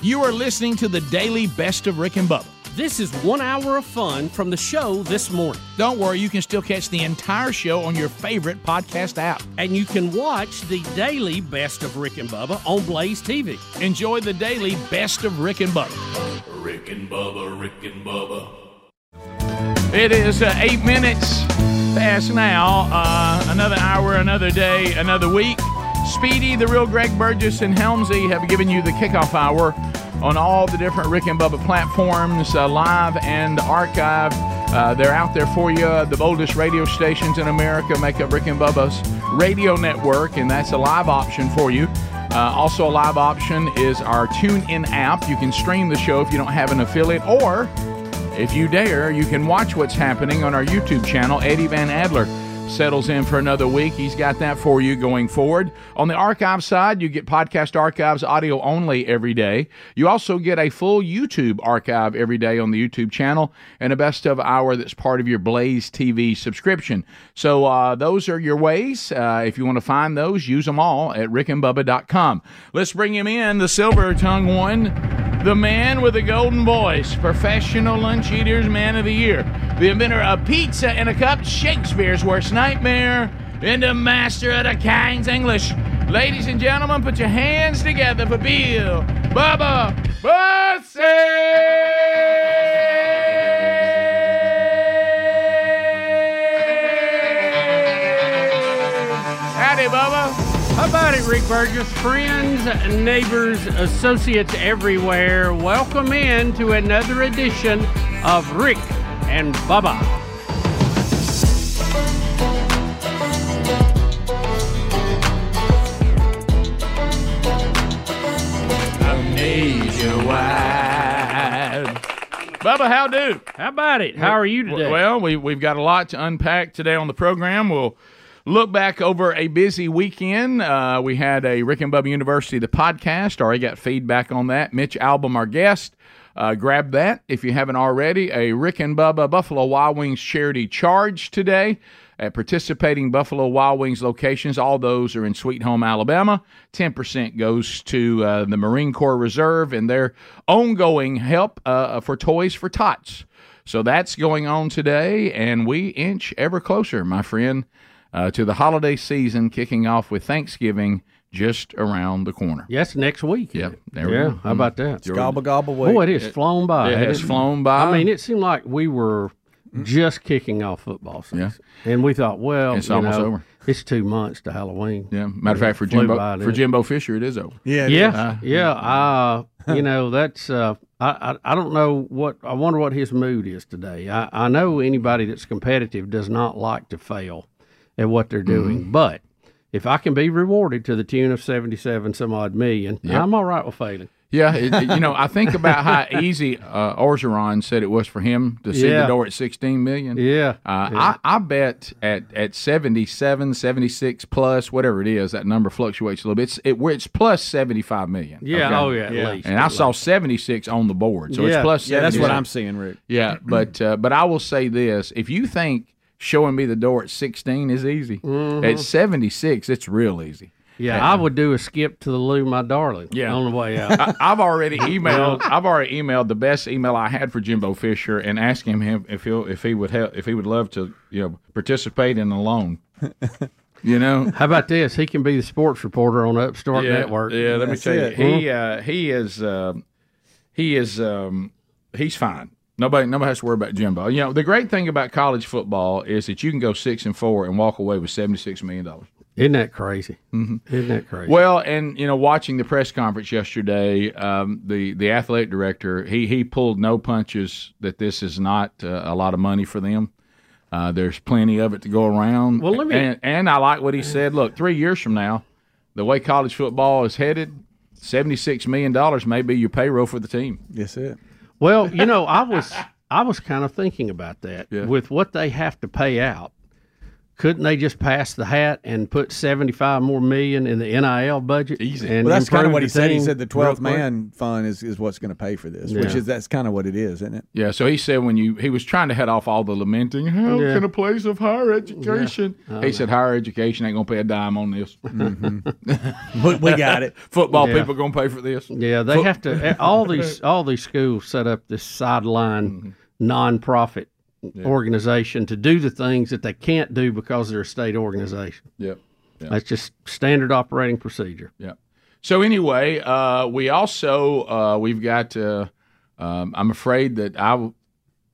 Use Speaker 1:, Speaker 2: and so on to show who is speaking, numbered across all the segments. Speaker 1: You are listening to the daily best of Rick and Bubba.
Speaker 2: This is one hour of fun from the show this morning.
Speaker 1: Don't worry, you can still catch the entire show on your favorite podcast app.
Speaker 2: And you can watch the daily best of Rick and Bubba on Blaze TV.
Speaker 1: Enjoy the daily best of Rick and Bubba.
Speaker 3: Rick and Bubba, Rick and Bubba.
Speaker 1: It is uh, eight minutes past now. Uh, another hour, another day, another week. Speedy, the real Greg Burgess, and Helmsy have given you the kickoff hour on all the different Rick and Bubba platforms, uh, live and archived. Uh, they're out there for you. The boldest radio stations in America make up Rick and Bubba's radio network, and that's a live option for you. Uh, also, a live option is our TuneIn app. You can stream the show if you don't have an affiliate, or if you dare, you can watch what's happening on our YouTube channel, Eddie Van Adler settles in for another week. He's got that for you going forward. On the archive side, you get podcast archives, audio only every day. You also get a full YouTube archive every day on the YouTube channel and a best of hour that's part of your Blaze TV subscription. So uh, those are your ways. Uh, if you want to find those, use them all at rickandbubba.com. Let's bring him in, the silver tongue one. The man with the golden voice, professional lunch eaters man of the year, the inventor of pizza in a cup, Shakespeare's worst nightmare, and the master of the King's English. Ladies and gentlemen, put your hands together for Bill Bubba Bussey! Howdy, Bubba.
Speaker 2: How about it, Rick Burgess? Friends, neighbors, associates everywhere, welcome in to another edition of Rick and Bubba.
Speaker 1: Bubba, how do?
Speaker 2: How about it? How are you today?
Speaker 1: Well, we, we've got a lot to unpack today on the program. We'll look back over a busy weekend. Uh, we had a Rick and Bubba University, the podcast. Already got feedback on that. Mitch Album, our guest. Uh, grab that if you haven't already. A Rick and Bubba Buffalo Wild Wings charity charge today at participating Buffalo Wild Wings locations. All those are in Sweet Home, Alabama. 10% goes to uh, the Marine Corps Reserve and their ongoing help uh, for Toys for Tots. So that's going on today, and we inch ever closer, my friend, uh, to the holiday season, kicking off with Thanksgiving just around the corner.
Speaker 2: Yes, next week.
Speaker 1: Yep. There
Speaker 2: yeah.
Speaker 1: we go.
Speaker 2: How about that?
Speaker 4: It's gobble gobble week.
Speaker 2: Boy, it has flown by.
Speaker 1: It has
Speaker 2: hasn't
Speaker 1: flown by.
Speaker 2: I mean, it seemed like we were
Speaker 4: Mm-hmm.
Speaker 2: just kicking off football season, and we thought, well,
Speaker 1: It's
Speaker 2: you
Speaker 1: almost
Speaker 2: know,
Speaker 1: over.
Speaker 2: It's two months to Halloween.
Speaker 1: yeah. Matter of fact, for
Speaker 2: Flew by,
Speaker 1: Jimbo
Speaker 2: didn't
Speaker 1: for
Speaker 2: it?
Speaker 1: Jimbo Fisher, it is over. Uh,
Speaker 4: Yeah, it
Speaker 2: Yeah,
Speaker 4: is.
Speaker 2: yeah. I, you know, that's. Uh, I, I, I don't know what. I wonder what his mood is today. I, I know anybody that's competitive does not like to fail at what they're
Speaker 4: Mm-hmm.
Speaker 2: doing, but if I can be rewarded to the tune of seventy-seven some odd million, I'm all right with failing.
Speaker 1: Yeah, it, it- you know, I think about how easy uh, Orgeron said it was for him to see
Speaker 2: Yeah.
Speaker 1: the door at 16 million.
Speaker 2: Yeah.
Speaker 1: Uh, I, I bet at, at 77, 76 plus, whatever it is, that number fluctuates a little bit. It's, it, where it's plus 75 million. okay?
Speaker 2: Yeah. Oh yeah. At
Speaker 4: Yeah.
Speaker 2: least.
Speaker 1: And I saw 76 on the board. So it's
Speaker 2: Yeah. Mm-hmm.
Speaker 1: plus
Speaker 4: Yeah, that's what
Speaker 1: 77.
Speaker 4: I'm seeing, Rick.
Speaker 1: Yeah, but uh, but I will say this: if you think showing me the door at sixteen is easy,
Speaker 2: Mm-hmm.
Speaker 1: at seventy six it's real easy.
Speaker 2: Yeah. I would do a skip to the loo, my darling.
Speaker 1: Yeah.
Speaker 2: On the way out.
Speaker 1: I, I've already emailed. I've already emailed the best email I had for Jimbo Fisher and asking him if he if he would help if he would love to you know participate in a loan. You know,
Speaker 2: How about this? He can be the sports reporter on Upstart
Speaker 1: yeah,
Speaker 2: Network.
Speaker 1: Yeah, let me
Speaker 4: That's
Speaker 1: tell you,
Speaker 4: it. Mm-hmm.
Speaker 1: he uh, he is um he is um, he's fine. Nobody nobody has to worry about Jimbo. You know, the great thing about college football is that you can go six and four and walk away with seventy six million dollars.
Speaker 2: Isn't that crazy? Mm-hmm. Isn't that crazy?
Speaker 1: Well, and you know, watching the press conference yesterday, um, the the athletic director he he pulled no punches that this is not uh, a lot of money for them. Uh, there's plenty of it to go around.
Speaker 2: Well, let me-
Speaker 1: And, and I like what he said. Look, three years from now, the way college football is headed, seventy-six million dollars may be your payroll for the team.
Speaker 4: Yes, it.
Speaker 2: Well, you know, I was I was kind of thinking about that
Speaker 1: Yeah.
Speaker 2: with what they have to pay out. Couldn't they just pass the hat and put seventy five more million in the NIL budget?
Speaker 1: Easy.
Speaker 2: And
Speaker 4: Well, that's kind of
Speaker 2: improve
Speaker 4: what he
Speaker 2: the
Speaker 4: said. He
Speaker 2: team
Speaker 4: said the
Speaker 2: real
Speaker 4: 12th
Speaker 2: quick?
Speaker 4: man fund is, is what's going to pay for this, which
Speaker 2: Yeah.
Speaker 4: is that's kind of what it is, isn't it?
Speaker 1: Yeah, so he said when you he was trying to head off all the lamenting, how
Speaker 2: Yeah.
Speaker 1: can a place of higher education? He
Speaker 2: Oh,
Speaker 1: said higher education ain't gonna pay a dime on this.
Speaker 4: We, we got it.
Speaker 1: Football
Speaker 2: Mm-hmm. Yeah.
Speaker 1: people gonna pay for this.
Speaker 2: Yeah, they have to. eh, All these all these schools set up this sideline
Speaker 1: Mm-hmm.
Speaker 2: nonprofit organization to do the things that they can't do because they're a state organization.
Speaker 1: Yep. Yeah.
Speaker 2: That's just standard operating procedure.
Speaker 1: Yeah. So anyway, uh, we also uh, we've got. Uh, um, I'm afraid that I w-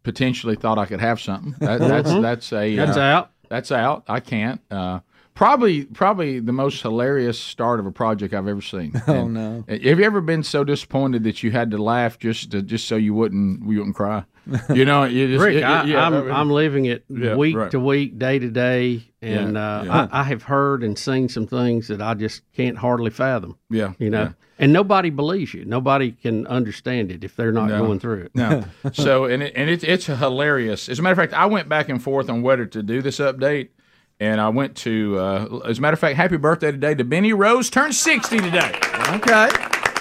Speaker 1: potentially thought I could have something. That, that's that's a
Speaker 2: Mm-hmm. That's
Speaker 1: uh,
Speaker 2: out.
Speaker 1: that's out. I can't. Uh, probably probably the most hilarious start of a project I've ever seen.
Speaker 4: Oh, no.
Speaker 1: Have you ever been so disappointed that you had to laugh just to, just so you wouldn't you wouldn't cry? You know, you just,
Speaker 2: Rick,
Speaker 1: y- y-
Speaker 2: I,
Speaker 1: yeah,
Speaker 2: I'm, I'm living it
Speaker 1: Yeah,
Speaker 2: week
Speaker 1: right.
Speaker 2: to week, day to day, and
Speaker 1: Yeah,
Speaker 2: uh,
Speaker 1: yeah.
Speaker 2: I, I have heard and seen some things that I just can't hardly fathom.
Speaker 1: yeah,
Speaker 2: You know,
Speaker 1: yeah.
Speaker 2: and nobody believes you. Nobody can understand it if they're not
Speaker 1: No.
Speaker 2: going through it.
Speaker 1: No. So and it, and it's it's hilarious. As a matter of fact, I went back and forth on whether to do this update, and I went to. Uh, as a matter of fact, happy birthday today to Benny Rose. Turned sixty today.
Speaker 4: Okay.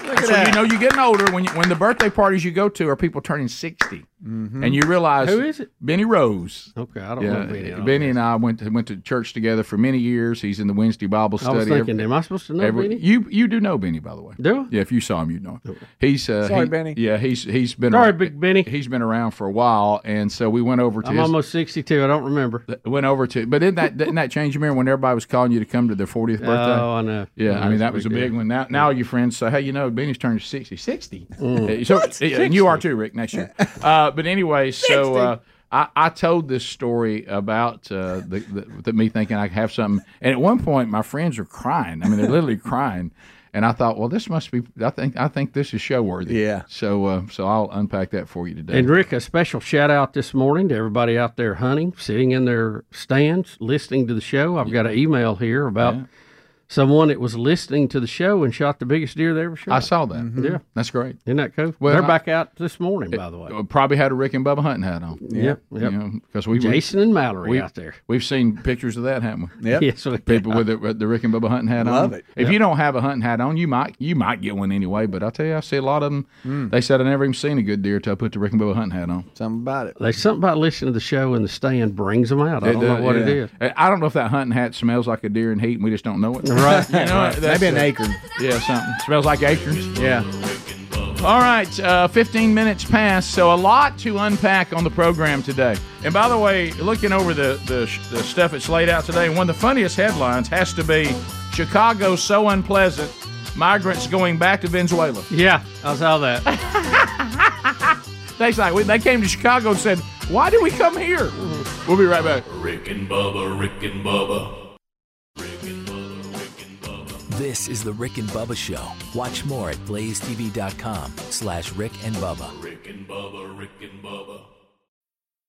Speaker 4: Look at
Speaker 1: So you
Speaker 4: that.
Speaker 1: know you're getting older when you, when the birthday parties you go to are people turning 60 and you realize
Speaker 2: Mm-hmm. Who is it?
Speaker 1: Benny Rose.
Speaker 2: Okay, I don't
Speaker 1: Yeah,
Speaker 2: know. Benny, at all.
Speaker 1: Benny and I went to, went to church together for many years. He's in the Wednesday Bible
Speaker 2: I
Speaker 1: study.
Speaker 2: was
Speaker 1: Every-
Speaker 2: thinking, am I supposed to know
Speaker 1: every-
Speaker 2: Benny?
Speaker 1: You you do know Benny, by the way.
Speaker 2: Do I?
Speaker 1: Yeah, if you saw him, you'd know him. He's uh,
Speaker 4: Sorry,
Speaker 1: he-
Speaker 4: Benny.
Speaker 1: Yeah, he's he's been
Speaker 2: Sorry,
Speaker 1: ar-
Speaker 2: Big Benny.
Speaker 1: He's been around for a while, and so we went over to
Speaker 2: I'm
Speaker 1: his,
Speaker 2: almost 62. I don't remember.
Speaker 1: went over to. But didn't that didn't that change your mind when everybody was calling you to come to their 40th birthday?
Speaker 2: Oh, I know.
Speaker 1: Yeah, I mean that was
Speaker 2: that's
Speaker 1: a big
Speaker 2: deal.
Speaker 1: one. Now, now your friends say, "Hey, you know, Benny's turned 60. 60?
Speaker 2: Mm.
Speaker 1: So, yeah, and you are too, Rick, next year. Uh, but anyway, so uh, I, I told this story about uh, the, the, the, me thinking I could have something, and at one point my friends are crying. I mean, they're literally crying, and I thought, well, this must be. I think I think this is show worthy.
Speaker 4: Yeah.
Speaker 1: So uh, so I'll unpack that for you today.
Speaker 2: And Rick, a special shout out this morning to everybody out there hunting, sitting in their stands, listening to the show. I've got an email here about someone that was listening to the show and shot the biggest deer they ever
Speaker 1: I
Speaker 2: shot.
Speaker 1: saw that.
Speaker 4: Mm-hmm.
Speaker 2: Yeah.
Speaker 1: That's great.
Speaker 2: Isn't that cool?
Speaker 1: Well,
Speaker 2: They're
Speaker 1: I- uh,
Speaker 2: back out this morning, by the way.
Speaker 1: Probably had a Rick and Bubba hunting hat on.
Speaker 2: Yep, yep.
Speaker 1: You know, because we
Speaker 2: Jason and Mallory
Speaker 1: we-
Speaker 2: out there.
Speaker 1: we've seen pictures of that, haven't we?
Speaker 4: Yep.
Speaker 2: Yes, we-
Speaker 1: people with the, with the Rick and Bubba hunting hat on.
Speaker 4: Love it.
Speaker 1: If you don't have a hunting hat on, you might you might get one anyway. But I tell you, I see a lot of them. They said I never even seen a good deer till I put the Rick and Bubba hunting hat on.
Speaker 4: Something about it.
Speaker 2: There's something about listening to the show and the stand brings them out. I don't know what it is.
Speaker 1: uh, I- I don't know if that hunting hat smells like a deer in heat, and we just don't know it.
Speaker 2: Right.
Speaker 1: You know, that's-
Speaker 4: Maybe an acorn.
Speaker 1: Yeah, something smells like acorns.
Speaker 4: Yeah.
Speaker 1: All right, uh, 15 minutes past, so a lot to unpack on the program today. And by the way, looking over the, the, sh- the stuff that's laid out today, one of the funniest headlines has to be Chicago so unpleasant, migrants going back to Venezuela.
Speaker 2: Yeah, I saw that.
Speaker 1: They, like, we- they came to Chicago and said, Why did we come here? We'll be right back.
Speaker 3: Rick and Bubba, Rick and Bubba. Rick and Bubba, Rick and Bubba.
Speaker 1: uh,
Speaker 5: This is the Rick and Bubba Show. Watch more at blazetv.com slash Rick and Bubba.
Speaker 3: Rick and Bubba, Rick and Bubba.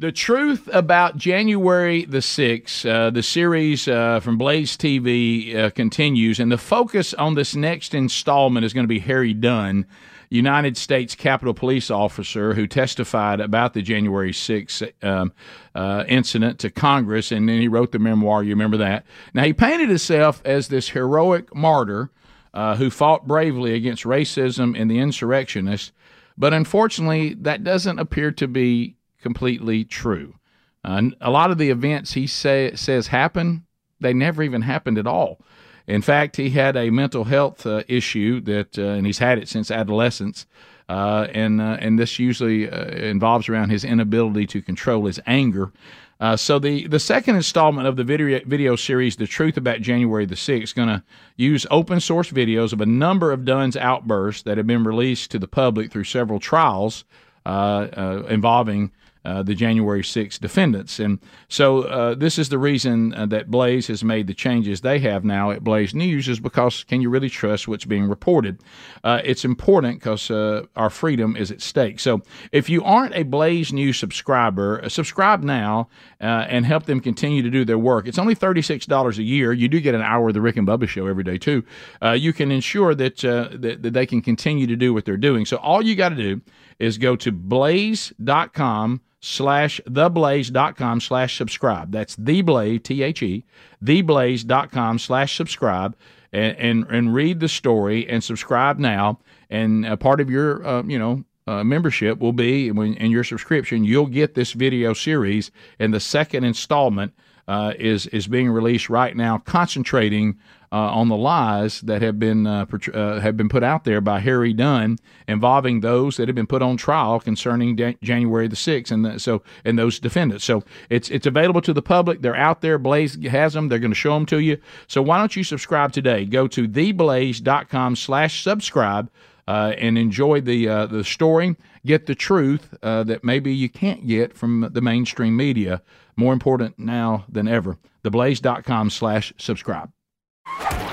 Speaker 1: The truth about January the 6th, uh, the series uh, from Blaze TV uh, continues, and the focus on this next installment is going to be Harry Dunn, United States Capitol Police officer who testified about the January 6th um, uh, incident to Congress, and then he wrote the memoir. You remember that? Now, he painted himself as this heroic martyr uh, who fought bravely against racism and the insurrectionists. But unfortunately, that doesn't appear to be completely true. Uh, n- a lot of the events he say, says happen, they never even happened at all. In fact, he had a mental health uh, issue that, uh, and he's had it since adolescence, uh, and uh, and this usually uh, involves around his inability to control his anger. Uh, so the the second installment of the video video series, "The Truth About January the 6th, going to use open source videos of a number of Dunn's outbursts that have been released to the public through several trials uh, uh, involving uh, the January 6th defendants. And so uh, this is the reason uh, that Blaze has made the changes they have now at Blaze News is because can you really trust what's being reported? Uh, it's important because uh, our freedom is at stake. So if you aren't a Blaze News subscriber, uh, subscribe now uh, and help them continue to do their work. It's only $36 a year. You do get an hour of the Rick and Bubba show every day, too. Uh, you can ensure that, uh, that, that they can continue to do what they're doing. So all you got to do is go to blaze.com slash theblaze.com slash subscribe. That's the blaze, T H E, theblaze.com slash subscribe and, and, and read the story and subscribe now. And a part of your, uh, you know, uh, membership will be when in your subscription, you'll get this video series and the second installment uh, is is being released right now, concentrating uh, on the lies that have been uh, portr- uh, have been put out there by Harry Dunn, involving those that have been put on trial concerning da- January the sixth, and the, so and those defendants. So it's it's available to the public. They're out there. Blaze has them. They're going to show them to you. So why don't you subscribe today? Go to theblaze.com slash subscribe uh, and enjoy the uh, the story. Get the truth uh, that maybe you can't get from the mainstream media. More important now than ever. TheBlaze.com slash subscribe. Uh,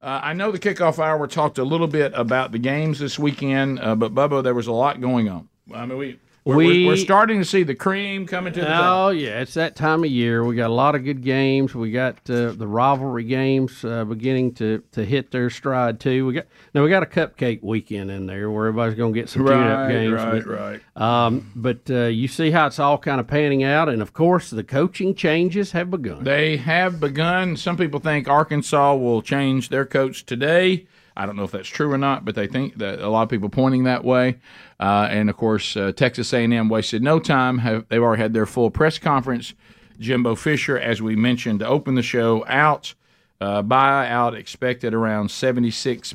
Speaker 1: I know the kickoff hour talked a little bit about the games this weekend, uh, but Bubba, there was a lot going on. I mean, we we're, we,
Speaker 2: We-
Speaker 1: are we are starting to see the cream coming to the top.
Speaker 2: Oh yeah, it's that time of year. We got a lot of good games. We got uh, the rivalry games uh, beginning to, to hit their stride too. We got now we got a cupcake weekend in there where everybody's going to get some tune-up games. but,
Speaker 1: right.
Speaker 2: Um, but uh, you see how it's all kind of panning out, and of course the coaching changes have begun.
Speaker 1: They have begun. Some people think Arkansas will change their coach today. I don't know if that's true or not, but they think that a lot of people pointing that way. Uh, and of course, uh, Texas A&M wasted no time. Have, they've already had their full press conference. Jimbo Fisher, as we mentioned to open the show, out. Uh, buyout expected around seventy-six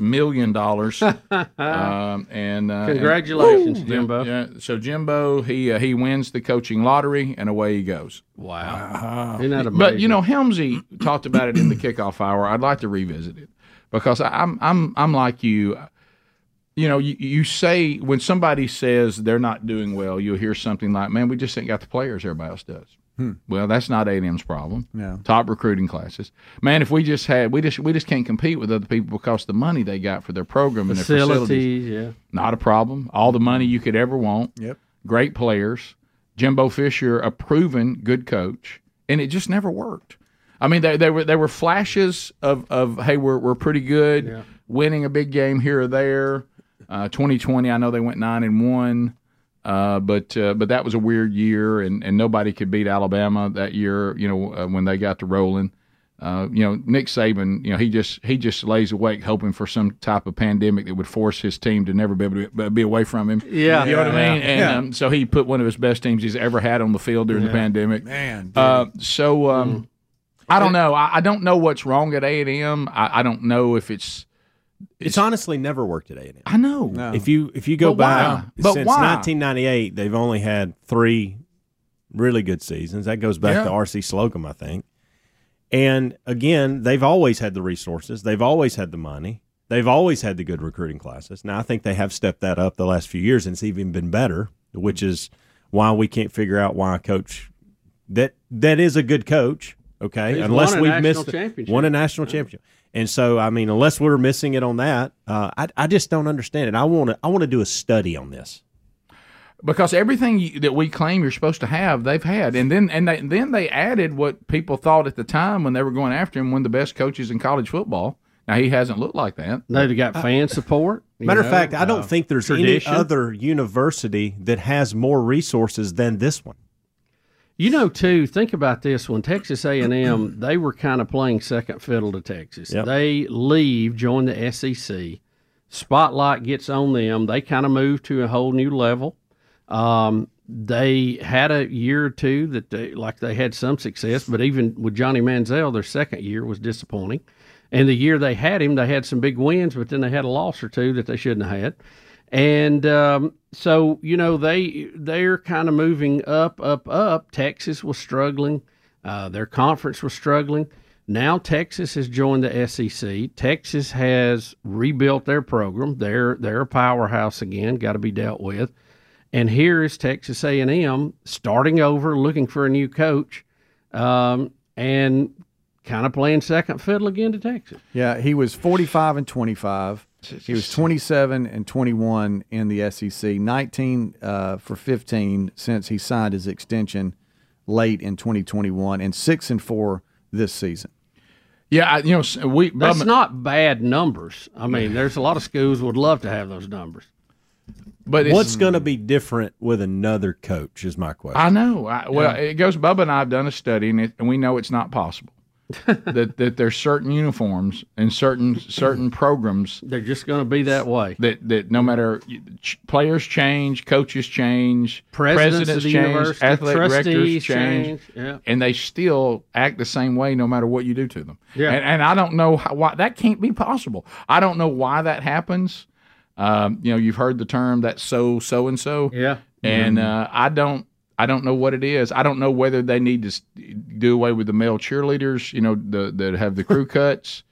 Speaker 1: million dollars. um, and uh, and-
Speaker 2: Congratulations, Jimbo.
Speaker 1: yeah, so Jimbo, he uh, he wins the coaching lottery, and away he goes.
Speaker 2: Isn't that amazing?
Speaker 1: uh, Oh. But you know, Helmsy talked about it in the kickoff hour. I'd like to revisit it because I- I'm I'm I'm like you. You know, you, you say when somebody says they're not doing well, you'll hear something like, "Man, we just ain't got the players everybody else does."
Speaker 4: Hmm.
Speaker 1: Well, that's not A&M's problem.
Speaker 4: No.
Speaker 1: Top recruiting classes, man. If we just had, we just we just can't compete with other people because the money they got for their program and their facilities,
Speaker 2: facilities. Yeah.
Speaker 1: not a problem. All the money you could ever want
Speaker 4: Yep.
Speaker 1: great players. Jimbo Fisher, a proven good coach, and it just never worked. I mean, they, they were they were flashes of, of hey, we're, we're pretty good, winning a big game here or there. Uh, 2020, I know they went nine and one, uh, but uh, but that was a weird year, and, and nobody could beat Alabama that year. You know, uh, when they got to rolling, uh, you know, Nick Saban, you know, he just he just lays awake hoping for some type of pandemic that would force his team to never be able to be away from him.
Speaker 2: Yeah.
Speaker 1: you know what I mean. And
Speaker 4: Yeah.
Speaker 1: um, so he put one of his best teams he's ever had on the field during the pandemic.
Speaker 4: Man, Mm-hmm.
Speaker 1: Uh, so um, I don't know. I, I don't know what's wrong at A and M. I, I don't know if it's.
Speaker 6: It's honestly never worked at A and M.
Speaker 1: I know.
Speaker 6: If you if you go
Speaker 1: But why?
Speaker 6: back
Speaker 1: But
Speaker 6: since
Speaker 1: why?
Speaker 6: 1998, they've only had three really good seasons. That goes back
Speaker 1: Yeah.
Speaker 6: to R.C. Slocum, I think. And again, they've always had the resources. They've always had the money. They've always had the good recruiting classes. Now I think they have stepped that up the last few years, and it's even been better. Which is why we can't figure out why a coach that that is a good coach. Okay,
Speaker 2: He's
Speaker 6: unless
Speaker 2: won a
Speaker 6: we've
Speaker 2: national
Speaker 6: missed
Speaker 2: championship.
Speaker 6: won a national championship. And so, I mean, unless we're missing it on that, uh, I, I just don't understand it. I want to I want to do a study on this.
Speaker 1: because everything you, that we claim you're supposed to have, they've had, and then and they, then they added what people thought at the time when they were going after him, one of the best coaches in college football. Now he hasn't looked like that.
Speaker 2: They've got fan support. you
Speaker 6: Matter
Speaker 2: know,
Speaker 6: of fact, I
Speaker 2: uh,
Speaker 6: don't think there's
Speaker 2: tradition.
Speaker 6: any other university that has more resources than this one.
Speaker 2: You know, too. Think about this: when Texas A and M, they were kind of playing second fiddle to Texas.
Speaker 6: Yep.
Speaker 2: They leave, join the SEC. Spotlight gets on them. They kind of move to a whole new level. Um, they had a year or two that they like they had some success, but even with Johnny Manziel, their second year was disappointing. And the year they had him, they had some big wins, but then they had a loss or two that they shouldn't have had. And um, so you know they they're kind of moving up, up, up. Texas was struggling. Uh, their conference was struggling. Now Texas has joined the SEC. Texas has rebuilt their program. They're they're a powerhouse again. Got to be dealt with. And here is Texas A&M starting over, looking for a new coach, um, and kind of playing second fiddle again to Texas.
Speaker 4: Yeah, he was 45 and 25. He was 27 and 21 in the SEC, 19 uh, for 15 since he signed his extension late in 2021, and 6 and 4 this season.
Speaker 1: Yeah, I, you know, s- we
Speaker 2: That's
Speaker 1: Bubba-
Speaker 2: not bad numbers. I mean, there's a lot of schools would love to have those numbers.
Speaker 1: but it's,
Speaker 6: What's going to be different with another coach is my question.
Speaker 1: I know. I, well, it goes. Bubba and I have done a study, and, it, and we know it's not possible that that there's certain uniforms and certain certain programs
Speaker 2: They're just going to be that way.
Speaker 1: that that no matter ch- players change, coaches change,
Speaker 2: Presidents, of the
Speaker 1: change,
Speaker 2: university,
Speaker 1: athletic directors
Speaker 2: trustees
Speaker 1: change,
Speaker 2: Yeah.
Speaker 1: and they still act the same way no matter what you do to them.
Speaker 2: Yeah.
Speaker 1: And, and I don't know how, why that can't be possible. I don't know why that happens. Um, you know, you've heard the term that so so and so,
Speaker 2: Yeah.
Speaker 1: and
Speaker 2: Mm-hmm.
Speaker 1: uh, I don't. I don't know what it is. I don't know whether they need to s- do away with the male cheerleaders, you know, the, that have the crew cuts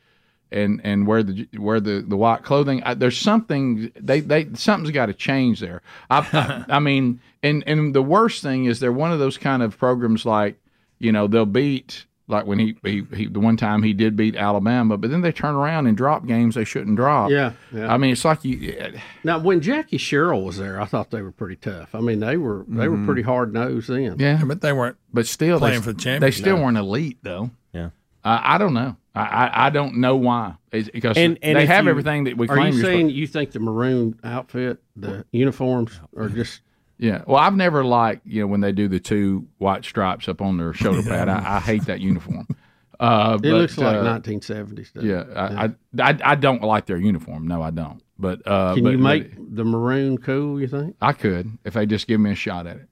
Speaker 1: and and wear the wear the, the white clothing. I, there's something they, they something's got to change there. I, I I mean, and and the worst thing is they're one of those kind of programs like you know they'll beat like when he, he, he the one time he did beat Alabama, but then they turn around and drop games they shouldn't drop.
Speaker 2: Yeah, yeah.
Speaker 1: I mean it's like you.
Speaker 2: Now, when Jackie Sherrill was there, I thought they were pretty tough. I mean, they were they were pretty hard nosed then.
Speaker 1: Mm-hmm. Yeah,
Speaker 7: but they weren't
Speaker 1: but still
Speaker 7: playing
Speaker 1: they,
Speaker 7: for the
Speaker 1: they
Speaker 7: championship.
Speaker 1: still weren't elite though.
Speaker 6: Yeah.
Speaker 1: I I don't know. I, I, I don't know why. It's because
Speaker 6: And- and
Speaker 1: they
Speaker 6: if
Speaker 1: have
Speaker 6: you-
Speaker 1: everything that we
Speaker 2: Are you
Speaker 1: claim. you're supposed-
Speaker 2: saying you think the maroon outfit, the uniforms,
Speaker 1: Uh,
Speaker 2: are just
Speaker 1: Yeah. Well, I've never liked you know when they do the two white stripes up on their shoulder pad. I, I hate that uniform. Uh,
Speaker 2: it
Speaker 1: but,
Speaker 2: looks like
Speaker 1: uh,
Speaker 2: 1970s stuff.
Speaker 1: Yeah, I, I, I I don't like their uniform. No, I don't. But uh,
Speaker 2: Can
Speaker 1: but-
Speaker 2: you
Speaker 1: but
Speaker 2: make the maroon cool? You think?
Speaker 1: I could if they just give me a shot at it.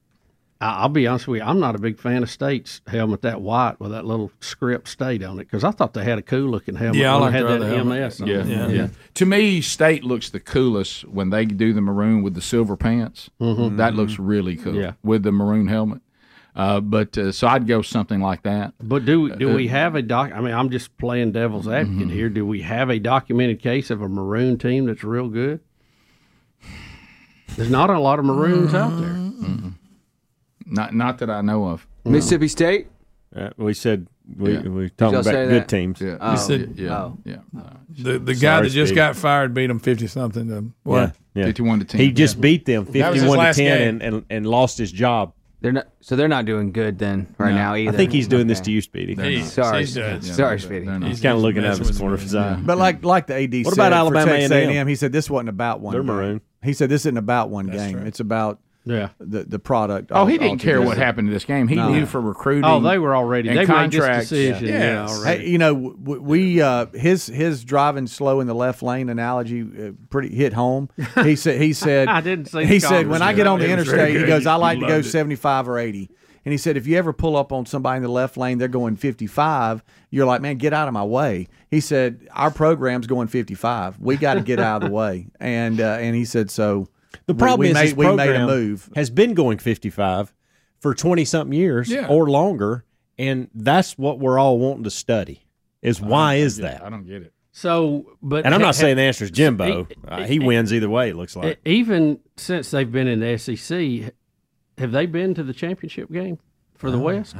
Speaker 2: I- I'll be honest with you. I'm not a big fan of State's helmet that white with that little script state on it because I thought they had a cool looking helmet.
Speaker 7: Yeah, I
Speaker 2: when
Speaker 7: like
Speaker 2: they
Speaker 7: their
Speaker 2: had
Speaker 7: other
Speaker 2: that
Speaker 7: helmet.
Speaker 2: MS. on
Speaker 1: Yeah,
Speaker 2: it.
Speaker 1: yeah. To me, state looks the coolest when they do the maroon with the silver pants. That looks really cool.
Speaker 2: Mm-hmm. Yeah.
Speaker 1: with the maroon helmet. Uh, but uh, so I'd go something like that.
Speaker 2: But do do
Speaker 6: Uh,
Speaker 2: we have a doc? I mean, I'm just playing devil's
Speaker 6: Mm-hmm.
Speaker 2: advocate here. Do we have a documented case of a maroon team that's real good? There's not a lot of maroons out
Speaker 7: Mm-hmm.
Speaker 2: there.
Speaker 1: Not not that I know of.
Speaker 2: Mm.
Speaker 8: Mississippi State.
Speaker 6: Uh, we said we,
Speaker 1: Yeah.
Speaker 6: we
Speaker 8: Did
Speaker 6: talking
Speaker 8: y'all
Speaker 6: about
Speaker 8: say
Speaker 6: good
Speaker 8: that?
Speaker 6: teams.
Speaker 1: Yeah,
Speaker 8: Oh,
Speaker 1: yeah, yeah.
Speaker 8: oh.
Speaker 1: yeah. Uh, No.
Speaker 7: The, the guy
Speaker 6: Sorry,
Speaker 7: that just
Speaker 6: Steve.
Speaker 7: got fired beat him 50 something to what?
Speaker 6: Yeah. yeah.
Speaker 1: Fifty-one to ten.
Speaker 6: He just beat them
Speaker 7: That was his
Speaker 6: 51 to 10
Speaker 7: last game.
Speaker 6: and, and, and lost his job.
Speaker 8: They're not. So they're not doing good then right now either.
Speaker 6: I think he's doing this
Speaker 8: Okay.
Speaker 6: to you, Speedy.
Speaker 7: He-
Speaker 8: Sorry,
Speaker 7: he's done.
Speaker 8: sorry,
Speaker 1: they're-
Speaker 8: Speedy.
Speaker 1: they're not.
Speaker 6: He's kind of looking out of his
Speaker 7: messing
Speaker 6: corner of his eye.
Speaker 4: But like like the AD said
Speaker 6: What about
Speaker 4: for
Speaker 6: Alabama
Speaker 4: Texas
Speaker 6: A&M?
Speaker 4: He said this wasn't about one
Speaker 6: They're
Speaker 4: game.
Speaker 6: maroon.
Speaker 4: He said this isn't about one game. It's about
Speaker 2: Yeah.
Speaker 4: the, the product.
Speaker 1: Oh, he
Speaker 4: al-
Speaker 1: didn't care what
Speaker 4: altogether.
Speaker 1: happened to this game. He knew for recruiting.
Speaker 2: Oh, they were already.
Speaker 1: And
Speaker 2: They made
Speaker 1: contracts.
Speaker 2: this decision. Yeah,
Speaker 7: Yes.
Speaker 2: already.
Speaker 4: Hey, you know, w- w- we uh, his his driving slow in the left lane analogy uh, pretty hit home. He said he said
Speaker 2: I didn't see
Speaker 4: he
Speaker 2: the
Speaker 4: said when I get on the
Speaker 7: It was very
Speaker 4: interstate, he
Speaker 7: good.
Speaker 4: goes, I
Speaker 7: You
Speaker 4: like to go
Speaker 7: loved it.
Speaker 4: seventy five or eighty. And he said, if you ever pull up on somebody in the left lane, they're going 55. You're like, man, get out of my way. He said, our program's going 55. We got to get out of the way. And uh, and he said, so
Speaker 6: The
Speaker 4: we-
Speaker 6: problem
Speaker 4: we,
Speaker 6: is
Speaker 4: made,
Speaker 6: his
Speaker 4: we made a
Speaker 6: program
Speaker 4: move.
Speaker 6: has been going 55 for 20 something years
Speaker 7: Yeah.
Speaker 6: or longer, and that's what we're all wanting to study. Is why is that?
Speaker 1: I don't get it.
Speaker 2: So, but
Speaker 6: and I'm
Speaker 2: ha- e,
Speaker 6: not saying the answer is Jimbo.
Speaker 2: He-
Speaker 6: Uh, he wins either way. It looks
Speaker 2: ha-
Speaker 6: like
Speaker 2: e, even since they've been in the SEC, have they been to the championship game for the West?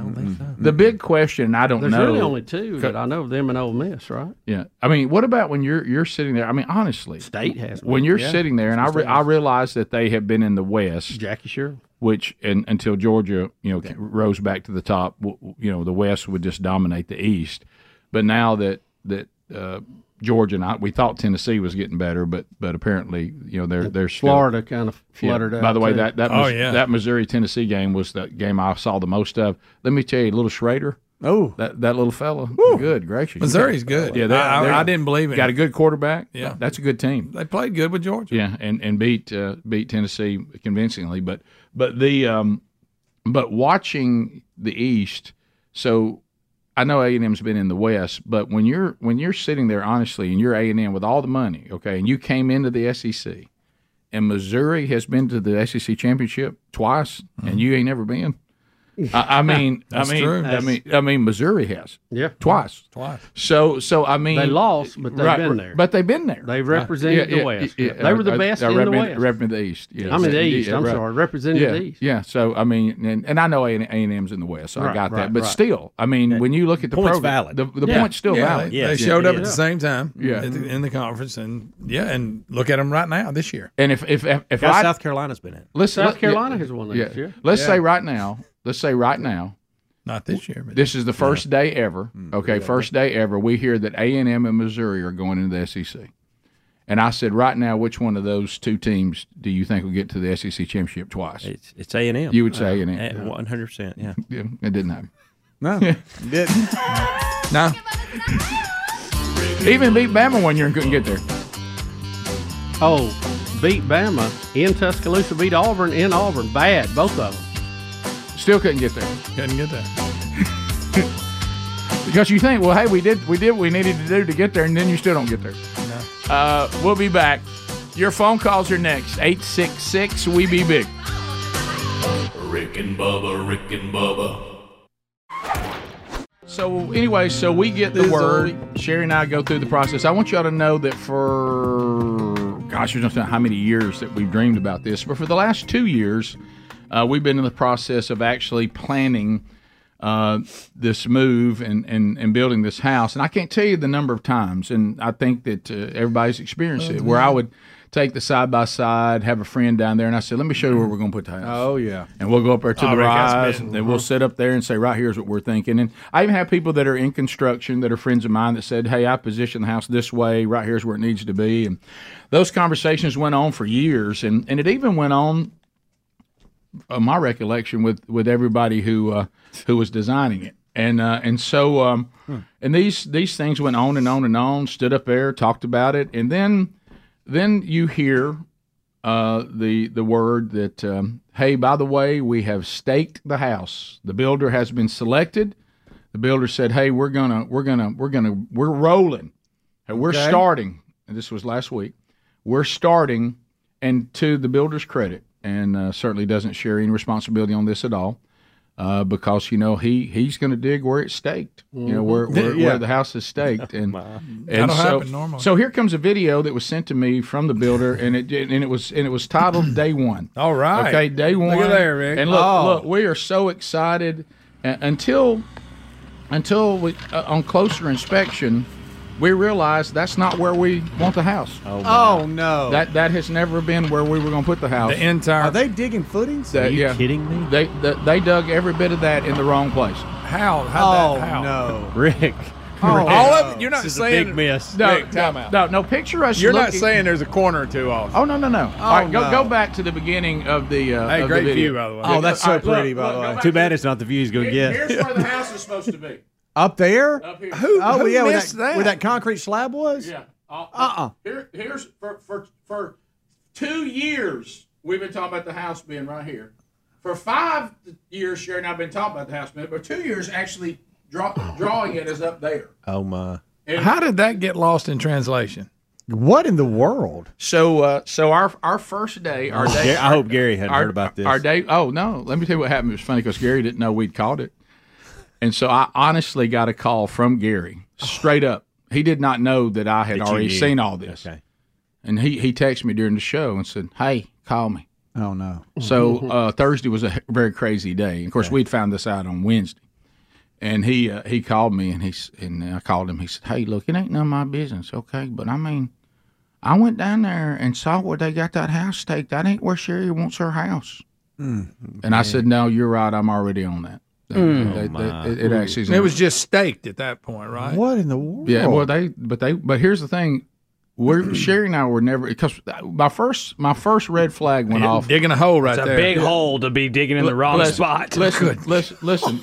Speaker 1: The big question, I don't
Speaker 2: There's
Speaker 1: know.
Speaker 2: really only two that I know of them and Ole Miss, right?
Speaker 1: yeah, I mean, what about when you're you're sitting there? I mean, honestly,
Speaker 2: State has
Speaker 1: when
Speaker 2: been,
Speaker 1: you're
Speaker 2: yeah.
Speaker 1: sitting there, and I re- I realize that they have been in the West,
Speaker 2: Jackie Sherrill.
Speaker 1: which and until Georgia, you know, rose back to the top, w- w- you know, the West would just dominate the East. But now that that uh, Georgia and I, we thought Tennessee was getting better, but but apparently, you know, they're they're still,
Speaker 2: Florida kind of
Speaker 1: Yeah.
Speaker 2: fluttered out.
Speaker 1: By the way,
Speaker 2: too.
Speaker 1: that that,
Speaker 7: Oh,
Speaker 1: Mis-
Speaker 7: yeah.
Speaker 1: that Missouri Tennessee game was the game I saw the most of. Let me tell you, little Schrader,
Speaker 4: Oh,
Speaker 1: that that little fella, good gracious,
Speaker 7: Missouri's good.
Speaker 1: Yeah,
Speaker 7: Yeah,
Speaker 1: they're-
Speaker 7: I,
Speaker 1: they're-
Speaker 7: I, I didn't believe it.
Speaker 1: got a good quarterback.
Speaker 7: Yeah.
Speaker 1: that's a good team.
Speaker 7: They played good with Georgia.
Speaker 1: Yeah, and and beat uh, beat Tennessee convincingly. But but the um, but watching the East, so I know A and M's been in the West, but when you're when you're sitting there honestly, and you're A and M with all the money, okay, and you came into the SEC, E and Missouri has been to the SEC championship twice, and you ain't ever been. I, I mean,
Speaker 2: Mm-hmm.
Speaker 1: I
Speaker 2: That's
Speaker 1: mean,
Speaker 2: true.
Speaker 1: I mean, I mean, Missouri has.
Speaker 2: Yeah.
Speaker 1: twice.
Speaker 7: Twice.
Speaker 1: So, so I mean,
Speaker 2: They lost, but they've
Speaker 1: Right,
Speaker 2: been
Speaker 1: right.
Speaker 2: there.
Speaker 1: But they've been there.
Speaker 2: They represented
Speaker 1: Yeah,
Speaker 2: the
Speaker 1: yeah,
Speaker 2: West.
Speaker 1: yeah, yeah.
Speaker 2: They were the
Speaker 1: I-
Speaker 2: best
Speaker 1: I
Speaker 2: in the
Speaker 1: represent-
Speaker 2: West.
Speaker 1: Represented the East. Yeah,
Speaker 2: I mean, the
Speaker 1: Yeah,
Speaker 2: East.
Speaker 1: yeah,
Speaker 2: I'm
Speaker 1: right.
Speaker 2: sorry, represented
Speaker 1: yeah,
Speaker 2: the East.
Speaker 1: Yeah. So I mean, and, and I know A and M's in the West. So I
Speaker 2: Right,
Speaker 1: got that.
Speaker 2: right,
Speaker 1: But
Speaker 2: right.
Speaker 1: still, I mean, when you look at the
Speaker 6: Point's
Speaker 1: program,
Speaker 6: valid.
Speaker 1: the, the
Speaker 6: Yeah.
Speaker 1: point's still
Speaker 7: yeah,
Speaker 1: valid.
Speaker 7: They,
Speaker 6: Yeah,
Speaker 7: they
Speaker 6: yeah,
Speaker 7: showed up
Speaker 6: yeah.
Speaker 7: at the same time.
Speaker 1: Yeah.
Speaker 7: in, in the conference, and yeah, and look at them right now this year.
Speaker 1: And if if if, if
Speaker 6: Guys,
Speaker 1: I
Speaker 6: South Carolina's been in.
Speaker 1: let's
Speaker 2: South
Speaker 1: let-
Speaker 2: Carolina has won that
Speaker 1: yeah,
Speaker 2: year.
Speaker 1: Let's
Speaker 7: Yeah.
Speaker 1: say right now. Let's say right now.
Speaker 7: Not this year, but Mm.
Speaker 1: This is the first day ever. Okay, first day ever. We hear that A and M and Missouri are going into the SEC, and I said, right now, which one of those two teams do you think will get to the SEC championship twice?
Speaker 6: It's it's A and M.
Speaker 1: You would say A and M.
Speaker 6: one hundred percent. Yeah.
Speaker 1: Yeah, it didn't happen.
Speaker 4: No, didn't.
Speaker 7: no.
Speaker 1: Even beat Bama one year and couldn't get there.
Speaker 2: Oh, beat Bama in Tuscaloosa, beat Auburn in Auburn. Bad, both of them.
Speaker 1: Still couldn't get there
Speaker 7: Couldn't get that.
Speaker 1: because you think, well, hey, we did we did what we needed to do to get there, and then you still don't get there. Uh, we'll be back. Your phone calls are next. Eight six six. We be big.
Speaker 3: Rick and Bubba, Rick and Bubba,
Speaker 1: So anyway, so we get the
Speaker 7: This is
Speaker 1: word. Sherry and I go through the process. I want y'all to know that for gosh, you don't know how many years that we've dreamed about this, but for the last two years, uh, we've been in the process of actually planning uh, this move and, and and building this house. And I can't tell you the number of times, and I think that uh, everybody's experienced it, where I would take the side by side, have a friend down there, and I said, "Let me show you where we're going to put the house."
Speaker 4: Oh yeah.
Speaker 1: and we'll go up there to
Speaker 7: Oh,
Speaker 1: the
Speaker 7: Rick, that's
Speaker 1: rise,
Speaker 7: been- uh-huh.
Speaker 1: and we'll sit up there and say, right here's what we're thinking. And I even have people that are in construction that are friends of mine that said, hey, I positioned the house this way. Right here's where it needs to be. And those conversations went on for years, and and it even went on. Uh, my recollection with with everybody who uh, who was designing it, and uh, and so um,
Speaker 7: Hmm.
Speaker 1: and these these things went on and on and on. Stood up there, talked about it, and then then you hear uh, the the word that um, hey, by the way, we have staked the house. The builder has been selected. The builder said, hey, we're gonna we're gonna we're gonna we're rolling. Hey, We're starting. And this was last week. We're starting, and to the builder's credit, and uh, certainly doesn't share any responsibility on this at all. Uh, because you know he he's going to dig where it's staked, you know where where,
Speaker 4: Yeah.
Speaker 1: where the house is staked, and and
Speaker 7: Mm-hmm. That'll
Speaker 1: so
Speaker 7: happen normally.
Speaker 1: so here comes a video that was sent to me from the builder, and it and it was and it was titled Day One.
Speaker 7: All right.
Speaker 1: Okay, Day One.
Speaker 7: there, Rick.
Speaker 1: And look,
Speaker 7: Oh.
Speaker 1: look, we are so excited uh, until until we, uh, on closer inspection, we realize that's not where we want the house.
Speaker 4: Oh no.
Speaker 1: That that has never been where we were going to put the house.
Speaker 7: Oh, The entire
Speaker 4: Are they digging footings?
Speaker 1: That-
Speaker 6: Are you
Speaker 1: yeah.
Speaker 6: kidding me,
Speaker 1: They, they they dug every bit of that in the wrong place.
Speaker 7: how? How?
Speaker 4: oh no.
Speaker 6: Rick?
Speaker 7: Oh, All of it. You're not
Speaker 6: This is a
Speaker 7: saying
Speaker 6: big miss.
Speaker 7: No,
Speaker 1: no,
Speaker 7: time out.
Speaker 1: No, no picture us.
Speaker 7: You're not
Speaker 1: looking-
Speaker 7: saying there's a corner or two off.
Speaker 1: Oh no no no! All right, go
Speaker 4: no.
Speaker 1: go back to the beginning of the. Uh,
Speaker 7: hey,
Speaker 1: of
Speaker 7: great
Speaker 1: the video.
Speaker 7: view by the way.
Speaker 4: Oh, that's so
Speaker 1: All right, look,
Speaker 4: pretty, by
Speaker 1: look,
Speaker 4: the
Speaker 1: go
Speaker 4: way.
Speaker 1: back
Speaker 6: Too bad it's not the view he's going to get.
Speaker 1: where the house is supposed to be.
Speaker 4: Up there?
Speaker 1: Up here.
Speaker 4: Who? Oh
Speaker 7: who
Speaker 4: yeah, where that,
Speaker 7: missed that?
Speaker 4: where that concrete slab was.
Speaker 1: Yeah.
Speaker 4: Uh-uh.
Speaker 1: Here, here's for, for for two years we've been talking about the house being right here. For five years, Sherry and I've been talking about the house being, but two years actually draw, drawing it is up there.
Speaker 6: Oh my!
Speaker 7: How did that get lost in translation?
Speaker 4: What in the world?
Speaker 1: So uh, so our our first day,
Speaker 2: Oh,
Speaker 1: our day.
Speaker 6: Gar- I hope Gary hadn't
Speaker 1: our,
Speaker 6: heard about this.
Speaker 1: Our day. Oh no! Let me tell you what happened. It was funny because Gary didn't know we'd called it, and so I honestly got a call from Gary straight up. He did not know that I had
Speaker 6: That you
Speaker 1: already
Speaker 6: knew.
Speaker 1: seen all this,
Speaker 6: Okay.
Speaker 1: and he he texted me during the show and said, "Hey, call me."
Speaker 4: Oh no.
Speaker 1: So uh, Thursday was a very crazy day. Of course, we'd found this out on Wednesday, and he uh, he called me and he s- and I called him. He said, "Hey, look, it ain't none of my business, okay? But I mean, I went down there and saw where they got that house staked. That ain't where Sherry wants her house."
Speaker 7: Mm.
Speaker 1: and I said, "No, you're right. I'm already on that.
Speaker 7: Mm. Oh,
Speaker 1: They- they- it, it actually is-
Speaker 7: It was just staked at that point, right?
Speaker 4: What in the world?
Speaker 1: yeah, well, they, but they, but here's the thing. We're Sherry and I were never because my first my first red flag went off.
Speaker 7: Digging a hole right there.
Speaker 9: hole to be digging in the wrong
Speaker 1: Listen, Listen, listen, listen.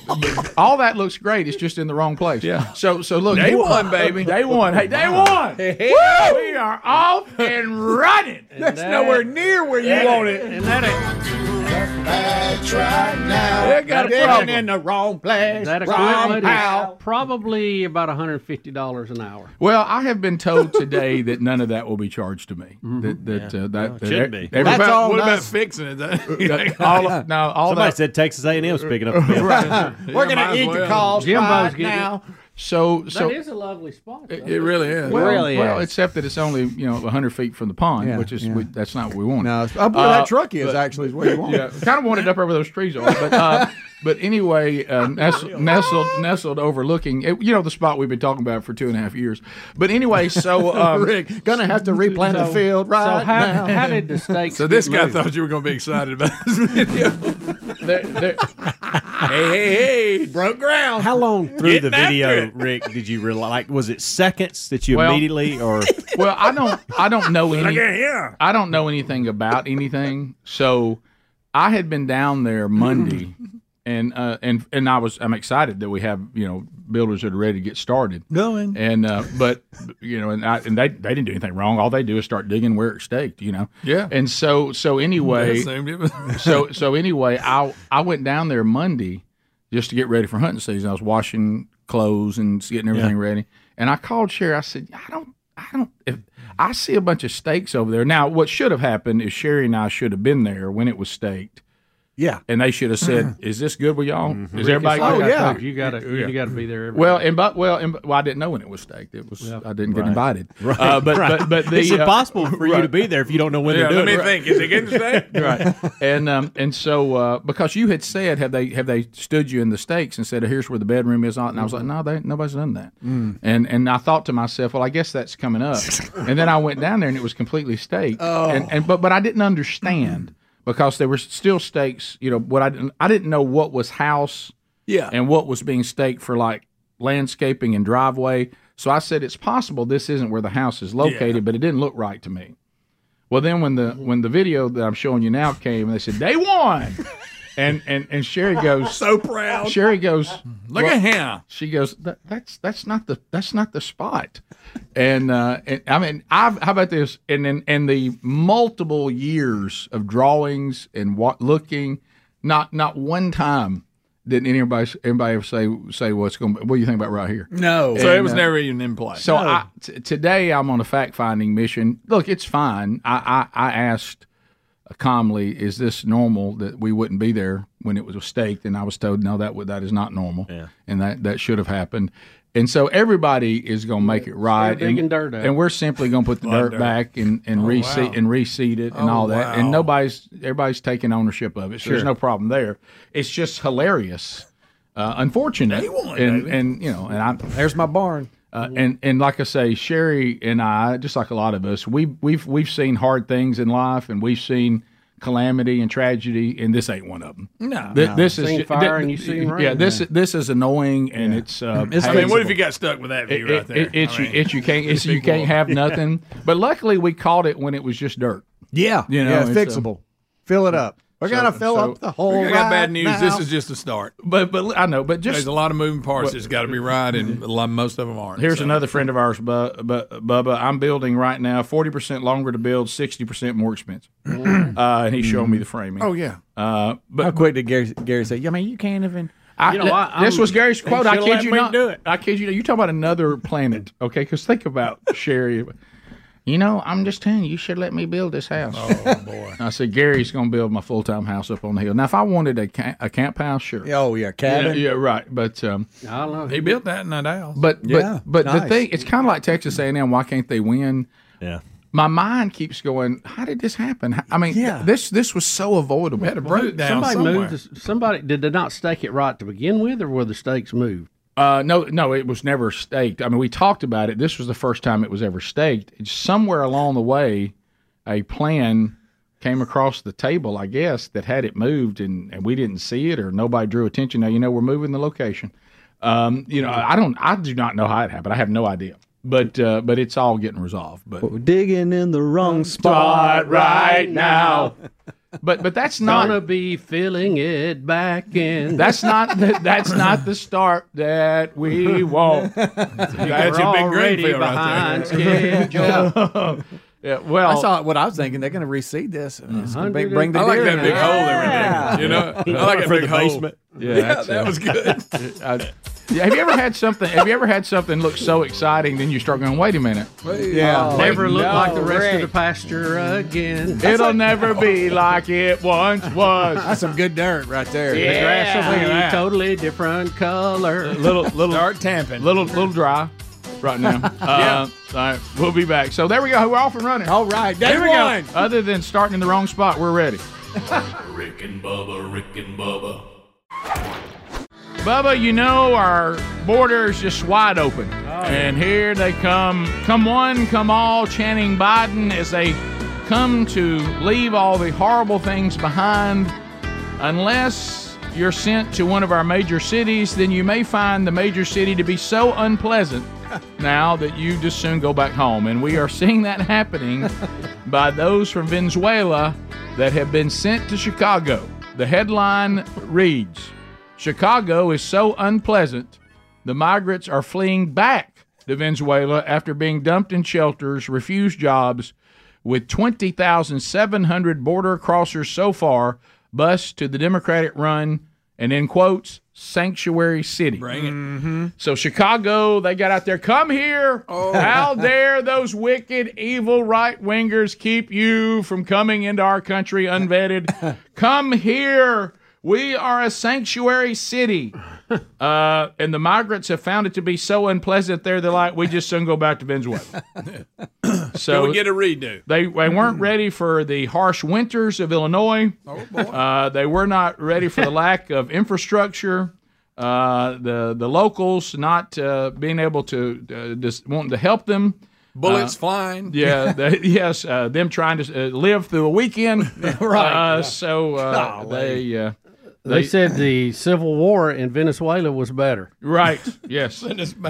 Speaker 1: All that looks great. It's just in the wrong place.
Speaker 7: Yeah.
Speaker 1: So, so look.
Speaker 7: Day one, baby.
Speaker 1: Day one. Hey, day one. Woo! We are off and running.
Speaker 7: That's nowhere near where you want it.
Speaker 2: And that ain't,
Speaker 10: That's right now.
Speaker 2: They got a
Speaker 10: Living
Speaker 2: problem.
Speaker 10: in the wrong place.
Speaker 2: That
Speaker 10: wrong
Speaker 2: equipment
Speaker 10: how.
Speaker 2: is probably about $150 an hour.
Speaker 1: Well, I have been told today that none of that will be charged to me. That that uh, that,
Speaker 6: it
Speaker 1: that
Speaker 6: shouldn't
Speaker 1: e-
Speaker 6: be.
Speaker 1: everybody-
Speaker 6: That's all
Speaker 1: what about
Speaker 6: nice.
Speaker 1: fixing it? That- all of- no, all
Speaker 6: Somebody
Speaker 1: that-
Speaker 6: said Texas A&M was picking up. the bill.
Speaker 1: Right.
Speaker 10: We're
Speaker 1: Yeah,
Speaker 10: gonna
Speaker 1: might as
Speaker 10: eat the
Speaker 1: well.
Speaker 10: cost
Speaker 1: Jimbo's
Speaker 10: right
Speaker 1: getting it.
Speaker 10: now.
Speaker 1: So so
Speaker 2: that is a lovely spot. though.
Speaker 1: It, it really is.
Speaker 2: Well, really
Speaker 1: well,
Speaker 2: is.
Speaker 1: except that it's only you know 100 feet from the pond,
Speaker 4: Yeah,
Speaker 1: which is
Speaker 4: yeah.
Speaker 1: we, that's not what we want. Uh, No,
Speaker 4: up where that truck is, actually, is where you want it.
Speaker 1: Yeah, kind of wanted up over those trees are, but uh, but anyway, uh, nestled, nestled nestled overlooking, it, you know, the spot we've been talking about for two and a half years. But anyway, so um,
Speaker 4: Rick, gonna have to replant the field right
Speaker 2: so how,
Speaker 4: now.
Speaker 2: how did the stakes?
Speaker 1: So this
Speaker 2: get
Speaker 1: guy
Speaker 2: moved?
Speaker 1: thought you were going to be excited about this video. They're- they're- hey, hey, hey, broke ground.
Speaker 6: How long through the
Speaker 1: Getting after
Speaker 6: video,
Speaker 1: it.
Speaker 6: Rick, did you realize? Like, was it seconds that you
Speaker 1: Well-
Speaker 6: immediately or?
Speaker 1: Well, I don't, I don't know any.
Speaker 6: Look at here.
Speaker 1: I don't know anything about anything. So, I had been down there Monday, and uh, and and I was, I'm excited that we have you know builders that are ready to get started.
Speaker 4: Going.
Speaker 1: And uh, but you know, and I, and they they didn't do anything wrong. All they do is start digging where it's staked. You know.
Speaker 7: Yeah.
Speaker 1: And so so anyway,
Speaker 7: assumed it was-
Speaker 1: so so anyway, I I went down there Monday just to get ready for hunting season. I was washing clothes and getting everything ready, and I called Sherry. I said, I don't, I don't. If I see a bunch of stakes over there now, what should have happened is Sherry and I should have been there when it was staked.
Speaker 4: Yeah.
Speaker 1: and they should have said, "Is this good with y'all? Is
Speaker 2: Rick, Mm-hmm. it's like
Speaker 1: everybody?" good?
Speaker 2: I told You got to you got to be there. Every
Speaker 1: Well, and but well, and but- well, I didn't know when it was staked. It was I didn't get
Speaker 2: Right.
Speaker 1: invited.
Speaker 2: Right,
Speaker 1: Uh, but,
Speaker 2: right.
Speaker 1: but but the
Speaker 6: It's
Speaker 1: uh,
Speaker 6: impossible for you to
Speaker 1: right.
Speaker 6: be there if you don't know when
Speaker 1: Yeah, let
Speaker 6: they're doing
Speaker 1: me
Speaker 6: it.
Speaker 1: think. Is it getting staked? right. And um and so uh, because you had said have they have they stood you in the stakes and said here's where the bedroom is on and I was like no they nobody's done that and and I thought to myself well I guess that's coming up and then I went down there and it was completely staked
Speaker 7: Oh.
Speaker 1: and, and but but I didn't understand because there were still stakes you know what I didn't I didn't know what was house
Speaker 7: Yeah.
Speaker 1: and what was being staked for like landscaping and driveway. So I said it's possible this isn't where the house is located, but it didn't look right to me. Well, then when the when the video that I'm showing you now came, and they said day one, and and and Sherry goes
Speaker 7: So proud.
Speaker 1: Sherry goes
Speaker 7: Mm-hmm. Look at him.
Speaker 1: She goes that, that's that's not the that's not the spot, and uh, and I mean I've how about this and then and the multiple years of drawings and what looking, not not one time. Did anybody anybody ever say say what's going? What do you think about right here?
Speaker 7: No. So
Speaker 1: And,
Speaker 7: it was
Speaker 1: uh,
Speaker 7: never even in play.
Speaker 1: so I t- today I'm on a fact finding mission. Look, it's fine. I, I, I asked uh, calmly, "Is this normal that we wouldn't be there when it was staked?" And I was told, "No, that would that is not normal, and that that should have happened." And so everybody is going to make it right,
Speaker 2: digging
Speaker 1: and,
Speaker 2: dirt up.
Speaker 1: and we're simply going to put the
Speaker 2: Lot of
Speaker 1: dirt,
Speaker 2: dirt.
Speaker 1: back and and
Speaker 2: Oh,
Speaker 1: reseed
Speaker 2: wow.
Speaker 1: and reseed it and
Speaker 2: Oh,
Speaker 1: all that, and
Speaker 2: wow.
Speaker 1: nobody's everybody's taking ownership of it. So there's
Speaker 2: Sure.
Speaker 1: no problem there. It's just hilarious, uh, unfortunate, and and you know, and I
Speaker 4: there's my barn.
Speaker 1: Uh, and and like I say, Sherry and I, just like a lot of us, we we've we've seen hard things in life, and we've seen calamity and tragedy, and this ain't one of them.
Speaker 7: No.
Speaker 1: Th-
Speaker 7: No.
Speaker 1: this is
Speaker 7: Seen
Speaker 1: ju-
Speaker 7: fire
Speaker 1: th-
Speaker 7: and you
Speaker 1: th-
Speaker 7: seen rain.
Speaker 1: Yeah, this this is annoying, and it's. Uh,
Speaker 7: It's I mean, what if you
Speaker 1: hateable.
Speaker 7: got stuck with that view
Speaker 1: It-
Speaker 7: right
Speaker 1: it-
Speaker 7: there?
Speaker 1: it- it's
Speaker 7: I
Speaker 1: you,
Speaker 7: mean,
Speaker 1: it's you can't it's you
Speaker 7: big
Speaker 1: can't
Speaker 7: wall.
Speaker 1: have
Speaker 7: Yeah.
Speaker 1: nothing. But luckily, we caught it when it was just dirt.
Speaker 4: Yeah,
Speaker 1: you know,
Speaker 4: yeah,
Speaker 1: and so-
Speaker 4: fixable. Fill it up. We
Speaker 1: So-
Speaker 4: gotta fill
Speaker 1: so-
Speaker 4: up the whole.
Speaker 7: I got bad
Speaker 4: ride
Speaker 7: news. This
Speaker 4: now.
Speaker 7: is just a start.
Speaker 1: But but I know. But just
Speaker 7: there's a lot of moving parts
Speaker 1: But-
Speaker 7: that's got to be right, and a lot, most of them aren't.
Speaker 1: Here's
Speaker 7: so.
Speaker 1: another friend of ours, Bu- Bu- Bubba. I'm building right now, 40% longer to build, 60% more expensive. uh, and he's showing me the framing.
Speaker 4: Oh, yeah.
Speaker 1: Uh, but
Speaker 4: How quick did Gary, Gary say? I mean, you can't even.
Speaker 1: I, this was Gary's quote. I kid you not.
Speaker 4: Do it.
Speaker 1: I kid you not. You talk about another planet, okay? Because think about Sherry. You know, I'm just telling you, you should let me build this house. Oh boy! I said Gary's going to build my full time house up on the hill. Now, if I wanted a camp, a camp house, sure.
Speaker 4: Oh yeah, cabin.
Speaker 1: Yeah, yeah, right. But um,
Speaker 2: I don't know.
Speaker 7: He built that in that house.
Speaker 1: But
Speaker 7: Yeah,
Speaker 1: but but the
Speaker 7: nice.
Speaker 1: thing, it's kind of like Texas A&M. Why can't they win?
Speaker 6: Yeah.
Speaker 1: My mind keeps going. How did this happen? I mean,
Speaker 2: Yeah.
Speaker 1: this this was so avoidable.
Speaker 7: had a breakdown
Speaker 2: somebody moved. the- Somebody did they not stake it right to begin with, or were the stakes moved?
Speaker 1: Uh, no, no, it was never staked. I mean, we talked about it. This was the first time it was ever staked. Somewhere along the way, a plan came across the table, I guess, that had it moved, and, and we didn't see it, or nobody drew attention. Now you know we're moving the location. Um, you know, I don't, I do not know how it happened. I have no idea. But uh, but it's all getting resolved. But
Speaker 9: we're digging in the wrong
Speaker 1: spot right now. But but that's not
Speaker 2: Gonna be filling it back in.
Speaker 1: That's not the, that's not the start that we want.
Speaker 7: got your big Greenfield right there.
Speaker 2: schedule.
Speaker 1: Yeah, well-
Speaker 4: I saw what I was thinking. They're going to reseed this. and It's going to
Speaker 1: 100
Speaker 4: bring the
Speaker 1: I like
Speaker 4: deer
Speaker 1: that
Speaker 4: in
Speaker 1: big
Speaker 4: it.
Speaker 1: hole they were digging, you know? I like that
Speaker 4: For the
Speaker 1: big hole.
Speaker 4: basement.
Speaker 1: Yeah, that's it. I- yeah, have you ever had something? Have you ever had something look so exciting? Then you start going, "Wait a minute,
Speaker 2: Yeah.
Speaker 1: Wait,
Speaker 2: never look
Speaker 1: no,
Speaker 2: like the rest
Speaker 1: Rick.
Speaker 2: of the pasture again.
Speaker 1: It'll never be like it once was. That's
Speaker 4: some good dirt right there.
Speaker 2: The grass will be
Speaker 1: Yeah.
Speaker 2: totally different color.
Speaker 1: little little dark tamping. Little little dry right now. Uh, All right, we'll be back. So there we go. We're off and running. All right,
Speaker 3: day
Speaker 1: there we
Speaker 3: one.
Speaker 1: go. Other than starting in the wrong spot, we're ready.
Speaker 3: Rick and Bubba, Rick and Bubba.
Speaker 1: Bubba, you know our border is just wide open, and here they come. Come one, come all, chanting Biden as they come to leave all the horrible things behind. Unless you're sent to one of our major cities, then you may find the major city to be so unpleasant now that you just soon go back home. And we are seeing that happening by those from Venezuela that have been sent to Chicago. The headline reads Chicago is so unpleasant, the migrants are fleeing back to Venezuela after being dumped in shelters, refused jobs, with 20,700 border crossers so far bused to the Democratic run and in quotes, sanctuary city. Bring it. So Chicago, they got out there, come here. How dare those wicked, evil right wingers keep you from coming into our country unvetted? come here. We are a sanctuary city. Uh, and the migrants have found it to be so unpleasant there, they're like, we just soon go back to Venezuela.
Speaker 11: So we get a redo.
Speaker 1: They they weren't ready for the harsh winters of Illinois. Hmm. Oh boy. Uh, they were not ready for the lack of infrastructure. Uh, the the locals not uh, being able to uh, just wanting to help them.
Speaker 7: Bullets
Speaker 1: Uh,
Speaker 7: flying.
Speaker 1: Yeah. they- yes. Uh, them trying to uh, live through a weekend. right. Uh, so uh, they. Uh,
Speaker 2: They, said the Civil War in Venezuela was better.
Speaker 1: Right. Yes.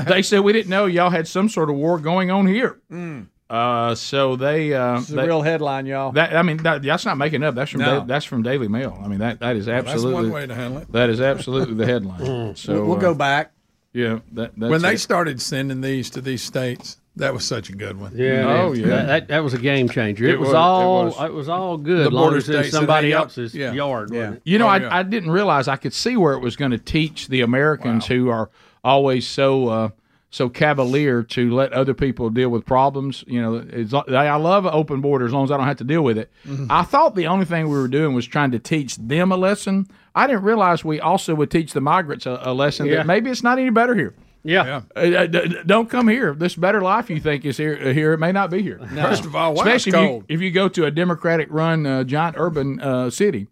Speaker 1: They said we didn't know y'all had some sort of war going on here.
Speaker 7: Hmm.
Speaker 4: Mm.
Speaker 1: Uh, so they. Uh,
Speaker 4: It's a
Speaker 1: they-
Speaker 4: real headline, y'all.
Speaker 1: That I mean, that, that's not making up. That's from
Speaker 4: No.
Speaker 1: da- that's from Daily Mail. I mean, that that is
Speaker 7: that's one
Speaker 1: absolutely
Speaker 7: way to handle it.
Speaker 1: That is absolutely the headline. So uh,
Speaker 7: We'll- we'll go back.
Speaker 1: Yeah, that, that's
Speaker 7: when they
Speaker 1: it.
Speaker 7: started sending these to these states, that was such a good one.
Speaker 2: Yeah.
Speaker 1: Oh,
Speaker 2: that-
Speaker 1: yeah.
Speaker 2: That, that, was a game changer. It,
Speaker 1: It
Speaker 2: was,
Speaker 1: was, it
Speaker 2: all it
Speaker 1: was.
Speaker 2: was, all good.
Speaker 1: The
Speaker 2: as long
Speaker 1: border
Speaker 2: as it was
Speaker 1: states that
Speaker 2: somebody
Speaker 1: hang out-
Speaker 2: else's
Speaker 1: yeah.
Speaker 2: yard. wasn't it? Oh,
Speaker 1: You know, I, I didn't realize I could see where it was going to teach the Americans who are always so uh, so cavalier to let other people deal with problems. You know, as lo- I love open border as long as I don't have to deal with it.
Speaker 12: Mhm.
Speaker 1: I thought the only thing we were doing was trying to teach them a lesson. I didn't realize we also would teach the migrants a, a lesson
Speaker 2: Yeah.
Speaker 1: that maybe it's not any better here.
Speaker 2: Yeah.
Speaker 1: Uh, uh, d- d- don't come here. This better life you think is here. uh, Here it may not be here.
Speaker 7: No. First of all, wow, it's
Speaker 1: especially if you,
Speaker 7: cold.
Speaker 1: if you go to a Democratic-run uh, giant urban uh, city.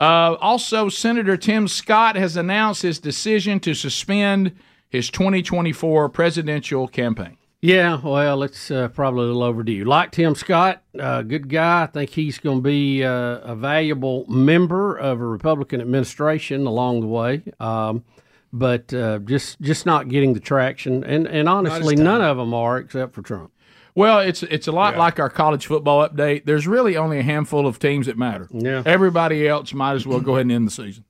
Speaker 1: Uh, also, Senator Tim Scott has announced his decision to suspend his 2024 presidential campaign.
Speaker 2: Yeah, well, it's uh, probably a little overdue. Like Tim Scott, uh, good guy. I think he's going to be uh, a valuable member of a Republican administration along the way. Um, but uh, just just not getting the traction, and and honestly, none of them are except for Trump.
Speaker 1: Well, it's it's a lot like our college football update. There's really only a handful of teams that matter. Yeah. Everybody else might as well go ahead and end the season.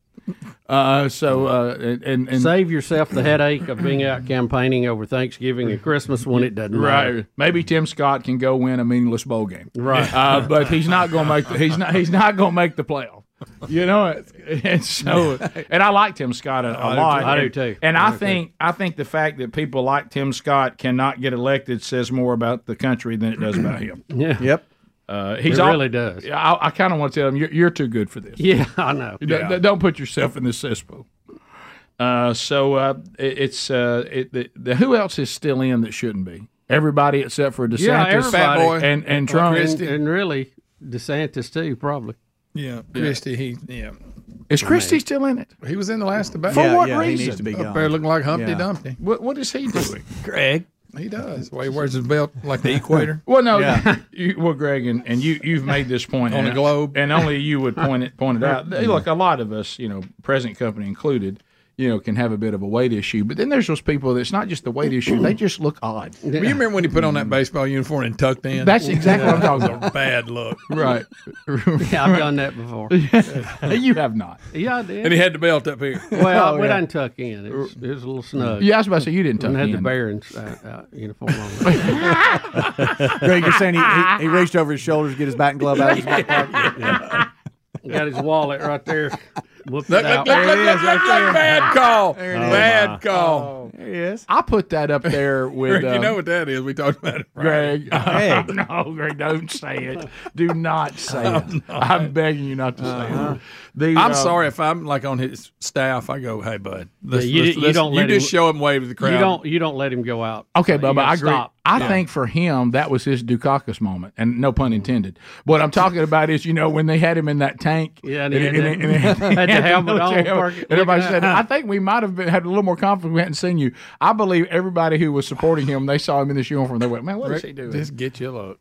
Speaker 1: Uh, so uh, and, and and
Speaker 2: Save yourself the headache of being out campaigning over Thanksgiving and Christmas when it doesn't
Speaker 1: Right.
Speaker 2: matter.
Speaker 1: Maybe Tim Scott can go win a meaningless bowl game.
Speaker 2: Right.
Speaker 1: Uh, but he's not going to make the, he's not he's not going to make the playoff. You know it. And so and I like Tim Scott a, a
Speaker 2: I do
Speaker 1: lot.
Speaker 2: too. I do
Speaker 1: And-
Speaker 2: too.
Speaker 1: And
Speaker 2: I
Speaker 1: I
Speaker 2: do
Speaker 1: think I think the fact that people like Tim Scott cannot get elected says more about the country than it does about him.
Speaker 2: Yeah. Yep.
Speaker 1: Uh, he's
Speaker 2: It
Speaker 1: al-
Speaker 2: really does.
Speaker 1: Yeah, I, I kind of want to tell him you're, you're too good for this.
Speaker 2: Yeah, I know.
Speaker 1: You don't-
Speaker 2: Yeah.
Speaker 1: don't put yourself in this cesspool. Uh, so uh, it, it's uh, it, the, the who else is still in that shouldn't be everybody except for DeSantis
Speaker 2: yeah, everybody.
Speaker 1: and
Speaker 7: Uh,
Speaker 1: and Trump.
Speaker 2: and, and really DeSantis too, probably.
Speaker 7: Yeah, Christie, he yeah.
Speaker 1: Is Christie still in it?
Speaker 7: He was in the last debate.
Speaker 1: For what reason?
Speaker 7: Up there looking like Humpty
Speaker 1: Yeah.
Speaker 7: Dumpty.
Speaker 1: What what is he doing?
Speaker 7: Greg. He does. Well, he wears his belt like the equator.
Speaker 1: Well, no,
Speaker 7: Yeah.
Speaker 1: you, well, Greg, and, and you you've made this point
Speaker 7: On
Speaker 1: and-
Speaker 7: a globe.
Speaker 1: and only you would point it point it out. Hey, Look, a lot of us, you know, present company included, you know, can have a bit of a weight issue. But then there's those people that's not just the weight issue; they just look odd.
Speaker 7: Well, you remember when he put on that baseball uniform and tucked in?
Speaker 1: That's exactly what I'm talking about.
Speaker 7: That was a bad look.
Speaker 1: Right.
Speaker 2: Yeah, I've done that before.
Speaker 1: you have not.
Speaker 2: Yeah, I did.
Speaker 7: And he had the belt up here.
Speaker 2: Well,
Speaker 7: Oh,
Speaker 2: we
Speaker 7: yeah.
Speaker 2: didn't tuck in. It was, it was a little snug.
Speaker 1: Yeah, I was about to say, you didn't tuck
Speaker 2: and had
Speaker 1: in.
Speaker 2: the Barons uh, uh, uniform on.
Speaker 4: Greg, you're saying he, he, he reached over his shoulders to get his batting glove out. Of his back pocket?
Speaker 2: Got his wallet right there. Whooped
Speaker 4: Look, look,
Speaker 2: it
Speaker 4: look,
Speaker 2: out.
Speaker 4: There it look, is, right look, there. look,
Speaker 7: bad call.
Speaker 2: There it is.
Speaker 7: bad
Speaker 2: Oh, my.
Speaker 7: call.
Speaker 4: There he is.
Speaker 1: I put that up there with.
Speaker 7: Rick, you
Speaker 1: um,
Speaker 7: know what that is? We talked about it. Uh-huh.
Speaker 1: Greg,
Speaker 7: Friday.
Speaker 1: Oh, no, Greg, don't say it. Do not say
Speaker 7: I'm
Speaker 1: it.
Speaker 7: not.
Speaker 1: I'm begging you not to
Speaker 7: Uh-huh.
Speaker 1: say it. The,
Speaker 7: I'm
Speaker 1: uh,
Speaker 7: sorry if I'm like on his staff. I go, hey bud,
Speaker 2: Yeah,
Speaker 7: let's,
Speaker 2: you,
Speaker 7: let's-
Speaker 2: you
Speaker 7: let's-
Speaker 2: don't.
Speaker 7: you
Speaker 2: let
Speaker 7: just
Speaker 2: him-
Speaker 7: show him wave to the crowd.
Speaker 2: You don't. You don't let him go out.
Speaker 1: Okay,
Speaker 2: You
Speaker 1: Bubba,
Speaker 2: gotta
Speaker 1: I agree.
Speaker 2: stop.
Speaker 1: I
Speaker 2: Yeah.
Speaker 1: think for him that was his Dukakis moment, and no pun intended. What I'm talking about is, you know, when they had him in that tank,
Speaker 2: Yeah,
Speaker 1: and,
Speaker 2: and he
Speaker 1: and-
Speaker 2: had
Speaker 1: and-
Speaker 2: that-
Speaker 1: and-
Speaker 2: had the
Speaker 1: and-
Speaker 2: helmet on,
Speaker 1: and
Speaker 2: park-
Speaker 1: everybody
Speaker 2: looking
Speaker 1: said,
Speaker 2: at-
Speaker 1: "I think we might have been, had a little more confidence. We hadn't seen you." I believe everybody who was supporting him, they saw him in this uniform. They went, "Man, what is he doing?"
Speaker 7: Just get you a look.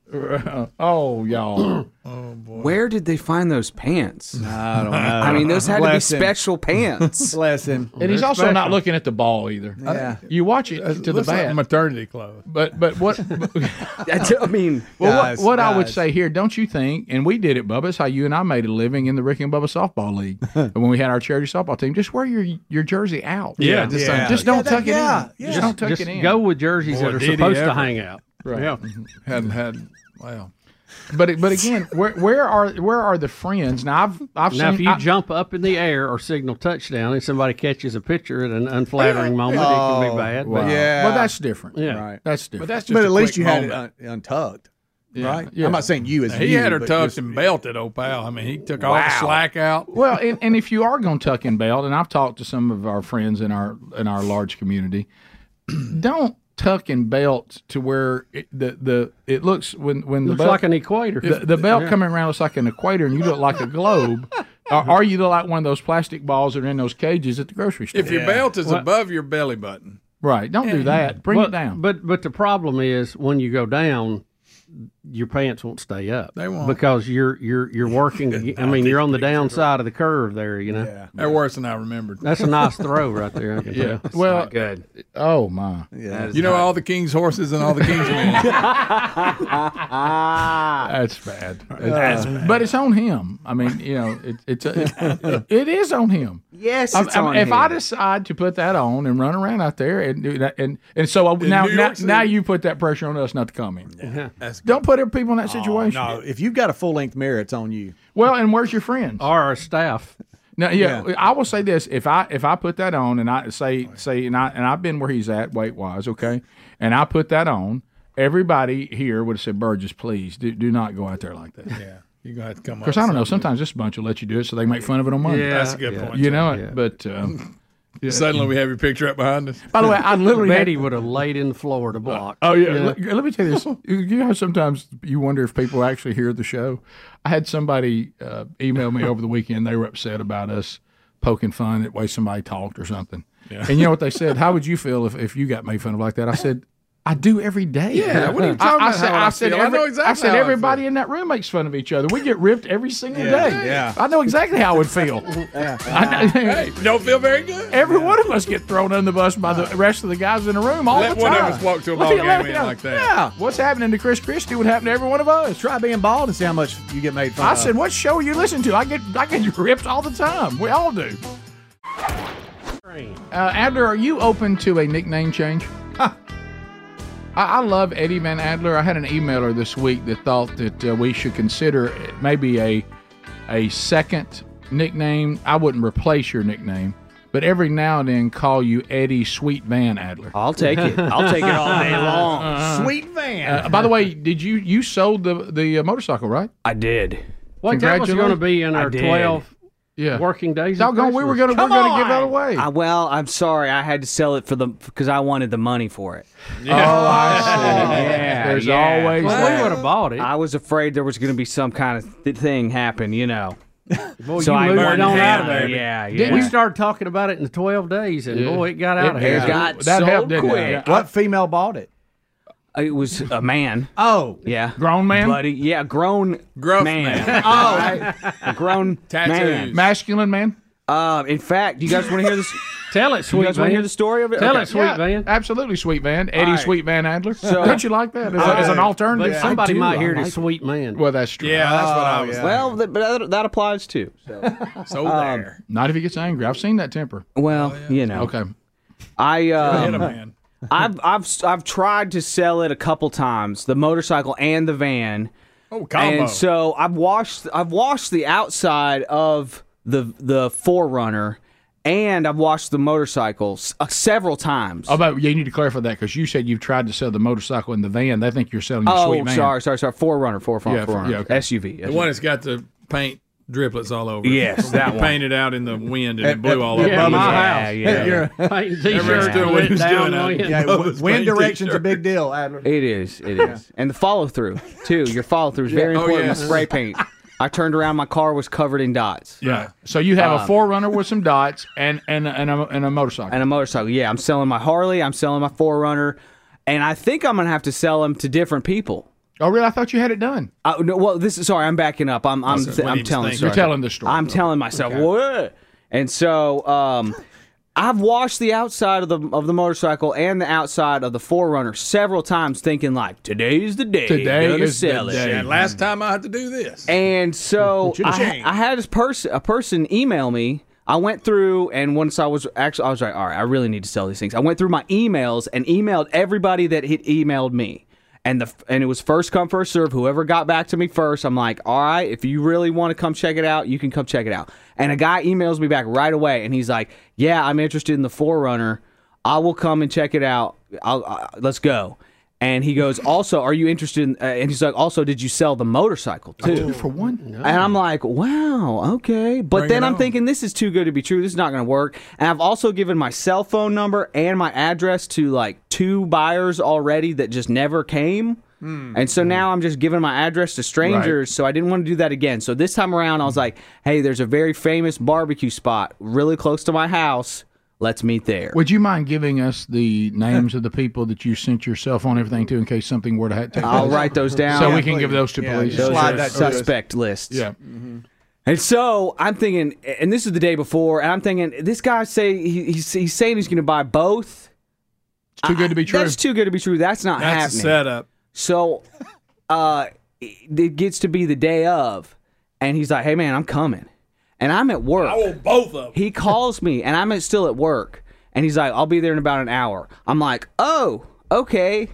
Speaker 1: oh, y'all. Oh,
Speaker 8: Where did they find those pants?
Speaker 4: I
Speaker 1: don't know.
Speaker 8: I mean, those had
Speaker 1: Bless
Speaker 8: to
Speaker 1: him.
Speaker 8: be special pants.
Speaker 4: Bless him.
Speaker 1: And he's also not looking at the ball either.
Speaker 4: Yeah.
Speaker 1: you watch it to the
Speaker 7: Uh, looks like
Speaker 1: bat.
Speaker 7: maternity clothes.
Speaker 1: But but what?
Speaker 8: I mean,
Speaker 1: Well,
Speaker 8: Guys,
Speaker 1: what, what I would
Speaker 8: guys.
Speaker 1: say here, don't you think? And we did it, Bubba. It's how you and I made a living in the Rick and Bubba softball league when we had our charity softball team. Just wear your your jersey out.
Speaker 2: Yeah, just Yeah.
Speaker 1: just don't tuck it in.
Speaker 2: Just-
Speaker 1: Just don't tuck
Speaker 2: just
Speaker 1: it in.
Speaker 2: Go with jerseys
Speaker 1: Boy,
Speaker 2: that are
Speaker 1: did he
Speaker 2: supposed
Speaker 1: ever.
Speaker 2: to hang out.
Speaker 1: Right. Mm-hmm.
Speaker 2: Yeah.
Speaker 7: Hadn't had. Wow.
Speaker 1: But it- but again, where where are where are the friends? Now I've I've
Speaker 2: now,
Speaker 1: seen
Speaker 2: if you
Speaker 1: I-
Speaker 2: jump up in the air or signal touchdown, and somebody catches a picture at an unflattering moment, it can
Speaker 1: Oh,
Speaker 2: be bad. but-
Speaker 4: Yeah.
Speaker 1: Well, that's different.
Speaker 2: Yeah.
Speaker 4: Right.
Speaker 1: That's different.
Speaker 4: but at least you had it un- untucked,
Speaker 7: Yeah.
Speaker 4: right?
Speaker 7: Yeah.
Speaker 4: I'm not saying you as
Speaker 7: he
Speaker 4: you,
Speaker 7: had her
Speaker 4: but
Speaker 7: tucked
Speaker 4: just-
Speaker 7: and belted, old pal. I mean, he took all the
Speaker 1: Wow.
Speaker 7: slack out.
Speaker 1: Well, and, and if you are going to tuck and belt, and I've talked to some of our friends in our in our large community, don't tuck and belt to where it, the the it looks when when
Speaker 2: Looks
Speaker 1: the belt,
Speaker 2: like an equator.
Speaker 1: The, the belt
Speaker 2: Yeah.
Speaker 1: coming around looks like an equator, and you look like a globe, or, or you look like one of those plastic balls that are in those cages at the grocery store.
Speaker 7: If your belt is
Speaker 2: Well-
Speaker 7: above your belly button,
Speaker 1: right, don't do that. Bring
Speaker 2: Well,
Speaker 1: it down.
Speaker 2: But but the problem is when you go down, your pants won't stay up.
Speaker 7: They won't.
Speaker 2: because you're you're you're working. I mean, you're on the downside of the curve there. You know.
Speaker 7: they're worse than I remembered.
Speaker 2: That's a nice throw right there. I can
Speaker 7: Yeah.
Speaker 2: tell.
Speaker 1: well, good. Oh my.
Speaker 4: Yeah.
Speaker 7: You know all the king's horses and all the king's men.
Speaker 1: That's bad. That's bad. But it's on him. I mean, you know, it, it's it, it is on him.
Speaker 8: Yes,
Speaker 1: I'm-
Speaker 8: it's
Speaker 1: I'm-
Speaker 8: on
Speaker 1: if I
Speaker 8: him.
Speaker 1: decide to put that on and run around out there and do that, and and so I,
Speaker 4: In
Speaker 1: now
Speaker 4: New
Speaker 1: now,
Speaker 4: York City?
Speaker 1: now you put that pressure on us not to come in.
Speaker 4: Uh-huh.
Speaker 7: That's
Speaker 1: Don't put other people in that situation.
Speaker 4: Oh, no, if you've got a full length mirror, it's on you.
Speaker 1: Well, and where's your friends?
Speaker 2: Or our staff.
Speaker 1: Now, yeah, I will say this: if I if I put that on and I say say and I and I've been where he's at weight wise, okay, and I put that on, everybody here would have said, "Burgess, please do, do not go out there like that."
Speaker 7: Yeah, you're gonna have to come.
Speaker 1: Of course, I don't know. Sometimes this bunch will let you do it, so they make fun of it on Monday.
Speaker 7: Yeah, That's a good yeah. point,
Speaker 1: You
Speaker 7: too.
Speaker 1: know it, but um, yeah.
Speaker 7: Suddenly we have your picture up behind us.
Speaker 1: By the way, I literally had-
Speaker 2: Betty would have laid in the floor to block.
Speaker 1: Oh yeah. Let, let me tell you this. You know, how sometimes you wonder if people actually hear the show. I had somebody uh, email me over the weekend. They were upset about us poking fun at the way somebody talked or something.
Speaker 7: Yeah.
Speaker 1: And you know what they said? How would you feel if, if you got made fun of like that? I said, I do every day.
Speaker 7: Yeah, what are you talking
Speaker 1: I, I
Speaker 7: about
Speaker 1: said,
Speaker 7: how I
Speaker 1: I said,
Speaker 7: feel? I
Speaker 1: every-
Speaker 7: know exactly
Speaker 1: I said
Speaker 7: how I
Speaker 1: everybody in that room makes fun of each other. We get ripped every single
Speaker 7: Yeah.
Speaker 1: day.
Speaker 7: Yeah.
Speaker 1: I know exactly how I would feel. I know-
Speaker 7: hey, don't feel very good.
Speaker 1: Every one of us get thrown under the bus by the rest of the guys in the room all
Speaker 7: Let
Speaker 1: the time.
Speaker 7: one of us walk to a
Speaker 1: Let
Speaker 7: ball
Speaker 1: me-
Speaker 7: game
Speaker 1: let me
Speaker 7: in
Speaker 1: know.
Speaker 7: like that.
Speaker 1: Yeah, what's happening to Chris Christie would happen to every one of us.
Speaker 4: Try being bald and see how much you get made fun
Speaker 1: I
Speaker 4: of.
Speaker 1: said, "What show are you listening to?" I get I get ripped all the time. We all do. Uh, Adler, are you open to a nickname change? Ha. I, I love Eddie Van Adler. I had an emailer this week that thought that uh, we should consider maybe a a second nickname. I wouldn't replace your nickname, but every now and then call you Eddie Sweet Van Adler. I'll
Speaker 8: take it. I'll take it all day long.
Speaker 2: Uh-huh.
Speaker 4: Sweet Van.
Speaker 1: Uh, by the way, did you you sold the the uh, motorcycle right?
Speaker 8: I did.
Speaker 2: What that was going to be in
Speaker 8: I
Speaker 2: our
Speaker 8: did.
Speaker 2: twelve
Speaker 1: yeah.
Speaker 2: working days. of
Speaker 1: Doggone, we were
Speaker 2: Christmas.
Speaker 1: gonna we're gonna give that away.
Speaker 8: I, Uh, well, I'm sorry. I had to sell it for the because I wanted the money for it.
Speaker 1: Oh, I see.
Speaker 8: Yeah,
Speaker 1: There's
Speaker 8: yeah.
Speaker 1: always that.
Speaker 2: would have bought it.
Speaker 8: I was afraid there was going to be some kind of th- thing happen, you know.
Speaker 2: Boy,
Speaker 8: So
Speaker 2: you
Speaker 8: I
Speaker 2: moved
Speaker 8: burned
Speaker 2: it on
Speaker 8: it
Speaker 2: out of
Speaker 8: down,
Speaker 2: there.
Speaker 8: yeah, yeah.
Speaker 2: Didn't We started talking about it in the twelve days, and boy, it got out of here.
Speaker 4: that helped, didn't it? What female bought it?
Speaker 8: It was a man.
Speaker 4: Oh,
Speaker 8: Yeah,
Speaker 1: grown man.
Speaker 8: Buddy, yeah, grown
Speaker 7: Gruff
Speaker 8: man.
Speaker 7: man.
Speaker 8: All
Speaker 4: Oh.
Speaker 8: right. a grown
Speaker 7: Tattoos.
Speaker 8: man.
Speaker 1: Masculine man.
Speaker 8: Uh, in fact, you guys want to hear this?
Speaker 2: Tell it,
Speaker 1: Sweet
Speaker 2: guys wanna Van. hear the story of it? Tell Okay. it, Sweet
Speaker 1: Van. Absolutely, Sweet Van. Eddie
Speaker 2: right.
Speaker 1: Sweet Van Adler.
Speaker 2: So-
Speaker 1: Don't you like that as, a- as an
Speaker 2: I-
Speaker 1: alternative?
Speaker 2: but somebody might hear it as Sweet Man.
Speaker 1: Well, that's true. Oh,
Speaker 13: Well, th- but that, that applies too. So,
Speaker 1: So there. Not if he gets angry. I've seen that temper.
Speaker 8: Well, you know.
Speaker 1: Okay.
Speaker 8: I uh,
Speaker 1: hit 'em, man.
Speaker 8: I've I've I've tried to sell it a couple times, the motorcycle and the van.
Speaker 7: Oh, combo.
Speaker 8: And so I've washed I've washed the outside of the the Forerunner, and I've washed the motorcycles uh, several times.
Speaker 1: Oh, but you need to clarify that because you said you've tried to sell the motorcycle and the van. They think you're selling the
Speaker 8: Oh,
Speaker 1: Sweet Van.
Speaker 8: sorry, sorry, sorry. Forerunner, Forerunner,
Speaker 1: Yeah, for-
Speaker 8: Forerunner.
Speaker 1: yeah, okay.
Speaker 8: SUV.
Speaker 1: The
Speaker 7: The one that's got the paint driplets all over. it.
Speaker 8: Yes, that
Speaker 7: You
Speaker 8: one.
Speaker 7: Painted out in the wind and
Speaker 8: At-
Speaker 7: it blew
Speaker 8: at-
Speaker 7: all
Speaker 8: at
Speaker 7: over.
Speaker 8: Bubba's house. Yeah, yeah.
Speaker 2: Painting
Speaker 7: Everyone's
Speaker 8: t-shirts
Speaker 7: doing what
Speaker 8: lit
Speaker 7: he's
Speaker 8: down
Speaker 7: doing. out
Speaker 8: on
Speaker 7: there.
Speaker 8: Yeah,
Speaker 7: Bubba's
Speaker 4: Wind
Speaker 7: painting
Speaker 4: direction's a
Speaker 7: t-shirt.
Speaker 4: big deal, Adler.
Speaker 8: It is. It is. And the follow through too. Your follow through is very
Speaker 1: Yeah. Oh,
Speaker 8: important. with
Speaker 1: yes.
Speaker 8: Spray paint. I turned around. My car was covered in dots.
Speaker 1: Yeah. So you have a
Speaker 8: Um,
Speaker 1: Forerunner with some dots and and and a, and a motorcycle.
Speaker 8: And a motorcycle. Yeah, I'm selling my Harley. I'm selling my Forerunner, and I think I'm gonna have to sell them to different people.
Speaker 1: Oh, really? I thought you had it done.
Speaker 8: Uh, no, well, this is sorry. I'm backing up. I'm I'm,
Speaker 1: That's what
Speaker 8: I'm
Speaker 1: he's
Speaker 8: telling.
Speaker 1: thinking. You're telling the story.
Speaker 8: I'm telling myself.
Speaker 1: Okay.
Speaker 8: What? And so, um, I've washed the outside of the of the motorcycle and the outside of the Forerunner several times, thinking like today's the day.
Speaker 7: Today
Speaker 8: gonna
Speaker 7: is the
Speaker 8: sell it.
Speaker 7: day. And last time I had to do this.
Speaker 8: And so
Speaker 7: Should've
Speaker 8: I,
Speaker 7: changed.
Speaker 8: I had this person a person email me. I went through and once I was actually I was like, all right, I really need to sell these things. I went through my emails and emailed everybody that had emailed me. And the and it was first come first serve. Whoever got back to me first, I'm like, all right, if you really want to come check it out, you can come check it out. And a guy emails me back right away, and he's like, yeah, I'm interested in the Forerunner. I will come and check it out. I'll, I, let's go. And he goes, also, are you interested? In, uh, and he's like, also, did you sell the motorcycle too?
Speaker 1: Two for one.
Speaker 8: And I'm like, wow, okay. But
Speaker 1: Bring
Speaker 8: then
Speaker 1: it
Speaker 8: I'm
Speaker 1: on.
Speaker 8: thinking this is too good to be true. This is not going to work. And I've also given my cell phone number and my address to like two buyers already that just never came.
Speaker 1: Hmm.
Speaker 8: And so now I'm just giving my address to strangers. So I didn't want to do that again. So this time around, I was like, hey, there's a very famous barbecue spot really close to my house. Let's meet there.
Speaker 1: Would you mind giving us the names of the people that you sent your cell phone everything to in case something were to ha- take
Speaker 8: I'll
Speaker 1: place?
Speaker 8: write those down.
Speaker 1: So
Speaker 8: Yeah,
Speaker 1: we can
Speaker 8: please.
Speaker 1: give those to
Speaker 8: Yeah,
Speaker 1: police.
Speaker 8: those
Speaker 1: Slide
Speaker 8: are
Speaker 1: that to us.
Speaker 8: suspect lists.
Speaker 1: Yeah.
Speaker 8: And so I'm thinking, and this is the day before, and I'm thinking, this guy say he, he's, he's saying he's going to buy both. It's
Speaker 1: too good to be true.
Speaker 8: That's too good to be true. That's not
Speaker 7: That's a
Speaker 8: happening.
Speaker 7: setup.
Speaker 8: So, uh, it it gets to be the day of, and he's like, "Hey man, I'm coming," and I'm at work.
Speaker 7: I want both of them.
Speaker 8: He calls me, and I'm at- still at work, and he's like, "I'll be there in about an hour." I'm like, "Oh, okay."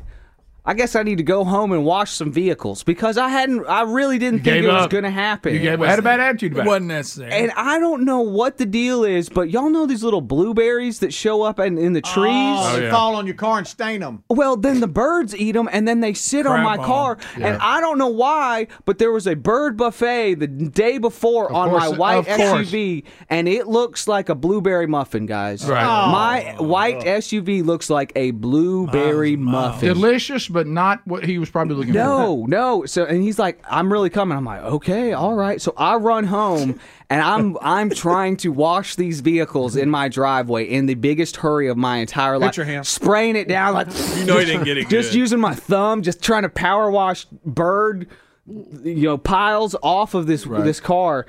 Speaker 8: I guess I need to go home and wash some vehicles because I hadn't. I really didn't think
Speaker 1: gave
Speaker 8: it was
Speaker 1: up.
Speaker 8: going to happen.
Speaker 1: You gave- had a bad attitude about it. Wasn't
Speaker 7: necessary.
Speaker 8: And I don't know what the deal is, but y'all know these little blueberries that show up in, in the trees.
Speaker 4: Oh, they fall on your car and stain them.
Speaker 8: Well, then the birds eat them, and then they sit on
Speaker 4: Crap
Speaker 8: my
Speaker 4: on 'em.
Speaker 8: car,
Speaker 4: Yeah.
Speaker 8: and I don't know why, but there was a bird buffet the day before on
Speaker 4: course-
Speaker 8: my white
Speaker 4: of course.
Speaker 8: SUV, and it looks like a blueberry muffin, guys.
Speaker 1: Right. Oh.
Speaker 8: My white SUV looks like a blueberry muffin.
Speaker 1: Delicious, but not what he was probably looking for.
Speaker 8: No, no. So and he's like, I'm really coming. I'm like, okay, all right. So I run home and I'm I'm trying to wash these vehicles in my driveway in the biggest hurry of my entire life.
Speaker 7: Picture him.
Speaker 8: Spraying it down like
Speaker 7: You know he didn't get it
Speaker 8: Just
Speaker 7: good.
Speaker 8: using my thumb, just trying to power wash bird you know, piles off of this this car.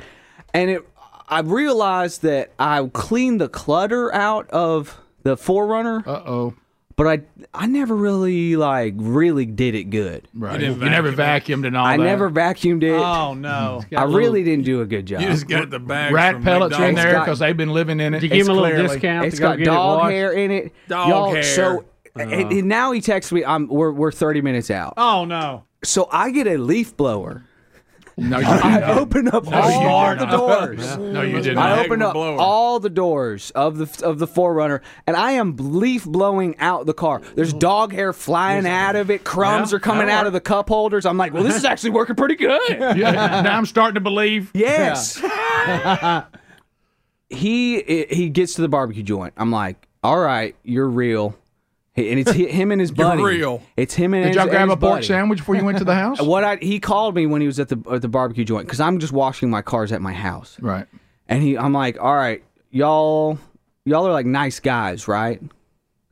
Speaker 8: And it I realized that I cleaned the clutter out of the Forerunner.
Speaker 1: Uh oh.
Speaker 8: But I I never really like really did it good.
Speaker 1: Right. You, never vacuumed and all
Speaker 8: I
Speaker 1: that.
Speaker 8: never vacuumed it. Mm.
Speaker 1: Oh, no.
Speaker 8: I really didn't do a good job.
Speaker 1: You just got the bags Rat from pellets in McDonald's. there 'cause they've been living in it. Did you give
Speaker 8: It's
Speaker 1: them a little
Speaker 8: clearly-
Speaker 1: discount to
Speaker 8: It's
Speaker 1: go
Speaker 8: got
Speaker 1: get it
Speaker 8: dog
Speaker 1: washed?
Speaker 8: hair in it.
Speaker 1: Dog
Speaker 8: Y'all,
Speaker 1: hair. Oh.
Speaker 8: So and- and now he texts me. I'm we're we're 30 minutes out.
Speaker 13: Oh no.
Speaker 8: So I get a leaf blower.
Speaker 1: No, you
Speaker 8: I open up all the doors.
Speaker 1: No, you didn't.
Speaker 8: I opened up all the doors of the of the Forerunner, and I am leaf blowing out the car. There's dog hair flying out of it. Crumbs
Speaker 1: Yeah,
Speaker 8: are coming
Speaker 1: that'll
Speaker 8: out of the cup holders. I'm like, well, this is actually working pretty good.
Speaker 1: Yeah, now I'm starting to believe.
Speaker 8: Yes. he he gets to the barbecue joint. I'm like, all right, you're real. And it's hi- him and his
Speaker 1: You're
Speaker 8: buddy.
Speaker 1: real.
Speaker 8: It's him and
Speaker 1: Did
Speaker 8: his,
Speaker 1: y'all grab
Speaker 8: and
Speaker 1: a
Speaker 8: his
Speaker 1: pork
Speaker 8: buddy.
Speaker 1: sandwich before you went to the house?
Speaker 8: What I, he called me when he was at the at the barbecue joint because I'm just washing my cars at my house.
Speaker 1: Right.
Speaker 8: And he, I'm like, all right, y'all, y'all are like nice guys, right?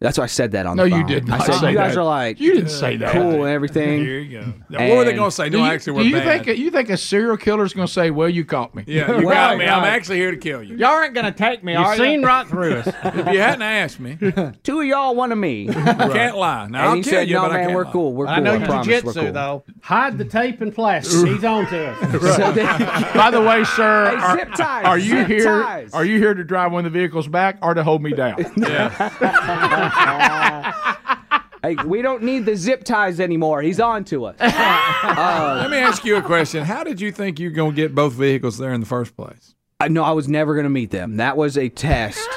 Speaker 8: That's why I said that on
Speaker 1: No,
Speaker 8: the
Speaker 1: you
Speaker 8: phone.
Speaker 1: did
Speaker 8: I
Speaker 1: not
Speaker 8: said,
Speaker 1: say
Speaker 8: you guys
Speaker 1: that.
Speaker 8: are like
Speaker 1: You didn't say that.
Speaker 8: Cool and everything.
Speaker 1: There you go.
Speaker 8: Now,
Speaker 1: what
Speaker 8: what
Speaker 1: were
Speaker 8: were
Speaker 1: they
Speaker 8: they
Speaker 1: going
Speaker 8: gonna
Speaker 1: to say?
Speaker 8: say?
Speaker 1: No,
Speaker 8: No,
Speaker 1: actually,
Speaker 8: actually,
Speaker 1: we're
Speaker 8: we're
Speaker 1: do you
Speaker 8: bad.
Speaker 1: Think, you think a serial killer's going to say, well, you caught me.
Speaker 7: Yeah, you got me. I'm actually here to kill you.
Speaker 1: Y'all aren't going to take
Speaker 7: me, You've are you? seen right
Speaker 1: through us.
Speaker 7: if you hadn't asked me,
Speaker 8: Two of y'all, one of me.
Speaker 7: I can't lie.
Speaker 8: And
Speaker 7: Now I'll
Speaker 8: he
Speaker 7: kill
Speaker 8: said,
Speaker 7: you,
Speaker 8: no,
Speaker 7: but I
Speaker 8: man,
Speaker 7: can't
Speaker 8: we're
Speaker 7: lie.
Speaker 8: cool. We're cool.
Speaker 7: I know you
Speaker 8: promise we're
Speaker 7: jujitsu,
Speaker 8: cool.
Speaker 7: though.
Speaker 14: Hide the tape and plastic. He's on to us.
Speaker 1: By the way,
Speaker 14: Hey,
Speaker 1: sir, are,
Speaker 14: zip ties,
Speaker 1: are you
Speaker 14: zip
Speaker 1: here?
Speaker 14: ties.
Speaker 1: Are you here to drive one of the vehicles back or to hold me down?
Speaker 8: Hey, we don't need the zip ties anymore. He's on to us. Uh,
Speaker 7: Let me ask you a question. How did you think you were going to get both vehicles there in the first place?
Speaker 8: I know I was never going to meet them. That was a test.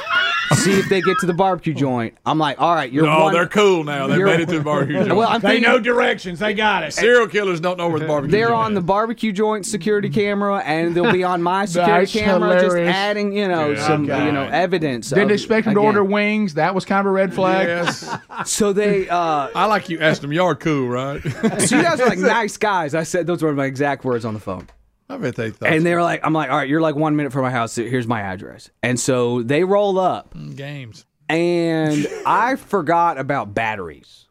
Speaker 8: See if they get to the barbecue joint. I'm like, all right, you're.
Speaker 7: No,
Speaker 8: one-
Speaker 7: they're cool now. They
Speaker 8: you're-
Speaker 7: made it to the barbecue joint.
Speaker 8: Well, I'm
Speaker 7: They
Speaker 8: thinking-
Speaker 7: know
Speaker 14: directions. They got it.
Speaker 7: Serial killers don't know where the barbecue
Speaker 8: They're
Speaker 7: joint
Speaker 8: on the barbecue joint security camera, and they'll be on my security
Speaker 1: That's
Speaker 8: camera,
Speaker 1: hilarious.
Speaker 8: just adding, you know,
Speaker 1: Yeah,
Speaker 8: some,
Speaker 1: okay.
Speaker 8: you know, evidence.
Speaker 1: Didn't
Speaker 8: of-
Speaker 1: expect him to
Speaker 8: again.
Speaker 1: order wings. That was kind of a red flag.
Speaker 7: Yes.
Speaker 8: so they. Uh,
Speaker 7: I like you asked them. Y'all are cool, right?
Speaker 8: so you guys are like nice guys. I said those were my exact words on the phone.
Speaker 7: I bet they thought.
Speaker 8: And they were like, I'm like, all right, you're like one minute from my house. Here's my address. And so they roll up,
Speaker 7: Mm, games.
Speaker 8: and I forgot about batteries.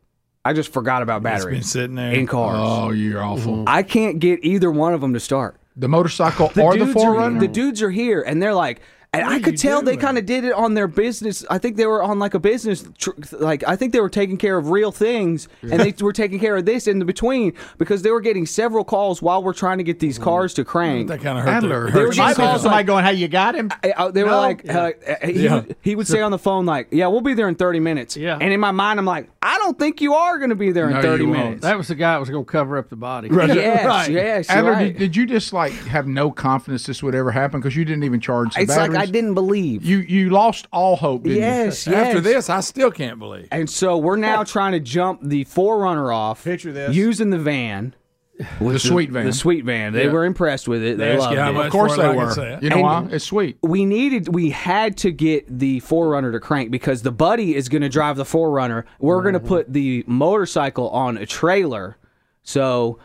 Speaker 8: I just forgot about
Speaker 1: It's
Speaker 8: batteries.
Speaker 1: been sitting there.
Speaker 8: in cars.
Speaker 1: Oh, you're awful.
Speaker 8: I can't get either one of them to start.
Speaker 1: The motorcycle or the
Speaker 8: dudes are-
Speaker 1: Forerunner?
Speaker 8: the dudes are here, and they're like, and I could tell they kind of did it on their business. I think they were on like a business, tr- like I think they were taking care of real things, and they were taking care of this in the between because they were getting several calls while we're trying to get these cars to crank. That
Speaker 7: kind of
Speaker 14: hurt
Speaker 8: Adler.
Speaker 14: their-
Speaker 8: They were
Speaker 14: It might
Speaker 8: getting
Speaker 14: be
Speaker 8: calls
Speaker 14: somebody
Speaker 8: like,
Speaker 14: going, "Hey, you got him?"
Speaker 8: uh, they were
Speaker 14: No?
Speaker 8: like, uh, uh, he,
Speaker 14: Yeah.
Speaker 8: would, he would say on the phone like, "Yeah, we'll be there in thirty minutes." Yeah. And in my mind, I'm like, I don't think you are going to be there in thirty minutes.
Speaker 2: That was the guy that was going to cover up the body.
Speaker 8: Yes, yes, you're
Speaker 1: Adler,
Speaker 8: right.
Speaker 1: did, did you just like have no confidence this would ever happen because you didn't even charge the
Speaker 8: It's like I
Speaker 1: batteries?
Speaker 8: didn't believe.
Speaker 1: You you lost all hope, didn't
Speaker 8: Yes,
Speaker 1: you?
Speaker 8: yes. After this,
Speaker 7: I still can't believe.
Speaker 8: And so we're now trying to jump the forerunner off. Picture
Speaker 1: this.
Speaker 8: Using the van.
Speaker 1: The sweet van.
Speaker 8: The sweet van. They
Speaker 1: Yeah.
Speaker 8: were impressed with it.
Speaker 1: They
Speaker 8: They
Speaker 1: asked
Speaker 8: loved
Speaker 1: you how
Speaker 8: it.
Speaker 1: much Of course for it, they I can were. say it. You know why? It's sweet.
Speaker 8: We needed we had to get the forerunner to crank because the buddy is gonna drive the forerunner. We're gonna
Speaker 1: Mm-hmm.
Speaker 8: put the motorcycle on a trailer. So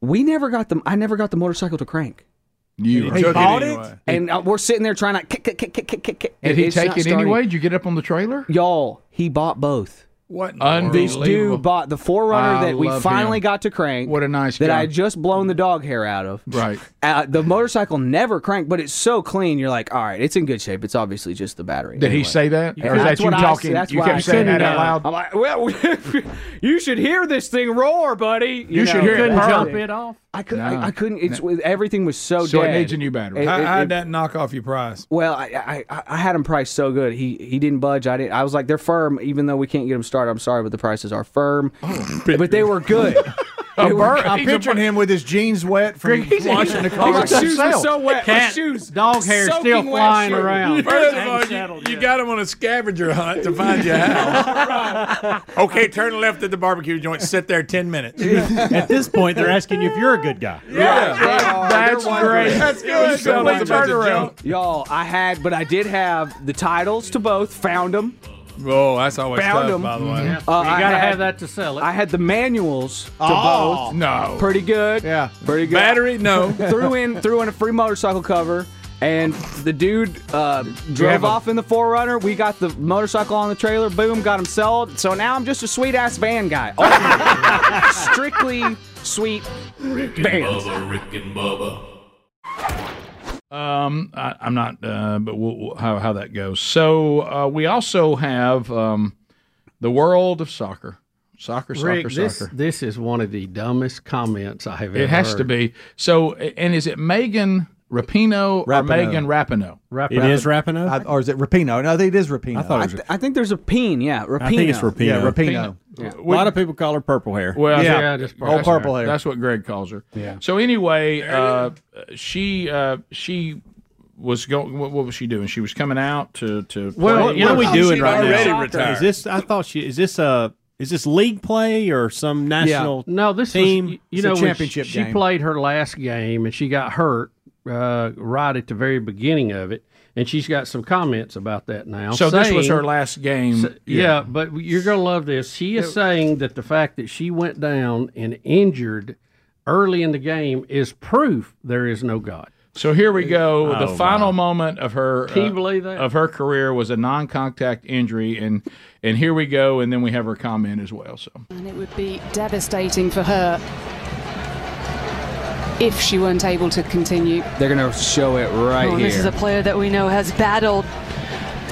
Speaker 8: we never got the I never got the motorcycle to crank.
Speaker 1: You
Speaker 8: He bought it, and uh, we're sitting there trying to kick, kick, kick, kick, kick, kick, kick.
Speaker 1: Did he
Speaker 8: It's
Speaker 1: take
Speaker 8: not
Speaker 1: it
Speaker 8: starting.
Speaker 1: anyway? Did you get up on the trailer?
Speaker 8: Y'all, he bought both.
Speaker 7: What?
Speaker 8: This dude bought the Forerunner
Speaker 1: I
Speaker 8: that we
Speaker 1: love
Speaker 8: finally
Speaker 1: him.
Speaker 8: got to crank.
Speaker 1: What a nice
Speaker 8: that
Speaker 1: guy.
Speaker 8: I had just blown the dog hair out of.
Speaker 1: Right.
Speaker 8: Uh, the motorcycle never cranked, but it's so clean. You're like, all right, it's in good shape. It's obviously just the battery.
Speaker 1: Did he say that?
Speaker 8: And
Speaker 1: Or is
Speaker 8: that's
Speaker 1: that you
Speaker 8: what I
Speaker 1: talking?
Speaker 8: said- that's
Speaker 1: you
Speaker 8: why
Speaker 1: kept
Speaker 8: I
Speaker 1: saying
Speaker 8: said
Speaker 1: that out
Speaker 8: it.
Speaker 1: loud?
Speaker 8: I'm like, well, you should hear this thing roar, buddy.
Speaker 1: You should hear it Couldn't purr. jump
Speaker 8: it off. I, could,
Speaker 1: No.
Speaker 8: I, I couldn't. It's everything was so.
Speaker 1: So it
Speaker 8: dead.
Speaker 1: needs a new battery.
Speaker 8: It-
Speaker 7: How
Speaker 8: it-
Speaker 7: how'd
Speaker 8: it-
Speaker 7: that knock off your price?
Speaker 8: well, I, I I had him priced so good. He he didn't budge. I didn't. I was like, they're firm, even though we can't get them started. I'm sorry, but the prices are firm.
Speaker 1: Oh,
Speaker 8: but they were good. They were-
Speaker 4: I'm picturing him with his jeans wet from washing the car.
Speaker 8: My shoes were so wet. My
Speaker 4: Cat,
Speaker 8: shoes,
Speaker 4: dog hair
Speaker 8: soaking
Speaker 4: still
Speaker 8: wet
Speaker 4: flying
Speaker 8: shoes.
Speaker 4: around.
Speaker 7: First of all, you, you got him on a scavenger hunt to find your house. Okay, turn left at the barbecue joint. Sit there ten minutes.
Speaker 14: At this point, they're asking you if you're a good guy.
Speaker 8: That's
Speaker 7: great. That's good.
Speaker 8: You sound like a
Speaker 7: Complete
Speaker 8: bunch of
Speaker 7: turnaround.
Speaker 8: junk. Y'all, I had, but I did have the titles to both. Found them.
Speaker 7: Oh, that's always
Speaker 8: Found Mm-hmm.
Speaker 7: tough,
Speaker 8: them.
Speaker 7: by the way.
Speaker 1: Uh,
Speaker 2: You gotta have that to sell it.
Speaker 8: I had the manuals to
Speaker 2: Oh.
Speaker 8: both.
Speaker 7: No.
Speaker 8: Pretty good. Yeah. Pretty good.
Speaker 7: Battery? No.
Speaker 8: threw in threw in a free motorcycle cover. And the dude uh,
Speaker 7: have
Speaker 8: drove
Speaker 7: a-
Speaker 8: off in the Forerunner. We got the motorcycle on the trailer. Boom, got him sold. So now I'm just a sweet ass van guy. Oh, Ultimately. Strictly sweet
Speaker 3: Rick and
Speaker 8: vans.
Speaker 3: Bubba, Rick and Bubba.
Speaker 1: Um, I, I'm not, uh, but we'll, we'll- how how that goes. So uh, we also have um, the world of soccer, soccer, soccer,
Speaker 2: Rick, this,
Speaker 1: soccer.
Speaker 2: this is one of the dumbest comments I have ever
Speaker 1: It has to
Speaker 2: heard.
Speaker 1: be. So, and is it Megan Rapino or
Speaker 2: Rapinoe.
Speaker 1: Megan Rapino?
Speaker 2: Rap-
Speaker 4: Rapino, or is it Rapino? No, I think it is Rapino. I thought it was.
Speaker 8: I think there's a peen, yeah. Rapino.
Speaker 4: think it's Rapino. Yeah, Rapino.
Speaker 8: Yeah.
Speaker 4: A lot of
Speaker 6: people call her purple hair.
Speaker 1: Well,
Speaker 4: Yeah.
Speaker 1: yeah,
Speaker 4: Yeah, just
Speaker 1: all
Speaker 4: purple
Speaker 1: purple hair.
Speaker 4: hair.
Speaker 1: That's what Greg calls her. Yeah. So anyway, uh, she uh, she was going. What, what was she doing? She was coming out to to.
Speaker 6: Well,
Speaker 1: play.
Speaker 6: what are we doing right now?
Speaker 1: retired.
Speaker 6: Is this? I thought she. Is this a? Is this league play or some national?
Speaker 2: No, this
Speaker 6: team.
Speaker 2: was you know when she, she played her last game and she got hurt uh, right at the very beginning of it, and she's got some comments about that now.
Speaker 1: So this was
Speaker 2: saying-
Speaker 1: her last game.
Speaker 2: So- yeah. but you're gonna love this. She is
Speaker 1: Yeah.
Speaker 2: saying that the fact that she went down and injured early in the game is proof there is no God.
Speaker 1: So here we go.
Speaker 7: Oh,
Speaker 1: the
Speaker 7: wow.
Speaker 1: final moment of her uh,
Speaker 2: Can you believe that?
Speaker 1: of her career was a non-contact injury, and and here we go, and then we have her comment as well. So
Speaker 15: And it would be devastating for her if she weren't able to continue.
Speaker 8: They're going to show it right
Speaker 11: Well,
Speaker 8: here.
Speaker 11: Oh, This is a player that we know has battled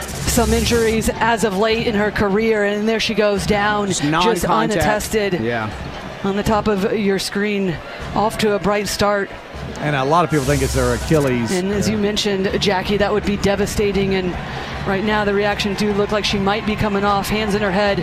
Speaker 11: some injuries as of late in her career, and there she goes down, just
Speaker 8: Non-contact.
Speaker 11: unattested
Speaker 8: Yeah.
Speaker 11: on the top of your screen, off to a bright start.
Speaker 4: And a lot of people think it's their Achilles.
Speaker 11: And as you mentioned, Jackie, that would be devastating. And right now, the reaction do look like she might be coming off, hands in her head.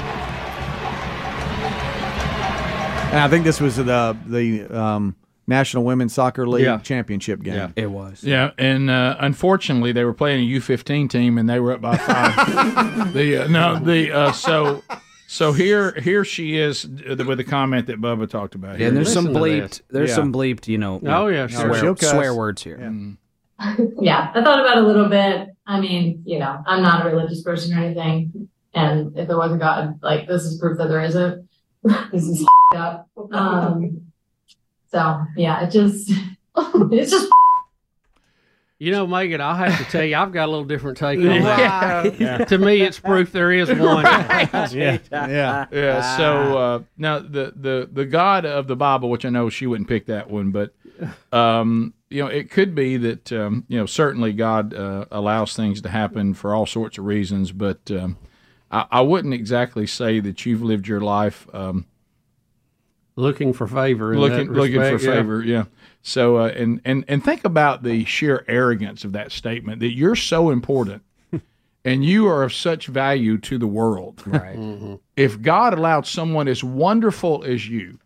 Speaker 4: And I think this was the the um, National Women's Soccer League
Speaker 1: Yeah.
Speaker 4: championship game.
Speaker 1: Yeah.
Speaker 8: It was.
Speaker 1: yeah, and uh, unfortunately, they were playing a U15 team, and they were up by five. the uh, no, the uh, so so here here she is uh, with the comment that Bubba talked about.
Speaker 8: Yeah, and there's some bleeped. There's
Speaker 1: Yeah.
Speaker 8: some bleeped. You know.
Speaker 1: Oh, yeah, sure. She'll
Speaker 8: Swear,
Speaker 1: cuss.
Speaker 8: swear words here.
Speaker 16: yeah, I thought about it a little bit. I mean, you know, I'm not a religious person or anything. And if there wasn't God, like, this is proof that there isn't. this is up. Um, so, yeah, it just, it's just
Speaker 2: You know, Megan, I have to tell you, I've got a little different take on
Speaker 1: Yeah.
Speaker 2: that.
Speaker 1: Yeah.
Speaker 2: to me, it's proof there is one.
Speaker 1: yeah, yeah, yeah. So uh, now the the the God of the Bible, which I know she wouldn't pick that one, but um, you know it could be that um, you know certainly God uh, allows things to happen for all sorts of reasons, but um, I, I wouldn't exactly say that you've lived your life um,
Speaker 2: looking for favor. in
Speaker 1: looking
Speaker 2: that
Speaker 1: looking for
Speaker 2: respect, yeah.
Speaker 1: favor. Yeah. So uh, and and and think about the sheer arrogance of that statement that you're so important. And you are of such value to the world. Right. If God allowed someone as wonderful as you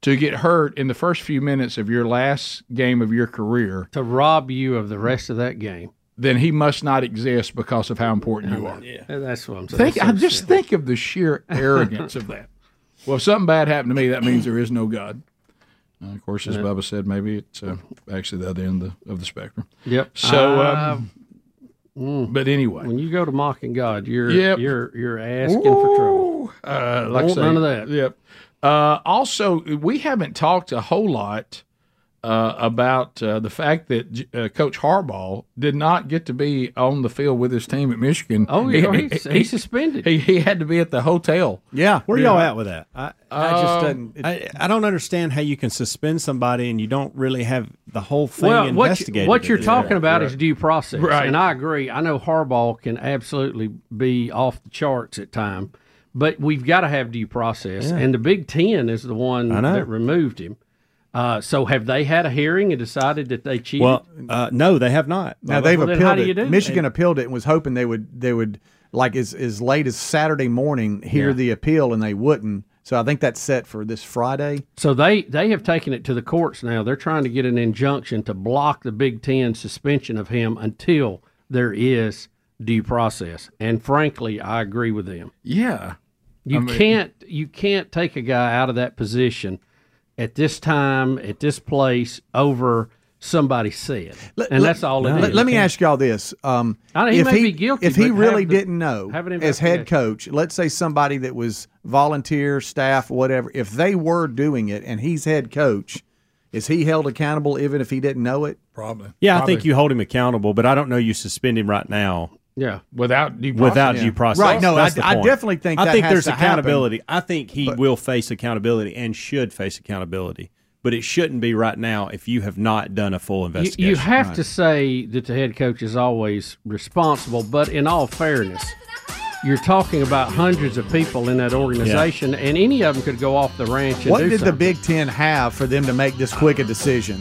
Speaker 1: to get hurt in the first few minutes of your last game of your career,
Speaker 2: to rob you of the rest of that game,
Speaker 1: then he must not exist because of how important you are.
Speaker 2: Yeah, that's what I'm saying.
Speaker 1: Think, I just think of the sheer arrogance of that. Well, if something bad happened to me, that means there is no God. Uh, of course, as
Speaker 2: Yeah.
Speaker 1: Bubba said, maybe it's uh, actually the other end of the, of the spectrum.
Speaker 2: Yep.
Speaker 1: So,
Speaker 2: Uh, mm.
Speaker 1: um, but anyway,
Speaker 2: when you go to mocking God, you're
Speaker 1: Yep.
Speaker 2: you're you're asking for trouble.
Speaker 1: uh, like I
Speaker 2: Want
Speaker 1: say-
Speaker 2: none of that.
Speaker 1: Yep. Uh, also, we haven't talked a whole lot uh, about uh, the fact that J- uh, Coach Harbaugh did not get to be on the field with his team at Michigan.
Speaker 2: Oh, yeah, he's- he's suspended.
Speaker 1: He, he had to be at the hotel.
Speaker 6: Yeah, where
Speaker 1: Yeah.
Speaker 6: y'all at with that? I, I just
Speaker 1: Um,
Speaker 6: doesn't. I, I don't understand how you can suspend somebody and you don't really have the whole thing
Speaker 2: Well, what, you-
Speaker 6: investigated.
Speaker 2: what you're
Speaker 6: Yeah.
Speaker 2: talking about
Speaker 6: Right.
Speaker 2: is due process,
Speaker 6: Right.
Speaker 2: and I agree. I know Harbaugh can absolutely be off the charts at time, but we've got to have due process.
Speaker 6: Yeah.
Speaker 2: And the Big Ten is the one
Speaker 6: I know.
Speaker 2: that removed him. Uh, so have they had a hearing and decided that they cheated?
Speaker 6: Well, uh, no, they have not.
Speaker 4: Now they've appealed it. Michigan appealed it and was hoping they would they would like as as late as Saturday morning hear
Speaker 2: Yeah.
Speaker 4: the appeal and they wouldn't. So I think that's set for this Friday.
Speaker 2: So they they have taken it to the courts now. They're trying to get an injunction to block the Big Ten suspension of him until there is due process. And frankly, I agree with them.
Speaker 1: Yeah,
Speaker 2: You
Speaker 1: I mean-
Speaker 2: can't you can't take a guy out of that position at this time at this place over somebody said, and that's all. it is.
Speaker 4: Let, let me ask y'all this: um,
Speaker 2: I know he
Speaker 4: if
Speaker 2: may
Speaker 4: he
Speaker 2: be guilty,
Speaker 4: if he
Speaker 2: but
Speaker 4: really
Speaker 2: have the-
Speaker 4: didn't know
Speaker 2: have an
Speaker 4: as head
Speaker 2: investigation.
Speaker 4: coach, let's say somebody that was volunteer, staff, whatever, if they were doing it and he's head coach, is he held accountable even if he didn't know it?
Speaker 1: Probably.
Speaker 6: Yeah, I think you hold him accountable, but I don't know you suspend him right now.
Speaker 2: Yeah,
Speaker 1: without due
Speaker 6: Without
Speaker 4: process.
Speaker 6: due
Speaker 4: Yeah.
Speaker 6: process,
Speaker 4: Right, no,
Speaker 6: That's
Speaker 4: I-
Speaker 6: the
Speaker 4: I
Speaker 6: point.
Speaker 4: definitely think
Speaker 6: I
Speaker 4: that
Speaker 6: think
Speaker 4: has
Speaker 6: there's
Speaker 4: to happen.
Speaker 6: accountability. I think he will face accountability and should face accountability, but it shouldn't be right now if you have not done a full
Speaker 2: You,
Speaker 6: investigation.
Speaker 2: you have to say that the head coach is always responsible, but in all fairness, you're talking about hundreds of people in that organization, and any of them could go off the ranch. And
Speaker 4: What
Speaker 2: do
Speaker 4: did the
Speaker 2: something.
Speaker 4: Big Ten have for them to make this quick a decision?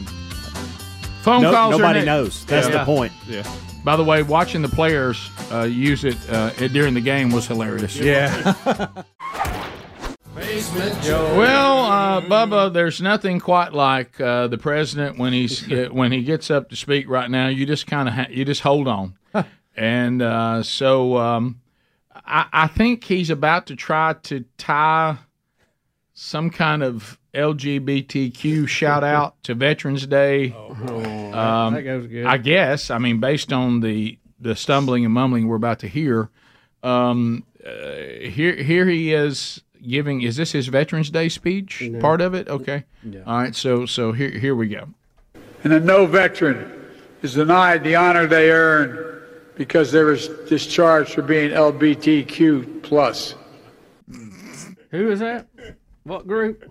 Speaker 1: Phone
Speaker 4: No-
Speaker 1: calls. are
Speaker 4: nobody
Speaker 1: ne-
Speaker 4: knows. That's the point.
Speaker 1: Yeah. By the way, watching the players uh, use it uh, during the game was hilarious.
Speaker 4: Yeah.
Speaker 17: Basement
Speaker 1: Well, uh, Bubba, there's nothing quite like uh, the president when he's uh, when he gets up to speak. Right now, you just kind of ha- you just hold on, and uh, so um, I-, I think he's about to try to tie some kind of LGBTQ shout out to Veterans Day. Um,
Speaker 2: Oh, that goes good.
Speaker 1: I guess. I mean, based on the the stumbling and mumbling we're about to hear, um, uh, here here he is giving. Is this his Veterans Day speech? Part of it. Okay. All right. So so here here we go.
Speaker 18: And I know veteran
Speaker 19: is denied the honor they earn because they were discharged for being LBTQ plus.
Speaker 2: Who is that? What group?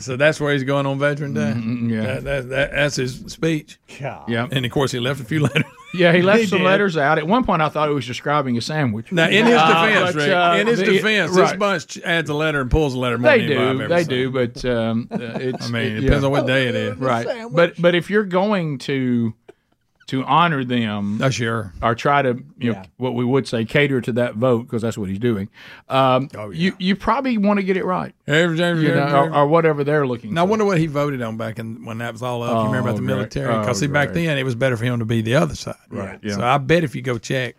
Speaker 7: so that's where he's going on Veteran Day.
Speaker 1: Mm-hmm. yeah.
Speaker 7: That, that, that, that's his speech.
Speaker 1: Yeah.
Speaker 7: And of course, he left a few letters.
Speaker 1: Yeah, he left some
Speaker 7: did.
Speaker 1: letters out. At one point, I thought he was describing a sandwich.
Speaker 7: Now, in his
Speaker 1: but,
Speaker 7: defense, Rick,
Speaker 1: uh,
Speaker 7: in his
Speaker 1: the-
Speaker 7: defense,
Speaker 1: right.
Speaker 7: this bunch adds a letter and pulls a letter more
Speaker 1: They
Speaker 7: than anybody I've
Speaker 1: do,
Speaker 7: ever
Speaker 1: they
Speaker 7: seen.
Speaker 1: do, but um, uh, it's.
Speaker 7: I mean, it depends on what day it is.
Speaker 1: right? But but if you're going to to honor them,
Speaker 7: sure,
Speaker 1: or try to you know what we would say cater to that vote because that's what he's doing. Um, you you probably want to get it right,
Speaker 7: Oh, Every, every,
Speaker 1: You know,
Speaker 7: every-
Speaker 1: or, or whatever they're looking.
Speaker 7: Now, I wonder what he voted on back in, when that was all up. you remember about
Speaker 1: Oh,
Speaker 7: the
Speaker 1: right.
Speaker 7: military?
Speaker 1: Oh,
Speaker 7: Because see, back
Speaker 1: right.
Speaker 7: then it was better for him to be the other side.
Speaker 1: Right,
Speaker 7: So
Speaker 1: yeah.
Speaker 7: I bet if you go check,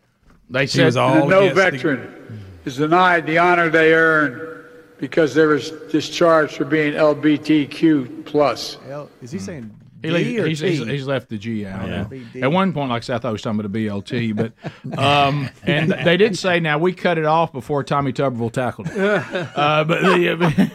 Speaker 1: they
Speaker 7: he was all
Speaker 19: no
Speaker 7: against the-
Speaker 19: veteran is denied the honor they earn because they were discharged for being LBTQ plus.
Speaker 4: Is he
Speaker 2: Hmm.
Speaker 4: saying
Speaker 1: He le- he's, he's, he's left the G out.
Speaker 4: Yeah.
Speaker 1: Yeah. At one point, like I said, I thought he was talking about a BLT, but um, and they did say now we cut it off before Tommy Tuberville tackled it. Uh, but the,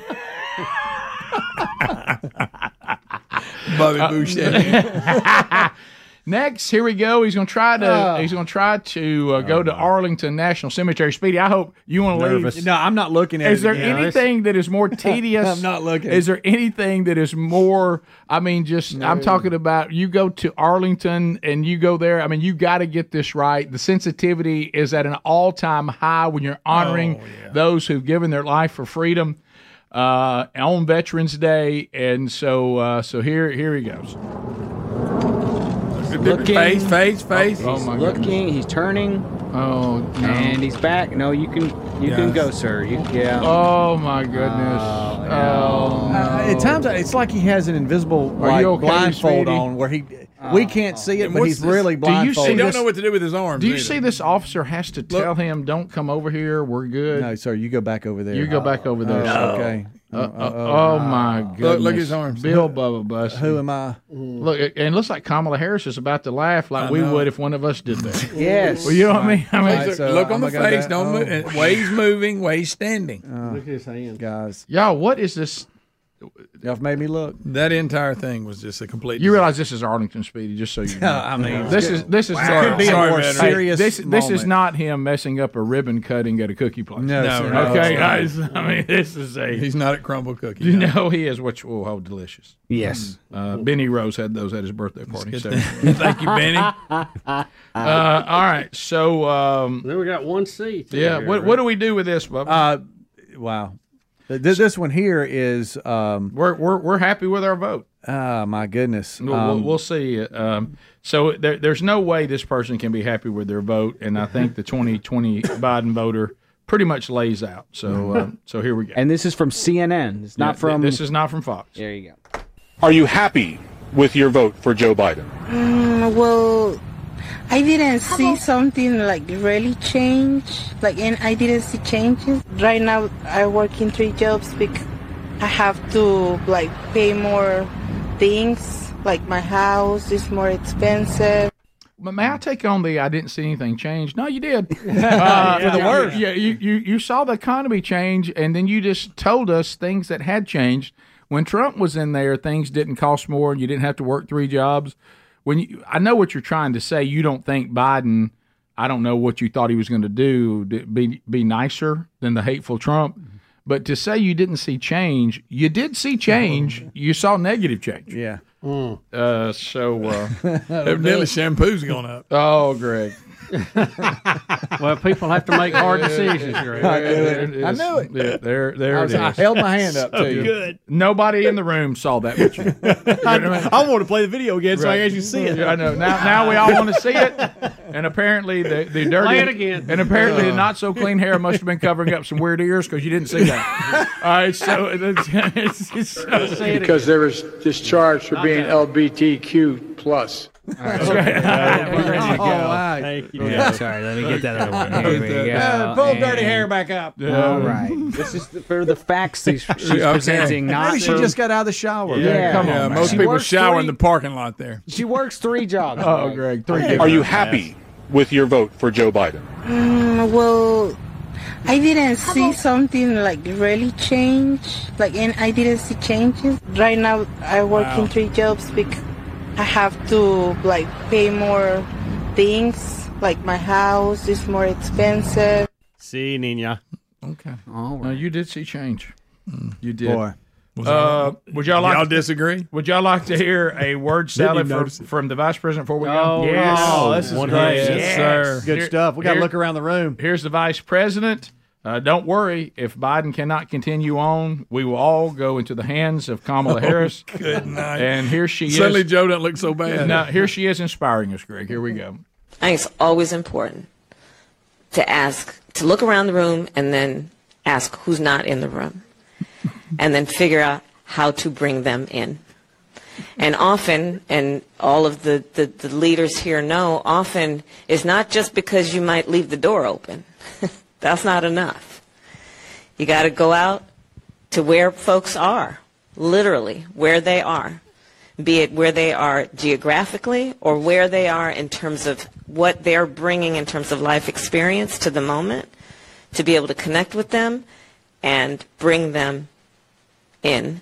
Speaker 7: Bobby Boucher.
Speaker 1: Uh, Next, here we go. He's going to try to
Speaker 6: Oh.
Speaker 1: he's going to try to uh, go to Arlington National Cemetery. Speedy, I hope you want to leave.
Speaker 6: Nervous. No, I'm not looking at
Speaker 1: Is
Speaker 6: it
Speaker 1: there
Speaker 6: again.
Speaker 1: anything that is more tedious?
Speaker 6: I'm not looking.
Speaker 1: Is there anything that is more? I mean, just I'm talking about you go to Arlington and you go there. I mean, you got to get this right. The sensitivity is at an all time high when you're honoring
Speaker 4: Oh,
Speaker 1: those who've given their life for freedom uh, on Veterans Day, and so uh, so here here he goes.
Speaker 8: Looking.
Speaker 7: Face, face, face.
Speaker 8: Oh,
Speaker 7: Oh,
Speaker 8: he's
Speaker 7: my
Speaker 8: looking. He's turning.
Speaker 1: Oh,
Speaker 8: and he's back. No, you can you can
Speaker 7: Yes.
Speaker 8: go, sir. You, yeah.
Speaker 1: Oh my goodness.
Speaker 8: Oh,
Speaker 4: Uh, at times, it's like he has an invisible
Speaker 8: Are
Speaker 4: like,
Speaker 8: you okay,
Speaker 4: blindfold
Speaker 8: sweetie?
Speaker 4: on where he
Speaker 7: Oh,
Speaker 4: we can't see it, but he's really blindfolded.
Speaker 1: Do you see
Speaker 4: He
Speaker 1: this- Do you
Speaker 4: either.
Speaker 1: see this officer has to tell him, "Don't come over here. We're good."
Speaker 4: No, sir, you go back over there.
Speaker 1: You go back over there.
Speaker 4: Oh, Okay.
Speaker 1: Uh, uh, oh, my goodness!
Speaker 4: Look- look at his arms.
Speaker 1: Bill Bubba Bus.
Speaker 4: Who am I?
Speaker 1: Look, it- and it looks like Kamala Harris is about to laugh like
Speaker 4: I
Speaker 1: we
Speaker 4: know.
Speaker 1: would if one of us did that.
Speaker 4: Yes.
Speaker 1: Well, you know what I mean. I mean,
Speaker 7: Look- look on the face. Don't
Speaker 1: Oh.
Speaker 7: move. and Way he's moving, way he's standing.
Speaker 4: Look at his hands, guys.
Speaker 1: Y'all, what is this?
Speaker 4: Y'all made me look.
Speaker 7: That entire thing was just a complete.
Speaker 1: You realize this is Arlington Speedy, just so you know.
Speaker 7: I mean,
Speaker 1: this is this is
Speaker 7: Wow. Could be a more
Speaker 1: Hey,
Speaker 7: serious
Speaker 1: this this is
Speaker 7: moment.
Speaker 1: not him messing up a ribbon cutting at a cookie place.
Speaker 7: No, No, sir. no,
Speaker 1: okay,
Speaker 7: it's
Speaker 1: guys.
Speaker 7: not.
Speaker 1: I mean, this is a
Speaker 7: He's not at Crumble Cookie.
Speaker 1: You
Speaker 7: no.
Speaker 1: know he is, which oh, how delicious.
Speaker 7: Yes.
Speaker 1: uh, Benny Rose had those at his birthday party.
Speaker 7: Let's
Speaker 1: So.
Speaker 7: get that. Thank you, Benny.
Speaker 1: uh, all right, so um,
Speaker 2: then we got one seat.
Speaker 1: yeah,
Speaker 2: here,
Speaker 1: what
Speaker 2: right?
Speaker 1: what do we do with this, Bubba?
Speaker 4: Uh, wow. Th- This, this one here is. Um,
Speaker 1: we're, we're we're happy with our vote.
Speaker 4: Ah, my goodness.
Speaker 1: We'll, we'll-
Speaker 4: Um,
Speaker 1: we'll see.
Speaker 7: uh,
Speaker 1: Um, so there, there's no way this person can be happy with their vote, and I think the 2020 Biden voter pretty much lays out. So um, so here we go.
Speaker 8: And this is from CNN. It's not
Speaker 1: Yeah,
Speaker 8: from.
Speaker 1: This is not from Fox.
Speaker 8: There you go.
Speaker 3: Are you happy with your vote for Joe Biden?
Speaker 20: Mm, well, I didn't see something like really change. Like, and I didn't see changes. Right now, I work in three jobs because I have to like pay more things. Like my house is more expensive.
Speaker 1: But may I take on the I didn't see anything change? No, you did. Uh,
Speaker 20: Yeah.
Speaker 4: For the worse.
Speaker 1: Yeah, you, you, you saw the economy change, and then you just told us things that had changed. When Trump was in there, things didn't cost more, and you didn't have to work three jobs. When you, I know what you're trying to say, you don't think Biden. I don't know what you thought he was going to do. d- Be be nicer than the hateful Trump. But to say you didn't see change, you did see change. You saw negative change.
Speaker 4: Yeah.
Speaker 6: Mm.
Speaker 1: Uh, so uh,
Speaker 7: Evidently, shampoo's gone up.
Speaker 1: Oh, Greg.
Speaker 2: well, people have to make hard decisions, Greg.
Speaker 1: There
Speaker 2: I knew
Speaker 1: it. is. There, there
Speaker 2: I
Speaker 1: it
Speaker 2: was-
Speaker 1: is.
Speaker 2: I held my hand up, So too. good.
Speaker 1: Nobody in the room saw that with you. I,
Speaker 6: want to play the video again so I
Speaker 1: Right.
Speaker 6: can actually see it.
Speaker 1: I know. Now, now we all want to see it. And apparently the, the dirty
Speaker 6: Play it again.
Speaker 1: and apparently the
Speaker 6: Uh.
Speaker 1: not so clean hair must have been covering up some weird ears because you didn't see that. all right, so it's, it's, it's so
Speaker 19: Because they were discharged for being LBTQ plus.
Speaker 1: ready to go.
Speaker 6: Thank
Speaker 7: Oh,
Speaker 6: you.
Speaker 4: Yeah.
Speaker 6: Sorry, let me get that
Speaker 4: other one.
Speaker 8: Here we go.
Speaker 6: Uh, pull dirty
Speaker 8: And-
Speaker 6: hair back up.
Speaker 8: All right. This is for the facts she's, she's presenting. Not
Speaker 4: Maybe she
Speaker 8: for-
Speaker 4: just got out of the shower.
Speaker 8: Yeah, come on,
Speaker 7: Yeah,
Speaker 8: man.
Speaker 7: most
Speaker 8: She
Speaker 7: people
Speaker 8: works
Speaker 7: shower in
Speaker 8: three-
Speaker 7: the parking lot there.
Speaker 8: She works three jobs.
Speaker 1: Oh, Greg, three.
Speaker 3: Are you happy with your vote for Joe Biden?
Speaker 20: Mm, well, I didn't see something like really change. Like, and I didn't see changes. Right now, I work
Speaker 3: Wow.
Speaker 20: in three jobs because I have to like pay more things, like my house is more expensive.
Speaker 6: See, Nina.
Speaker 12: Okay. All right. Mm. Now, you did see change. You did.
Speaker 4: Boy.
Speaker 11: Was
Speaker 1: Uh, would y'all like
Speaker 11: Y'all disagree?
Speaker 1: Would y'all like to hear a word salad
Speaker 11: even
Speaker 1: from,
Speaker 11: notice
Speaker 1: from the vice president before we go?
Speaker 11: Oh,
Speaker 1: yes,
Speaker 11: wow, this is
Speaker 1: One
Speaker 11: great.
Speaker 1: hundred percent.
Speaker 11: Yes, sir. Good stuff. We gotta look
Speaker 1: around the room. Here's the vice president. Uh, don't worry, if Biden cannot continue on, we will all go into the hands of Kamala Harris.
Speaker 11: Oh, Good night.
Speaker 1: And here she is.
Speaker 11: Suddenly Joe doesn't look so bad.
Speaker 1: Now, here she is inspiring us, Greg. Here we go.
Speaker 21: I think it's always important to ask, to look around the room and then ask who's not in the room and then figure out how to bring them in. And often, and all of the, the, the leaders here know, often it's not just because you might leave the door open. That's not enough. You got to go out to where folks are, literally, where they are be it where they are geographically or where they are in terms of what they're bringing in terms of life experience to the moment, to be able to connect with them and bring them in.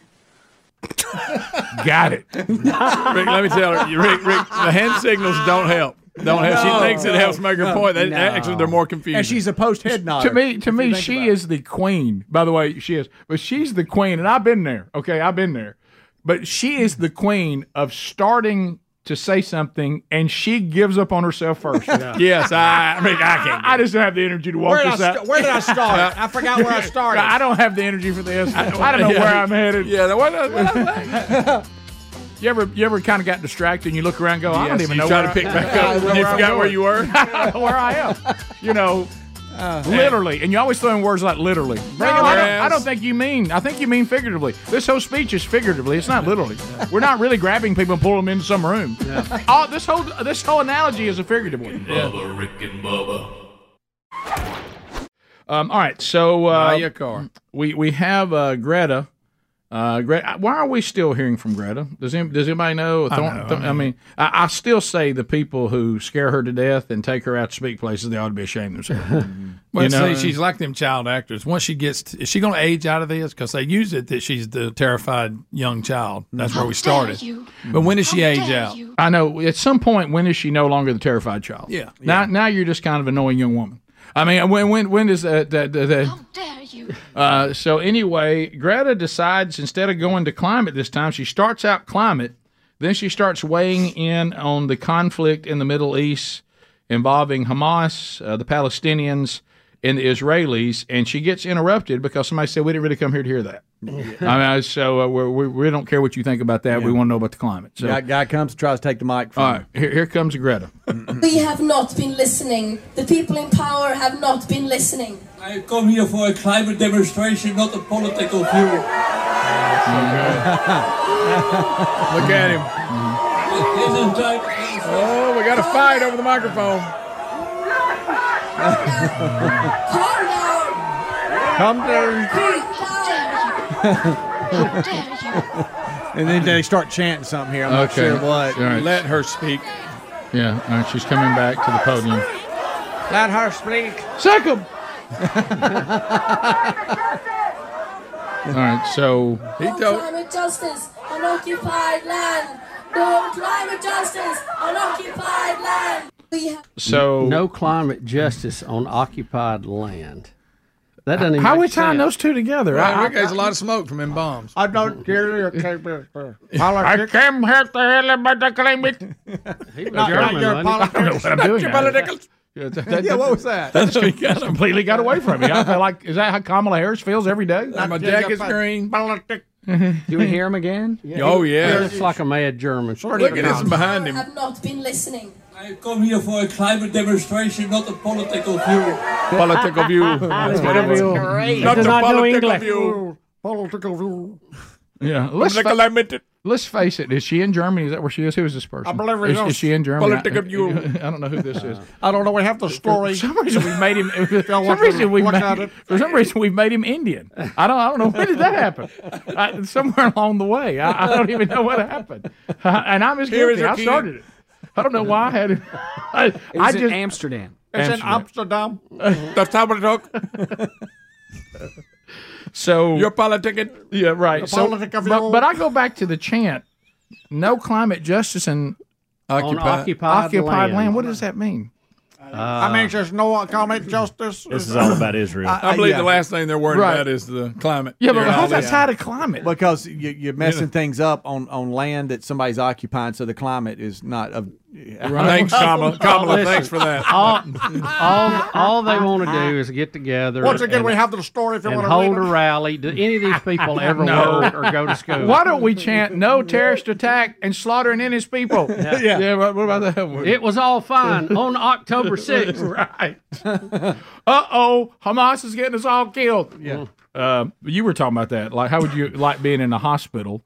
Speaker 11: Got it. Rick, let me tell her, Rick, Rick, the hand signals don't help. Don't help.
Speaker 1: No,
Speaker 11: she thinks it
Speaker 1: no,
Speaker 11: helps make her
Speaker 1: no,
Speaker 11: point. They,
Speaker 1: no.
Speaker 11: Actually, they're more confused.
Speaker 1: And she's
Speaker 4: a post
Speaker 11: head
Speaker 1: To me, to me, she is the queen. By the way, she is, but she's the queen, and I've been there. Okay, I've been there, but she is the queen of starting to say something, and she gives up on herself first.
Speaker 11: Yes, I- I mean, I can't
Speaker 1: I just don't have the energy to walk
Speaker 11: Where did I
Speaker 1: this out.
Speaker 11: st- where did I start?
Speaker 1: Uh,
Speaker 11: I forgot where I started.
Speaker 1: I don't have the energy for this. I don't, know where I'm headed.
Speaker 11: Yeah, what, what,
Speaker 1: You ever, you ever kind of got distracted, and you look around, and go, I don't
Speaker 11: Yes,
Speaker 1: even
Speaker 11: you
Speaker 1: know.
Speaker 11: try
Speaker 1: where
Speaker 11: to pick
Speaker 1: I,
Speaker 11: back up. You forgot where you were? Uh,
Speaker 1: I don't know where I am. You know. literally, and you always throw in words like literally. No,
Speaker 11: it
Speaker 1: I, don't,
Speaker 11: around.
Speaker 1: I don't think you mean. I think you mean figuratively. This whole speech is figuratively. It's not literally. We're not really grabbing people and pulling them into some room. All, this whole this whole analogy is a figurative one.
Speaker 3: Bubba, Rick and Bubba.
Speaker 1: Um, all right, so uh,
Speaker 3: Buy your car.
Speaker 1: We we have uh, Greta. Uh, Greta, why are we still hearing from Greta? Does any, does anybody know?
Speaker 11: I
Speaker 1: Thorn-
Speaker 11: know, I
Speaker 1: Thorn- I mean, I, I still say the people who scare her to death and take her out to speak places, they ought to be ashamed of themselves.
Speaker 7: Well,
Speaker 1: You know?
Speaker 7: see, she's like them child actors. Once she gets, to, is she going to age out of this? Because they use it that she's the terrified young child. That's where we started. But when does she age out?
Speaker 1: I know. At some point, when is she no longer the terrified child?
Speaker 7: Yeah.
Speaker 1: Now, now you're just kind of an annoying young woman. I mean, when when when does that? that, that, that Uh, so anyway, Greta decides instead of going to climate this time, she starts out climate. Then she starts weighing in on the conflict in the Middle East involving Hamas, uh, the Palestinians, and the Israelis, and she gets interrupted because somebody said we didn't really come here to hear that. I mean, I- so uh, we're, we we don't care what you think about that. We want to know about the climate. So
Speaker 4: guy, guy comes and tries to take the mic from
Speaker 1: all right, here, here comes Greta.
Speaker 5: We have not been listening. The people in power have not been listening.
Speaker 22: I come here for a climate demonstration, not a political view.
Speaker 11: Look at him. Oh, we got a fight over the microphone.
Speaker 4: Come and then they start chanting something here. I'm not
Speaker 1: Okay.
Speaker 4: sure what.
Speaker 1: All right.
Speaker 4: Let her speak.
Speaker 1: Yeah, all right, she's coming back to the podium.
Speaker 4: Let her speak.
Speaker 1: Suck him. All right, so
Speaker 5: No climate justice on occupied land. No climate justice on occupied land. We have
Speaker 1: So
Speaker 2: no climate justice on occupied land. That doesn't. Even
Speaker 1: how
Speaker 2: make
Speaker 1: we tying
Speaker 2: sense.
Speaker 1: those two together?
Speaker 2: Well,
Speaker 1: I-
Speaker 2: Rick has a
Speaker 7: lot of smoke from them bombs.
Speaker 4: I don't care. I can't be-
Speaker 1: I came here to hear about the climate.
Speaker 4: Not- not your politics.
Speaker 1: I don't know what I'm
Speaker 4: Not
Speaker 1: doing
Speaker 4: your
Speaker 1: now.
Speaker 4: politics. Yeah, what was that?
Speaker 1: That just completely got away from me. I feel like, is that how Kamala Harris feels every day?
Speaker 7: My jacket's green.
Speaker 8: You want to hear him again?
Speaker 1: Oh, yeah.
Speaker 2: it's like a mad German.
Speaker 7: Look at this behind him.
Speaker 5: have not been listening.
Speaker 22: I come here for a climate demonstration, not a political view.
Speaker 11: Political view. That's what it was.
Speaker 22: Great.
Speaker 11: Not
Speaker 22: Does
Speaker 11: the
Speaker 22: not know
Speaker 11: political
Speaker 22: English.
Speaker 11: view.
Speaker 4: Political view.
Speaker 1: Yeah, let's,
Speaker 11: Political
Speaker 1: fa- let's face it. Is she in Germany? Is that where she is? Who is this person?
Speaker 11: believe it
Speaker 1: is,
Speaker 11: is
Speaker 1: is she in Germany? I,
Speaker 11: political view.
Speaker 1: I don't know who this is.
Speaker 4: I don't know. We have the story.
Speaker 1: For some reason we made him. For some
Speaker 4: look-
Speaker 1: reason we
Speaker 4: look at
Speaker 1: made,
Speaker 4: it.
Speaker 1: for some reason we made him Indian. I don't. I don't know when did that happen. I, somewhere along the way, I, I don't even know what happened. and I'm as
Speaker 4: Here is
Speaker 1: guilty.
Speaker 4: your
Speaker 1: I
Speaker 4: key.
Speaker 1: started it. I don't know why I had it. I,
Speaker 8: It
Speaker 1: I
Speaker 8: was in
Speaker 1: just
Speaker 8: Amsterdam.
Speaker 4: Amsterdam.
Speaker 11: That's how we talk.
Speaker 1: So
Speaker 11: Your politic.
Speaker 1: yeah, right.
Speaker 11: The
Speaker 1: So,
Speaker 11: politic of
Speaker 1: but,
Speaker 11: your-
Speaker 1: but I go back to the chant no climate justice in occupied,
Speaker 23: occupied
Speaker 1: occupied
Speaker 23: land.
Speaker 1: land. What does that mean?
Speaker 8: Uh,
Speaker 7: I mean, there's no climate justice.
Speaker 24: This is all about Israel.
Speaker 7: I, I believe
Speaker 4: yeah.
Speaker 7: the last thing they're worried
Speaker 4: Right.
Speaker 7: about is the climate.
Speaker 4: Yeah, but
Speaker 7: They're
Speaker 4: how's
Speaker 7: all
Speaker 4: that
Speaker 7: in.
Speaker 4: tied
Speaker 1: to climate?
Speaker 4: Because you, you're messing things up on, on land that somebody's occupying, so the climate is not of.
Speaker 7: Thanks, Kamala. Kamala, thanks for that.
Speaker 2: All, Oh, all, all they want to do is get together.
Speaker 7: Once again,
Speaker 2: and-
Speaker 7: we have the story if you
Speaker 2: and
Speaker 7: wanna
Speaker 2: hold
Speaker 7: read
Speaker 2: a
Speaker 7: it.
Speaker 2: rally. Do any of these people ever
Speaker 1: No.
Speaker 2: work or go to school?
Speaker 1: Why don't we chant no terrorist attack and slaughtering innocent people?
Speaker 2: Yeah.
Speaker 1: what what about that?
Speaker 2: It was all fine on October 6th.
Speaker 1: right. Uh oh, Hamas is getting us all killed.
Speaker 2: Mm-hmm.
Speaker 1: Yeah. Uh, you were talking about that. Like, how would you like being in a hospital?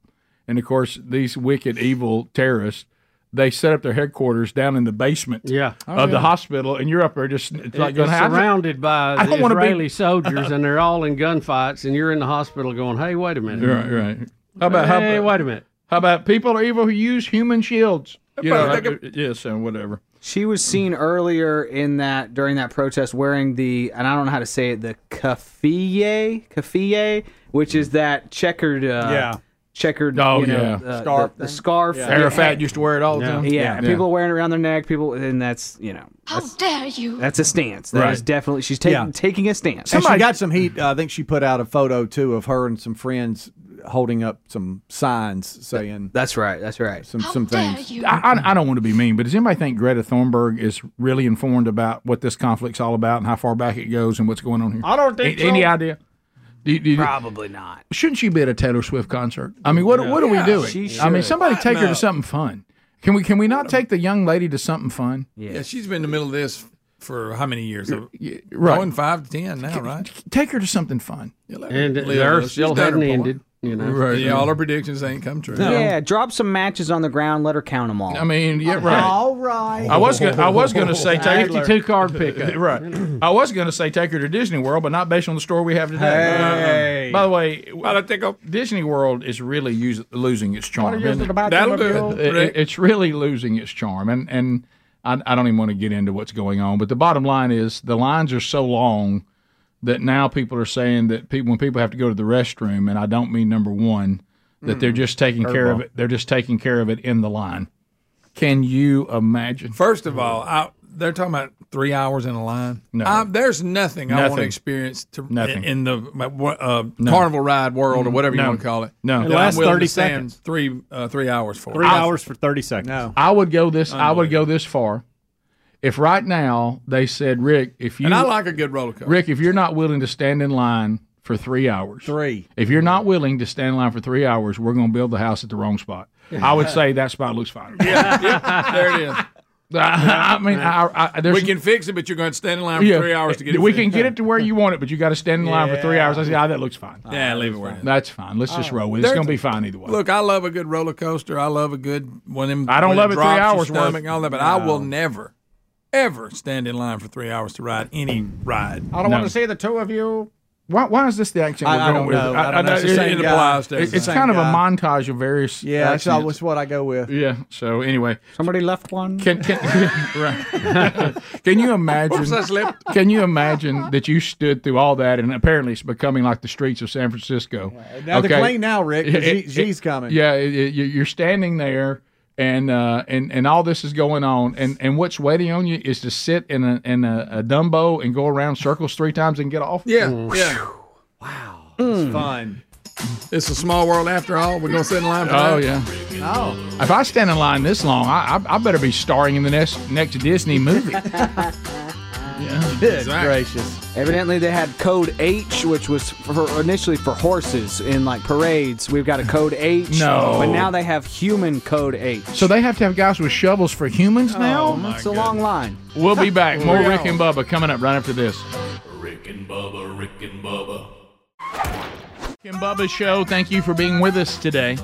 Speaker 1: And of course, these wicked, evil terrorists. They set up their headquarters down in the basement
Speaker 2: Yeah.
Speaker 1: of the hospital, and you're up there just it's like
Speaker 2: It-
Speaker 1: going
Speaker 2: it's
Speaker 1: "How's it-"
Speaker 2: surrounded by
Speaker 1: I don't
Speaker 2: the
Speaker 1: wanna be-
Speaker 2: Israeli soldiers, and they're all in gunfights, and you're in the hospital going, "Hey, wait a minute,
Speaker 1: Right, right. How about how
Speaker 2: hey,
Speaker 1: about-
Speaker 2: wait a minute."
Speaker 1: How about people are evil who use human shields? You know,
Speaker 8: But-
Speaker 1: uh, yes, and whatever.
Speaker 8: She was seen earlier in that during that protest wearing the and I don't know how to say it the kafiyeh kafiyeh, which is that checkered uh,
Speaker 1: Yeah.
Speaker 8: checkered
Speaker 1: Oh,
Speaker 8: you know,
Speaker 1: yeah.
Speaker 8: uh,
Speaker 1: Scarf
Speaker 8: the, the scarf.
Speaker 1: Yeah. Arafat used to wear it all the
Speaker 8: yeah.
Speaker 1: time.
Speaker 8: Yeah,
Speaker 1: Yeah.
Speaker 8: and
Speaker 1: Yeah.
Speaker 8: people are wearing it around their neck. People and that's you know
Speaker 25: How dare you?
Speaker 8: that's a stance. That is
Speaker 4: Right.
Speaker 8: definitely she's taking
Speaker 4: Yeah.
Speaker 8: taking a stance.
Speaker 4: Somebody got some heat. Uh, I think she put out a photo too of her and some friends holding up some signs saying.
Speaker 8: That's right. That's right.
Speaker 4: Some some things.
Speaker 1: I, I, I don't want to be mean, but does anybody think Greta Thornburg is really informed about what this conflict's all about and how far back it goes and what's going on here?
Speaker 8: I don't think
Speaker 1: A- Any
Speaker 8: so.
Speaker 1: idea? Do you- do you-
Speaker 8: Probably not.
Speaker 1: Shouldn't she be at a Taylor Swift concert? I mean, what what are we
Speaker 8: Yeah,
Speaker 1: doing?
Speaker 8: she
Speaker 1: I mean,
Speaker 8: should.
Speaker 1: somebody take her
Speaker 7: No.
Speaker 1: to something fun. Can we can we not take the young lady to something fun?
Speaker 7: Yeah, she's been in the middle of this for how many years?
Speaker 1: right.
Speaker 7: Going five to ten now, right?
Speaker 1: Take her to something fun.
Speaker 2: And the earth still hadn't ended, you know. Mm-hmm.
Speaker 7: Right. Yeah, all her predictions ain't come true.
Speaker 8: Yeah, drop some matches on the ground. Let her count them all.
Speaker 1: I mean, yeah, right. All
Speaker 8: right.
Speaker 1: I was gonna, I was going to say take her
Speaker 2: fifty-two card pickup.
Speaker 1: right. I was going to say take her to Disney World, but not based on the story we have today.
Speaker 7: Hey.
Speaker 1: Uh-uh. By the way, uh, Disney World is really use, losing its charm.
Speaker 7: Wanna use
Speaker 1: isn't it?
Speaker 7: the bathroom, That'll do it.
Speaker 1: It- it- it's really losing its charm, and and I, I don't even want to get into what's going on. But the bottom line is the lines are so long that now people are saying that people when people have to go to the restroom, and I don't mean number one, that
Speaker 7: Mm-hmm.
Speaker 1: they're just taking care of
Speaker 7: Curveball.
Speaker 1: it. They're just taking care of it in the line. Can you imagine?
Speaker 7: First of all, I, they're talking about three hours in a line.
Speaker 1: No.
Speaker 7: I, there's nothing, I want to
Speaker 1: Nothing.
Speaker 7: experience to,
Speaker 1: Nothing.
Speaker 7: in the my, what, uh,
Speaker 1: No.
Speaker 7: carnival ride world or whatever you
Speaker 1: No.
Speaker 7: want to call it.
Speaker 1: No.
Speaker 7: that
Speaker 1: The last
Speaker 7: I'm willing
Speaker 1: 30
Speaker 7: to stand
Speaker 1: seconds.
Speaker 7: Three, uh, three hours for
Speaker 24: Three
Speaker 7: I-
Speaker 24: hours for 30 seconds.
Speaker 1: I would go this. I would go this far. If right now they said, Rick, if you
Speaker 7: and I like a good roller coaster.
Speaker 1: Rick, if you're not willing to stand in line for three hours,
Speaker 4: three.
Speaker 1: If you're not willing to stand in line for three hours, we're going to build the house at the wrong spot. I would say that spot looks fine.
Speaker 7: there it is.
Speaker 1: I mean, I, I, there's
Speaker 7: we can fix it, but you're going to stand in line for
Speaker 1: yeah,
Speaker 7: three hours to get it.
Speaker 1: We
Speaker 7: fixed.
Speaker 1: can get it to where you want it, but you got to stand in line for three
Speaker 7: Yeah.
Speaker 1: hours. I say, ah, that looks fine.
Speaker 7: Yeah, leave it where it is.
Speaker 1: That's fine. Let's just roll with it. It's
Speaker 7: There's-
Speaker 1: going to be fine either way.
Speaker 7: Look, I love a good roller coaster. I love a good one. Of them,
Speaker 1: I don't
Speaker 7: when
Speaker 1: love it three
Speaker 7: drops your
Speaker 1: hours worth.
Speaker 7: stomach and all that, but I will
Speaker 1: No.
Speaker 7: never, ever stand in line for three hours to ride any ride.
Speaker 1: I don't No. wanna
Speaker 7: see the two of you.
Speaker 1: Why, why is this the action
Speaker 7: I-
Speaker 1: we're
Speaker 7: I
Speaker 1: going
Speaker 7: don't
Speaker 1: with?
Speaker 7: know. I don't know. It's the
Speaker 1: it-
Speaker 7: same
Speaker 1: it
Speaker 7: guy.
Speaker 1: applies to
Speaker 7: It's the
Speaker 1: It's
Speaker 7: same
Speaker 1: kind of a
Speaker 7: guy.
Speaker 1: montage of various.
Speaker 4: Yeah, that's
Speaker 1: accidents.
Speaker 4: always what I go with.
Speaker 1: Yeah. So anyway,
Speaker 8: somebody left one.
Speaker 1: Can can right. can you imagine?
Speaker 7: Oops, I slipped.
Speaker 1: Can you imagine that you stood through all that and apparently it's becoming like the streets of San Francisco?
Speaker 4: Now they're clean now, Rick, 'cause
Speaker 1: It-
Speaker 4: Xi- Xi's
Speaker 1: it-
Speaker 4: coming.
Speaker 1: Yeah, it- it- you- you're standing there. And, uh, and and all this is going on, and, and what's waiting on you is to sit in a in a, a Dumbo and go around circles three times and get off.
Speaker 7: Yeah, yeah.
Speaker 4: It's fun.
Speaker 7: Mm. It's a small world after all. We're going to sit in line for
Speaker 1: Oh
Speaker 7: that.
Speaker 1: yeah.
Speaker 4: Oh.
Speaker 1: If I stand in line this long, I, I, I better be starring in the next next Disney movie.
Speaker 8: Good
Speaker 4: gracious.
Speaker 8: Evidently, they had code H, which was for initially for horses in like parades. We've got a code H.
Speaker 1: No.
Speaker 8: But now they have human code H.
Speaker 1: so they have to have guys with shovels for humans now.
Speaker 8: It's a long line.
Speaker 1: We'll be back. More
Speaker 8: We're
Speaker 1: Rick
Speaker 8: out.
Speaker 1: and Bubba coming up right after this.
Speaker 3: Rick and Bubba, Rick and Bubba.
Speaker 1: Rick and Bubba Show, thank you for being with us today.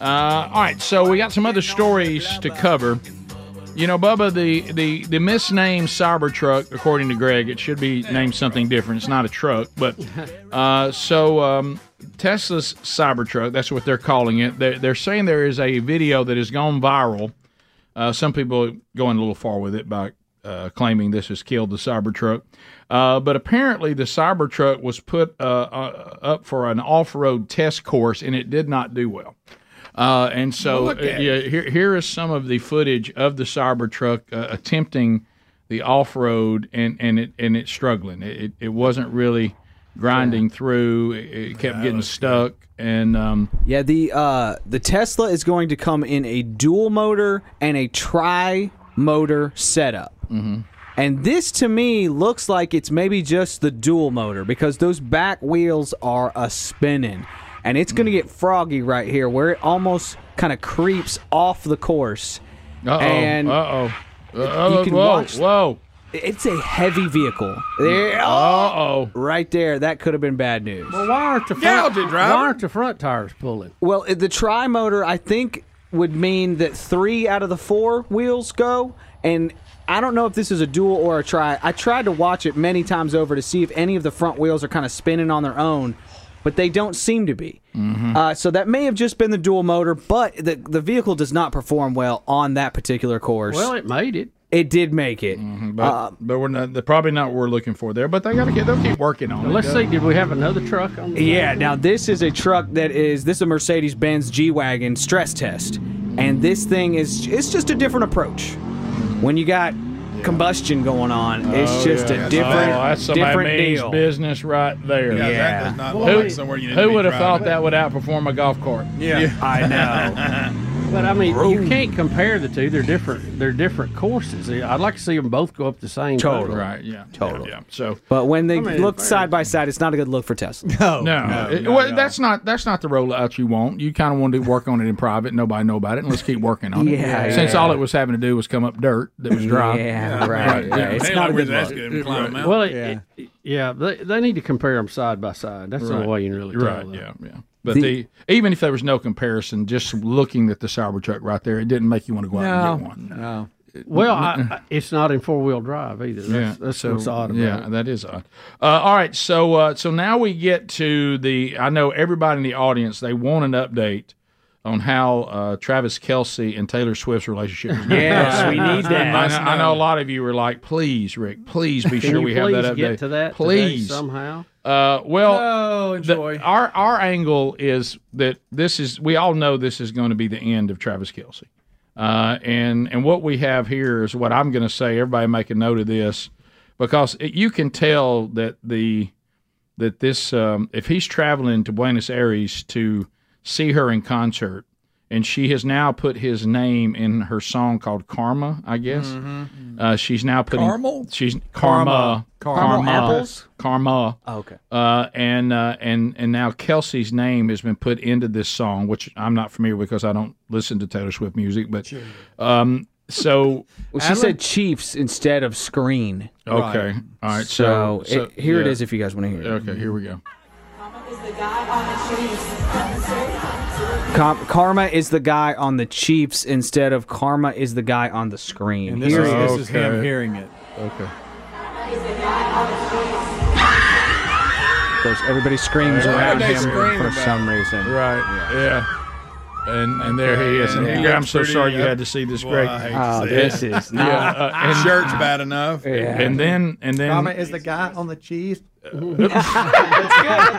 Speaker 1: Uh, all right, so we got some other stories to cover. You know, Bubba, the, the, the misnamed Cybertruck, according to Greg, it should be named something different. It's not a truck, but uh, so um, Tesla's Cybertruck, that's what they're calling it. They're, they're saying there is a video that has gone viral. Uh, some people going a little far with it by uh, claiming this has killed the Cybertruck. Uh, but apparently, the Cybertruck was put uh, uh, up for an off road test course and it did not do well. Uh, and so,
Speaker 26: Look
Speaker 1: uh,
Speaker 26: at it.
Speaker 1: yeah, here, here is some of the footage of the Cybertruck uh, attempting the off road, and, and it and it's struggling. It, it, it wasn't really grinding through. It, it kept getting stuck, and um,
Speaker 8: Yeah, the uh, the Tesla is going to come in a dual motor and a tri motor setup. Mm-hmm. And this to me looks like it's maybe just the dual motor because those back wheels are a spinning. And it's
Speaker 1: Hmm.
Speaker 8: going to get froggy right here where it almost kind of creeps off the course.
Speaker 1: Uh-oh,
Speaker 8: And
Speaker 1: uh-oh. Uh,
Speaker 8: you can
Speaker 1: whoa,
Speaker 8: watch-
Speaker 1: whoa.
Speaker 8: It's a heavy vehicle. There, oh, right there. That could have been bad news.
Speaker 2: Well, why aren't the front, why aren't the front tires pulling?
Speaker 8: Well, i- the tri motor, I think, would mean that three out of the four wheels go. And I don't know if this is a dual or a tri. I tried to watch it many times over to see if any of the front wheels are kind of spinning on their own, but they don't seem to be.
Speaker 7: Mm-hmm.
Speaker 1: Mm-hmm.
Speaker 8: Uh, so that may have just been the dual motor, but the, the vehicle does not perform well on that particular course.
Speaker 1: Well,
Speaker 8: it made it. It did make it.
Speaker 1: Mm-hmm,
Speaker 8: Uh,
Speaker 1: but, but we're not. They're probably not what we're looking for there. But they got to get. They'll keep working on it.
Speaker 8: Let's see,
Speaker 1: Did we have another truck? on
Speaker 8: Yeah, now this is a truck that is this is a Mercedes Benz G Wagon stress test. And this thing is it's just a different approach. When you got combustion going on, it's
Speaker 1: Oh,
Speaker 8: just
Speaker 1: yeah.
Speaker 8: a different,
Speaker 1: oh, that's somebody
Speaker 8: different
Speaker 1: means
Speaker 8: deal.
Speaker 1: business right there.
Speaker 8: Yeah, that Yeah. does not look
Speaker 1: who,
Speaker 8: like somewhere you need to
Speaker 1: who
Speaker 8: be
Speaker 1: would have thought
Speaker 8: driving.
Speaker 1: that would outperform a golf cart?
Speaker 8: Yeah. I know.
Speaker 2: But I mean, you can't compare the two. They're different. They're different courses. I'd like to see them both go up the same.
Speaker 8: Totally.
Speaker 2: road.
Speaker 8: Right,
Speaker 1: yeah.
Speaker 8: Totally.
Speaker 1: So
Speaker 8: But when they
Speaker 1: I mean,
Speaker 8: look
Speaker 1: fair.
Speaker 8: side by side, it's not a good look for Tesla.
Speaker 1: No, it- well, that's not that's not the rollout you want. You kind of want to work on it in private. Nobody know about it, and let's keep working on it.
Speaker 8: Yeah,
Speaker 1: Since
Speaker 8: yeah.
Speaker 1: all it was having to do was come up dirt that was dry.
Speaker 8: Yeah, right, yeah. It's Ain't not a like good we're look. asking him to climb a mountain.
Speaker 2: Well, it-
Speaker 8: Yeah.
Speaker 2: it- yeah, they, they need to compare them side by side. That's the only
Speaker 1: Right.
Speaker 2: way you can really tell.
Speaker 1: Right,
Speaker 2: though.
Speaker 1: yeah, yeah. But the, even if there was no comparison, just looking at the Cybertruck right there, it didn't make you want to go out and get one.
Speaker 2: No. Well, I, I, it's not in four wheel drive either. That's,
Speaker 1: yeah,
Speaker 2: that's
Speaker 1: so-
Speaker 2: what's odd about
Speaker 1: yeah,
Speaker 2: it.
Speaker 1: that is odd. Uh, all right, so uh, so now we get to the. I know everybody in the audience they want an update on how uh, Travis Kelsey and Taylor Swift's relationship. is going.
Speaker 2: Yes, we need that.
Speaker 1: I, know- I know a lot of you were like, "Please, Rick, please be
Speaker 2: Can
Speaker 1: sure
Speaker 2: you
Speaker 1: we have that
Speaker 2: please
Speaker 1: update."
Speaker 2: get to that today
Speaker 1: please
Speaker 2: somehow.
Speaker 1: Uh, well, the- our our angle is that this is we all know this is going to be the end of Travis Kelsey, uh, and and what we have here is what I'm going to say. Everybody make a note of this because it, you can tell that the that this um, if he's traveling to Buenos Aires to see her in concert, and she has now put his name in her song called Karma, I guess.
Speaker 8: Mm-hmm.
Speaker 1: Uh, she's now putting
Speaker 26: Caramel?
Speaker 1: She's
Speaker 26: Karma.
Speaker 1: Karma.
Speaker 26: Caramel apples?
Speaker 1: Karma.
Speaker 8: Oh, okay.
Speaker 1: Uh, and uh, and and now Kelsey's name has been put into this song, which I'm not familiar with because I don't listen to Taylor Swift music. But um, so
Speaker 8: Well, she said Chiefs instead of screen.
Speaker 1: okay, all right. So,
Speaker 8: So, it- here it
Speaker 1: yeah.
Speaker 8: is if you guys want to hear it.
Speaker 1: Okay, here we go.
Speaker 8: Com- karma is the guy on the Chiefs instead of Karma is the guy on the screen.
Speaker 4: And this
Speaker 8: Here
Speaker 4: is-
Speaker 8: it
Speaker 4: this is him Okay. hearing it.
Speaker 1: Okay.
Speaker 8: Of course, everybody screams
Speaker 1: Why
Speaker 8: around
Speaker 1: would they
Speaker 8: him
Speaker 1: scream
Speaker 8: for
Speaker 1: about
Speaker 8: some reason.
Speaker 1: Right. Yeah. And and there he is. And
Speaker 8: Yeah.
Speaker 1: I'm so
Speaker 8: Pretty,
Speaker 1: sorry you
Speaker 8: uh,
Speaker 1: had to see this
Speaker 8: boy,
Speaker 1: great. uh,
Speaker 8: I hate to
Speaker 1: Ah,
Speaker 8: Oh, say this it. is not-
Speaker 7: Shirt's bad enough.
Speaker 1: Yeah. And then and then
Speaker 7: Mama
Speaker 1: is
Speaker 4: the guy on the cheese.
Speaker 7: Uh,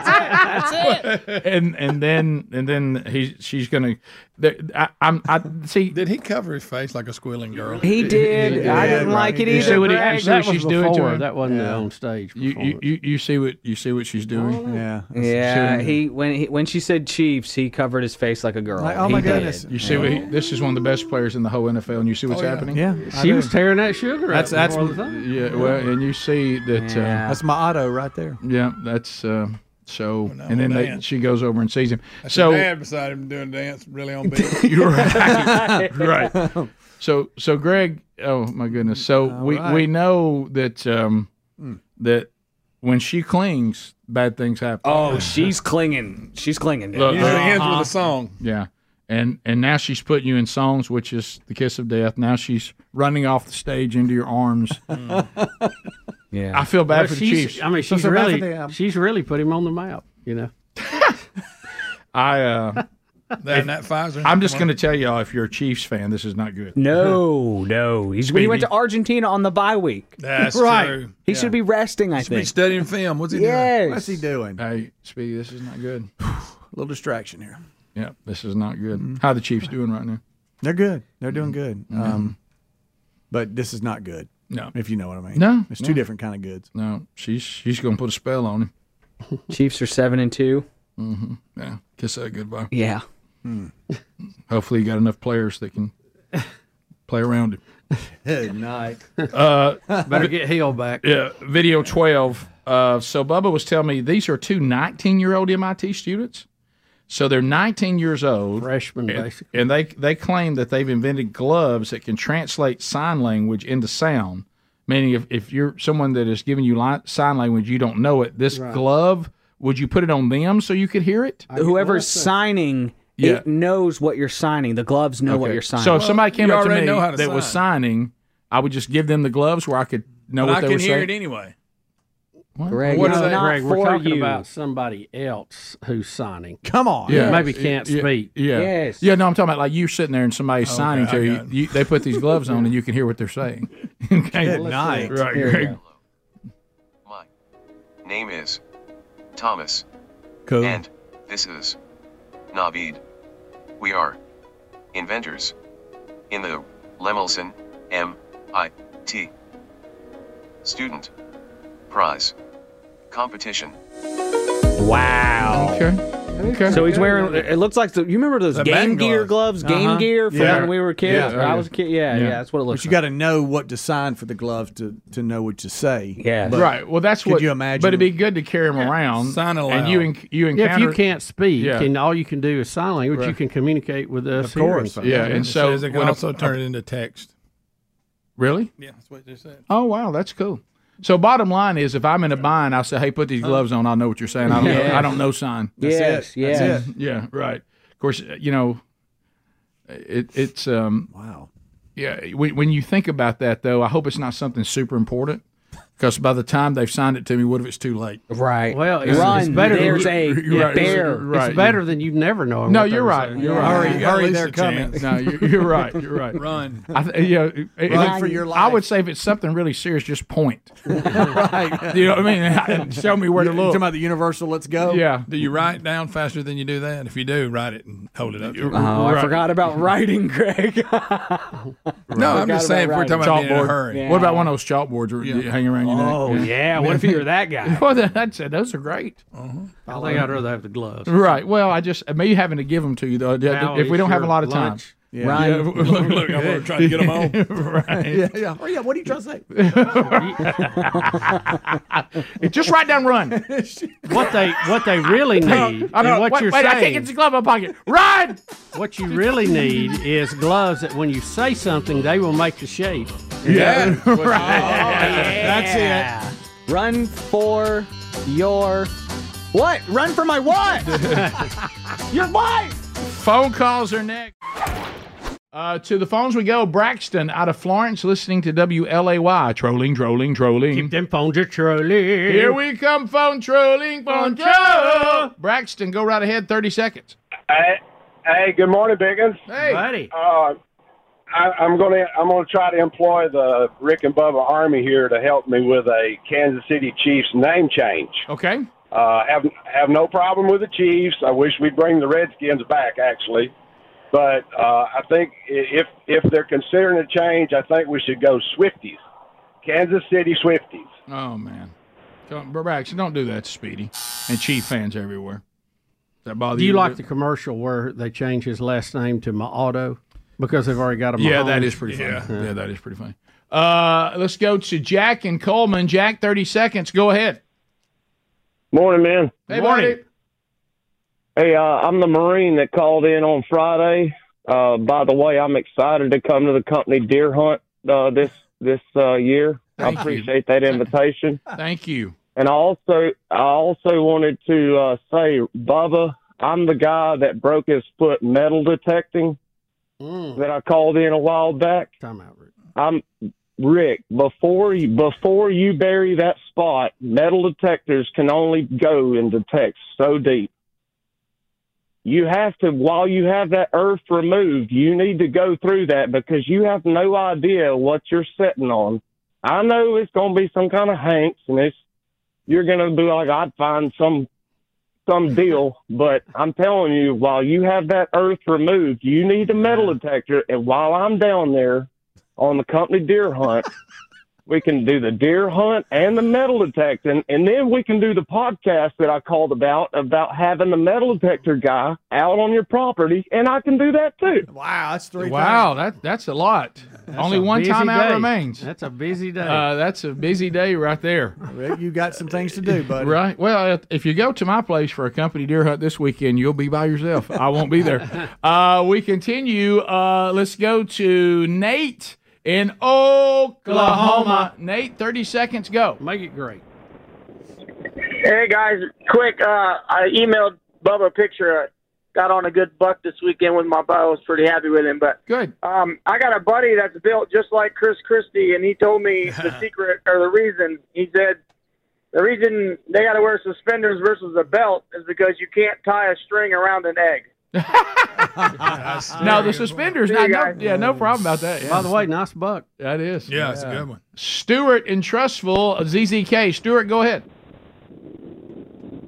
Speaker 1: and and then and then he she's gonna. there- I, I'm I see. Did
Speaker 7: he cover his face like a squealing girl?
Speaker 8: He did. I didn't like it
Speaker 1: You
Speaker 8: either.
Speaker 1: see what he,
Speaker 8: Greg.
Speaker 1: you see what she's doing to
Speaker 2: before.
Speaker 1: him.
Speaker 2: That wasn't the on-stage
Speaker 1: You, you you you see what you see what she's doing.
Speaker 4: Yeah.
Speaker 8: Oh. Yeah,
Speaker 1: She-
Speaker 8: he when he, when she said Chiefs, he covered his face like oh a girl.
Speaker 4: oh
Speaker 8: He did.
Speaker 1: You see what he, this is one of the best players in the whole NFL, and you see what's
Speaker 8: Oh, yeah.
Speaker 1: happening.
Speaker 8: Yeah, I She do. was
Speaker 2: tearing that sugar.
Speaker 4: That's that's
Speaker 1: yeah. Well, and you see that. Uh,
Speaker 4: that's my auto right there.
Speaker 1: Yeah, that's uh, so. and then
Speaker 7: well,
Speaker 1: they,
Speaker 7: man.
Speaker 1: she goes over and sees him.
Speaker 7: That's
Speaker 1: so
Speaker 7: your dad beside him doing dance really on beat.
Speaker 1: You're right. right. So so Greg, oh my goodness. So we
Speaker 7: right.
Speaker 1: we know that um
Speaker 7: Hmm.
Speaker 8: Mm.
Speaker 1: that when she clings, bad things happen.
Speaker 8: Oh, she's clinging. She's clinging. dude.
Speaker 1: Look,
Speaker 7: Usually ends with a song.
Speaker 1: uh-huh. Yeah. And and now she's putting you in songs, which is the kiss of death. Now she's running off the stage into your arms.
Speaker 8: Mm. yeah.
Speaker 1: I feel bad for the
Speaker 2: she's-
Speaker 1: Chiefs.
Speaker 2: I mean,
Speaker 1: So
Speaker 2: she's
Speaker 1: feel bad for them.
Speaker 2: really she's really put him on the map. You know.
Speaker 1: I uh
Speaker 7: That and that Pfizer.
Speaker 1: I'm just gonna tell y'all if you're a Chiefs fan, this is not good.
Speaker 8: No, no. He's when he went to Argentina on the bye week.
Speaker 7: That's
Speaker 8: right.
Speaker 7: true.
Speaker 8: He should be resting. I
Speaker 7: Should be
Speaker 8: think.
Speaker 7: studying film. What's he doing?
Speaker 8: yes.
Speaker 7: What's he
Speaker 4: doing?
Speaker 1: Hey, Speedy, this is not good.
Speaker 4: A little distraction here.
Speaker 1: Yeah, this is not good.
Speaker 8: Mm-hmm.
Speaker 1: How are the Chiefs doing right now?
Speaker 4: They're good. They're doing good.
Speaker 7: Mm-hmm.
Speaker 1: Mhm.
Speaker 4: Um, but this is not good.
Speaker 1: No.
Speaker 4: if you know what I mean.
Speaker 1: No,
Speaker 4: it's two
Speaker 1: no.
Speaker 4: different kind of goods.
Speaker 1: No, she's she's gonna put a spell on him.
Speaker 8: Chiefs are seven and two.
Speaker 1: Mm-hmm. Yeah, kiss that goodbye.
Speaker 8: Yeah.
Speaker 2: Hmm.
Speaker 1: Hopefully, you got enough players that can play around him.
Speaker 4: Good night.
Speaker 1: Uh,
Speaker 2: Better get Hill back.
Speaker 1: Yeah, video 12. Uh, so Bubba was telling me these are two 19 year old MIT students. So they're 19 years old, freshmen, and,
Speaker 2: basically.
Speaker 1: and they they claim that they've invented gloves that can translate sign language into sound. Meaning, if, if you're someone that is giving you li- sign language, you don't know it. This
Speaker 8: Right.
Speaker 1: glove, would you put it on them so you could hear it?
Speaker 8: Whoever's signing,
Speaker 1: Yeah.
Speaker 8: it knows what you're signing. The gloves know what
Speaker 1: Okay.
Speaker 8: you're signing.
Speaker 1: So if somebody came up to me that was signing, I would just give them the gloves where I could know
Speaker 27: but
Speaker 1: what
Speaker 27: I
Speaker 1: they
Speaker 27: can
Speaker 1: were
Speaker 27: hear
Speaker 1: saying.
Speaker 7: e-
Speaker 27: it anyway.
Speaker 1: Greg,
Speaker 27: What
Speaker 1: no,
Speaker 27: is that?
Speaker 1: not
Speaker 2: Greg, we're
Speaker 1: for
Speaker 2: talking
Speaker 1: you.
Speaker 2: about somebody else who's signing.
Speaker 4: Come on.
Speaker 1: Yeah.
Speaker 2: Maybe can't
Speaker 1: Yeah,
Speaker 2: speak.
Speaker 1: Yeah. Yeah, no, I'm talking about like you sitting there and somebody's
Speaker 2: Okay,
Speaker 1: signing
Speaker 2: I
Speaker 1: to you. you. They put these gloves on and you can hear what they're saying. okay.
Speaker 12: Good night.
Speaker 1: Right,
Speaker 12: Here we
Speaker 1: Greg.
Speaker 12: go. My name is Thomas.
Speaker 4: Cool.
Speaker 12: And this is Navid. We are inventors in the Lemelson M I T student prize competition.
Speaker 8: Wow.
Speaker 1: Okay. Okay.
Speaker 8: So he's wearing. It looks like the, you remember those
Speaker 4: The
Speaker 8: game
Speaker 4: band
Speaker 8: gear gloves,
Speaker 4: gloves.
Speaker 8: game
Speaker 4: Uh-huh.
Speaker 8: gear from
Speaker 4: Yeah.
Speaker 8: when we were kids.
Speaker 4: Yeah.
Speaker 8: when I was a kid. Yeah, yeah, that's what it looks.
Speaker 4: But you got to know what to sign for the glove to to know what to say.
Speaker 8: Yeah.
Speaker 4: But
Speaker 1: right. Well, that's
Speaker 4: could
Speaker 1: what
Speaker 4: you imagine.
Speaker 1: But it'd be good to carry them around.
Speaker 2: Sign
Speaker 1: And you en- you encounter
Speaker 2: Yeah, if you can't speak
Speaker 1: Yeah.
Speaker 2: and all you can do is sign language, you
Speaker 1: Right.
Speaker 2: can communicate with us.
Speaker 1: Of course.
Speaker 2: hearing
Speaker 1: Yeah,
Speaker 2: folks.
Speaker 1: and so
Speaker 7: Says it can
Speaker 1: when a-
Speaker 7: also turn it into text.
Speaker 1: Really?
Speaker 7: Yeah, that's what they said.
Speaker 1: Oh wow, that's cool. So bottom line is, if I'm in a bind, I'll say, "Hey, put these gloves on. I know what you're saying. I don't.
Speaker 7: Yes.
Speaker 1: Know, I don't know sign.
Speaker 7: That's it. Yes, That's yes. it.
Speaker 1: yeah, right. Of course, uh, you know, it, it's um, wow. Yeah, when, when you think about that, though, I hope it's not something super important because by the time they've signed it to me, what if it's too late?
Speaker 8: Right.
Speaker 2: Well, it's, it's better than you,
Speaker 1: Right, it's-
Speaker 2: It's better than you never knowing.
Speaker 1: No,
Speaker 2: Oh, what they
Speaker 1: you're
Speaker 2: were
Speaker 1: right.
Speaker 2: saying.
Speaker 1: You're right. You got at least a chance. No, you're, you're right. You're right.
Speaker 2: Run.
Speaker 1: I th- yeah, it- it-
Speaker 2: Run for your
Speaker 1: I would say if it's something really serious, just point.
Speaker 4: right.
Speaker 1: You know what I mean? Show me where to
Speaker 4: You-
Speaker 1: look.
Speaker 4: Talking about the universal. Let's go.
Speaker 1: Yeah.
Speaker 7: Do you write down faster than you do that? If you do, write it and hold it up.
Speaker 8: Oh,
Speaker 2: Uh-huh.
Speaker 8: I forgot about writing, Greg.
Speaker 7: No, I'm just saying if we're talking about being in a
Speaker 1: Chalkboard.
Speaker 7: hurry.
Speaker 1: What about one oh of those chalkboards where you hang around your neck?
Speaker 2: Oh, yeah. What if you were that guy?
Speaker 1: well, then I'd say those are great.
Speaker 7: Uh-huh.
Speaker 2: I think I'd rather have the gloves.
Speaker 1: Right. Well, I just me having to give them to you though.
Speaker 2: Now
Speaker 1: if we
Speaker 2: is
Speaker 1: don't have a
Speaker 2: your
Speaker 1: lot of time,
Speaker 2: lunch. Yeah. Right.
Speaker 1: look,
Speaker 2: Look,
Speaker 1: I'm
Speaker 2: I'm
Speaker 1: trying to get them all. right.
Speaker 4: Yeah, yeah. Oh, yeah. What are you trying to say?
Speaker 1: just write down run.
Speaker 2: what they what they really need
Speaker 1: I
Speaker 2: and
Speaker 1: mean,
Speaker 2: what
Speaker 1: wait,
Speaker 2: you're
Speaker 1: wait,
Speaker 2: saying.
Speaker 1: I can't get the glove in my pocket. Run!
Speaker 2: What you really need is gloves that when you say something, they will make the shape.
Speaker 8: Yeah.
Speaker 2: right.
Speaker 1: Oh,
Speaker 8: That's it. Run for your what? Run for my what? your what?
Speaker 1: Phone calls are next. Uh, to the phones we go. Braxton out of Florence, listening to WLAY. Trolling, trolling, trolling. Keep
Speaker 2: them phones are trolling.
Speaker 1: Here we come, phone trolling, phone troll. Braxton, go right ahead. Thirty seconds.
Speaker 9: Hey, hey, good morning, Biggins.
Speaker 1: Hey,
Speaker 2: buddy.
Speaker 9: Uh, I, I'm gonna I'm gonna try to employ the Rick and Bubba Army here to help me with a Kansas City Chiefs name change.
Speaker 1: Okay.
Speaker 9: Uh, have have no problem with the Chiefs. I wish we'd bring the Redskins back, actually. But uh, I think i- if if they're considering a change, I think we should go Swifties, Kansas City Swifties.
Speaker 1: Oh man, don't, Braxton, don't do that, to Speedy, and Chief fans everywhere. Does that bother
Speaker 2: Do you
Speaker 1: a
Speaker 2: like the
Speaker 1: bit?
Speaker 2: commercial where they change his last name to Mauto because they've already got a
Speaker 1: Yeah,
Speaker 2: Mahomes?
Speaker 1: that is pretty funny. Yeah. that is pretty funny. Uh, let's go to Jack and Coleman. Jack, thirty seconds. Go ahead.
Speaker 28: Morning, man.
Speaker 1: Hey, Morning. buddy.
Speaker 28: Hey, uh, I'm the Marine that called in on Friday. Uh, by the way, I'm excited to come to the company deer hunt uh, this this uh, year. I appreciate that invitation.
Speaker 1: Thank you.
Speaker 28: And I also, I also wanted to uh, say, Bubba, I'm the guy that broke his foot metal detecting that I called in a while back.
Speaker 2: Mm. Time out, Rick.
Speaker 28: I'm Rick. Before you, before you bury that spot, metal detectors can only go and detect so deep. You have to while you have that earth removed, you need to go through that because you have no idea what you're sitting on. I know it's going to be some kind of Hanks, and it's you're going to be like, I'd find some
Speaker 29: some deal, but I'm telling you, while you have that earth removed, you need a metal detector. And while I'm down there on the company deer hunt, we can do the deer hunt and the metal detecting, and then we can do the podcast that I called about about having the metal detector guy out on your property, and I can do that too.
Speaker 30: Wow, that's three.
Speaker 1: Wow, that that's a lot. Only
Speaker 30: a
Speaker 1: one
Speaker 30: busy
Speaker 1: time out
Speaker 30: day.
Speaker 1: remains.
Speaker 2: That's a busy day.
Speaker 1: Uh, that's a busy day right there.
Speaker 30: Rick, you got some things to do, buddy.
Speaker 1: Right. Well, if- if you go to my place for a company deer hunt this weekend, you'll be by yourself. I won't be there. Uh, we continue. Uh, let's go to Nate in Oklahoma. Nate, 30 seconds, go.
Speaker 2: Make it great.
Speaker 31: Hey guys, quick! Uh, I emailed Bubba a picture. I got on a good buck this weekend with my buddy. I was pretty happy with him. But
Speaker 1: good.
Speaker 31: Um, I got a buddy that's built just like Chris Christie, and he told me the secret or the reason. He said the reason they got to wear suspenders versus a belt is because you can't tie a string around an egg.
Speaker 1: No, the suspenders.
Speaker 31: See you
Speaker 1: Not, no,
Speaker 31: guys.
Speaker 1: yeah, no problem about that.
Speaker 2: By the way, nice buck.
Speaker 1: That is.
Speaker 31: Yeah, it's a good
Speaker 1: one. Stuart in Trustful, ZZK. Stuart, go ahead.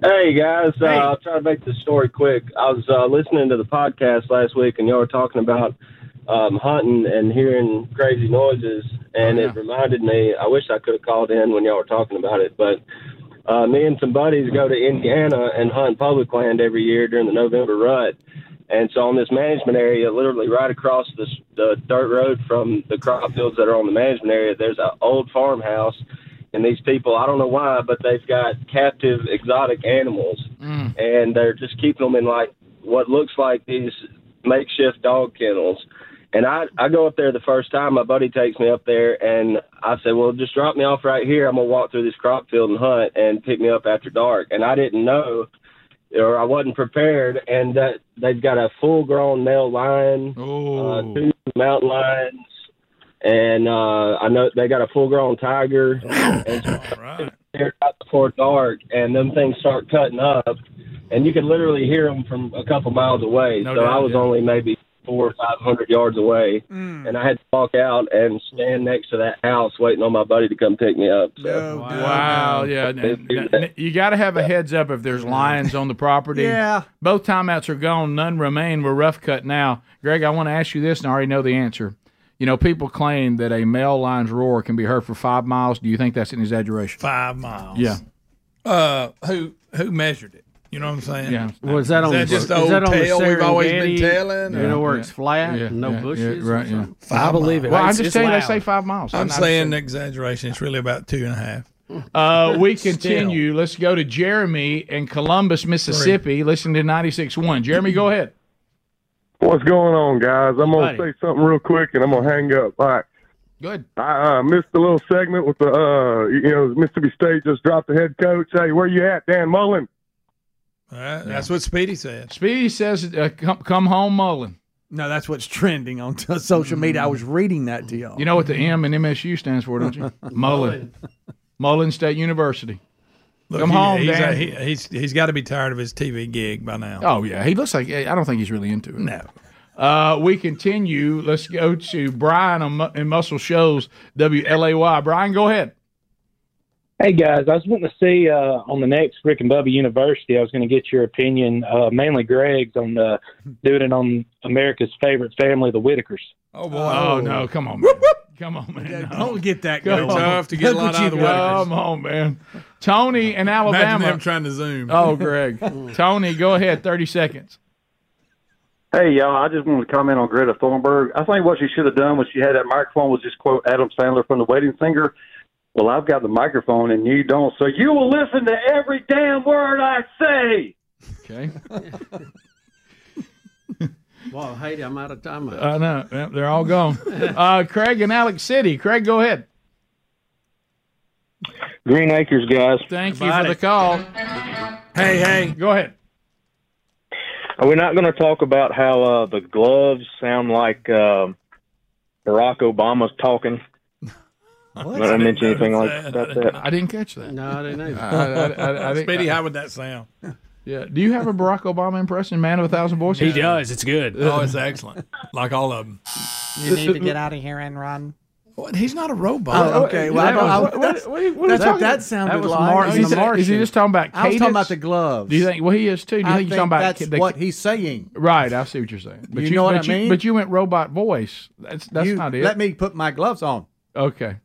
Speaker 32: Hey guys, uh, I'll try to make this story quick. I was uh, listening to the podcast last week, and y'all were talking about um, hunting and hearing crazy noises, and it reminded me. I wish I could have called in when y'all were talking about it, but uh, me and some buddies go to Indiana and hunt public land every year during the November rut. And so on this management area, literally right across this, the dirt road from the crop fields that are on the management area, there's an old farmhouse. And these people, I don't know why, but they've got captive exotic animals.
Speaker 1: Mm.
Speaker 32: And they're just keeping them in like what looks like these makeshift dog kennels. And I, I go up there the first time. My buddy takes me up there, and I said, "Well, just drop me off right here. I'm gonna walk through this crop field and hunt, and pick me up after dark." And I didn't know, or I wasn't prepared, and that they've got a full-grown male lion, uh, two mountain lions, and uh, I know they got a full-grown tiger. and so they're out before dark, and them things start cutting up, and you can literally hear them from a couple miles away.
Speaker 28: No
Speaker 32: so
Speaker 28: doubt,
Speaker 32: I was
Speaker 28: yeah.
Speaker 32: only maybe four or five hundred yards away, and I had to walk out and stand next to that house waiting on my buddy to come pick me up. So.
Speaker 1: Wow, yeah. n- n- n- You got to have a heads up if there's lions on the property.
Speaker 32: Yeah.
Speaker 1: Both timeouts are gone. None remain. We're rough cut now. Greg, I want to ask you this, and I already know the answer. You know, people claim that a male lion's roar can be heard for five miles. Do you think that's an exaggeration?
Speaker 7: Five miles.
Speaker 1: Yeah.
Speaker 7: Uh, who who measured it? You know what I'm saying?
Speaker 1: Yeah.
Speaker 2: Was that on
Speaker 7: Is
Speaker 2: the,
Speaker 7: that just the
Speaker 2: is
Speaker 7: old
Speaker 2: that on the
Speaker 7: tale we've always been
Speaker 2: Serengeti,
Speaker 7: telling?
Speaker 2: You know where
Speaker 7: Yeah.
Speaker 2: it's flat
Speaker 7: Yeah,
Speaker 2: and no
Speaker 7: yeah, yeah,
Speaker 2: bushes.
Speaker 1: right, yeah.
Speaker 7: Five
Speaker 1: I believe it.
Speaker 7: miles.
Speaker 1: Well, I'm It's- just it's telling you, they loud. say five miles. I'm
Speaker 7: I'm
Speaker 1: not
Speaker 7: saying
Speaker 1: saying-
Speaker 7: exaggeration. It's really about two and a half.
Speaker 1: Uh, we continue. Let's go to Jeremy in Columbus, Mississippi. Listen to 96.1. Jeremy, go ahead.
Speaker 25: What's going on, guys? I'm gonna
Speaker 1: Buddy.
Speaker 25: say something real quick, and I'm gonna hang up. All right.
Speaker 1: Good.
Speaker 25: I uh, missed the little segment with the uh, you know Mississippi State just dropped the head coach. Hey, where you at, Dan Mullen?
Speaker 7: All right. That's what Speedy said.
Speaker 1: Speedy says, uh, come, come home, Mullen.
Speaker 30: No, that's what's trending on t- social media. I was
Speaker 1: Mm.
Speaker 30: reading that to y'all.
Speaker 1: You know what the M and MSU stands for, don't you? Mullen. Mullen State University. Come
Speaker 7: he-
Speaker 1: home,
Speaker 7: he's,
Speaker 1: Dan.
Speaker 7: he- he's he's got to be tired of his TV gig by now.
Speaker 1: oh, yeah. He looks like, I don't think he's really into it. No. Uh, we continue. Let's go to Brian in Mu- in Muscle Shows, WLAY. Brian, go ahead.
Speaker 28: Hey guys, I was wanting to see uh, on the next Rick and Bubba University. I was going to get your opinion, uh, mainly Greg's, on uh, doing it on America's favorite family, the Whitakers.
Speaker 7: Oh,
Speaker 1: boy. Oh, no. Come on, man. Come on, man.
Speaker 33: Don't get that
Speaker 1: Come
Speaker 33: going.
Speaker 1: on.
Speaker 33: Tough to get a lot out of the way.
Speaker 1: Come on, man. Tony in Alabama.
Speaker 33: Imagine them trying to zoom.
Speaker 1: Oh, Greg. Tony, go ahead. 30 seconds.
Speaker 28: Hey y'all, I just wanted to comment on Greta Thunberg. I think what she should have done when she had that microphone was just quote Adam Sandler from The Wedding Singer. Well, I've got the microphone and you don't, so you will listen to every damn word I say.
Speaker 1: Okay.
Speaker 2: Well, Haiti, I'm out of time.
Speaker 1: I know. Uh, Yep, They're all gone. Uh, Craig in Alex City. Craig, go ahead.
Speaker 28: Green Acres, guys.
Speaker 1: Thank you for the call. Hey, hey. Go ahead.
Speaker 28: Are we not going to talk about how uh, the gloves sound like um Barack Obama's talking? Did I mention anything like about that?
Speaker 1: I didn't catch that.
Speaker 2: No, I didn't either.
Speaker 7: Speedy, how would that sound?
Speaker 1: Yeah. Do you have a Barack Obama impression, man of a thousand voices? Uh,
Speaker 7: He does. Oh, It's
Speaker 1: good.
Speaker 7: Oh, it's excellent. Like all of them.
Speaker 34: You need to get out of here and run.
Speaker 7: What? He's not a robot.
Speaker 4: Oh, okay. Well, I
Speaker 7: That
Speaker 4: don't, I,
Speaker 7: was-
Speaker 4: that's,
Speaker 7: are you
Speaker 4: that,
Speaker 7: talking about?
Speaker 4: that sounded
Speaker 7: That was
Speaker 4: like
Speaker 7: Martin
Speaker 4: Is
Speaker 7: the
Speaker 4: he-
Speaker 7: Martian.
Speaker 4: is he just
Speaker 1: talking about
Speaker 4: I was talking about
Speaker 1: cadence?
Speaker 4: the gloves.
Speaker 1: Do you think? Well, he is too. Do you
Speaker 4: I
Speaker 1: think he's talking
Speaker 4: think
Speaker 1: about
Speaker 4: that's
Speaker 1: the-
Speaker 4: what he's saying?
Speaker 1: Right, I see what you're saying.
Speaker 4: You know what
Speaker 1: but
Speaker 4: I mean?
Speaker 1: but you went robot voice. That's that's
Speaker 4: You-
Speaker 1: not it.
Speaker 4: Let me put my gloves on.
Speaker 1: Okay,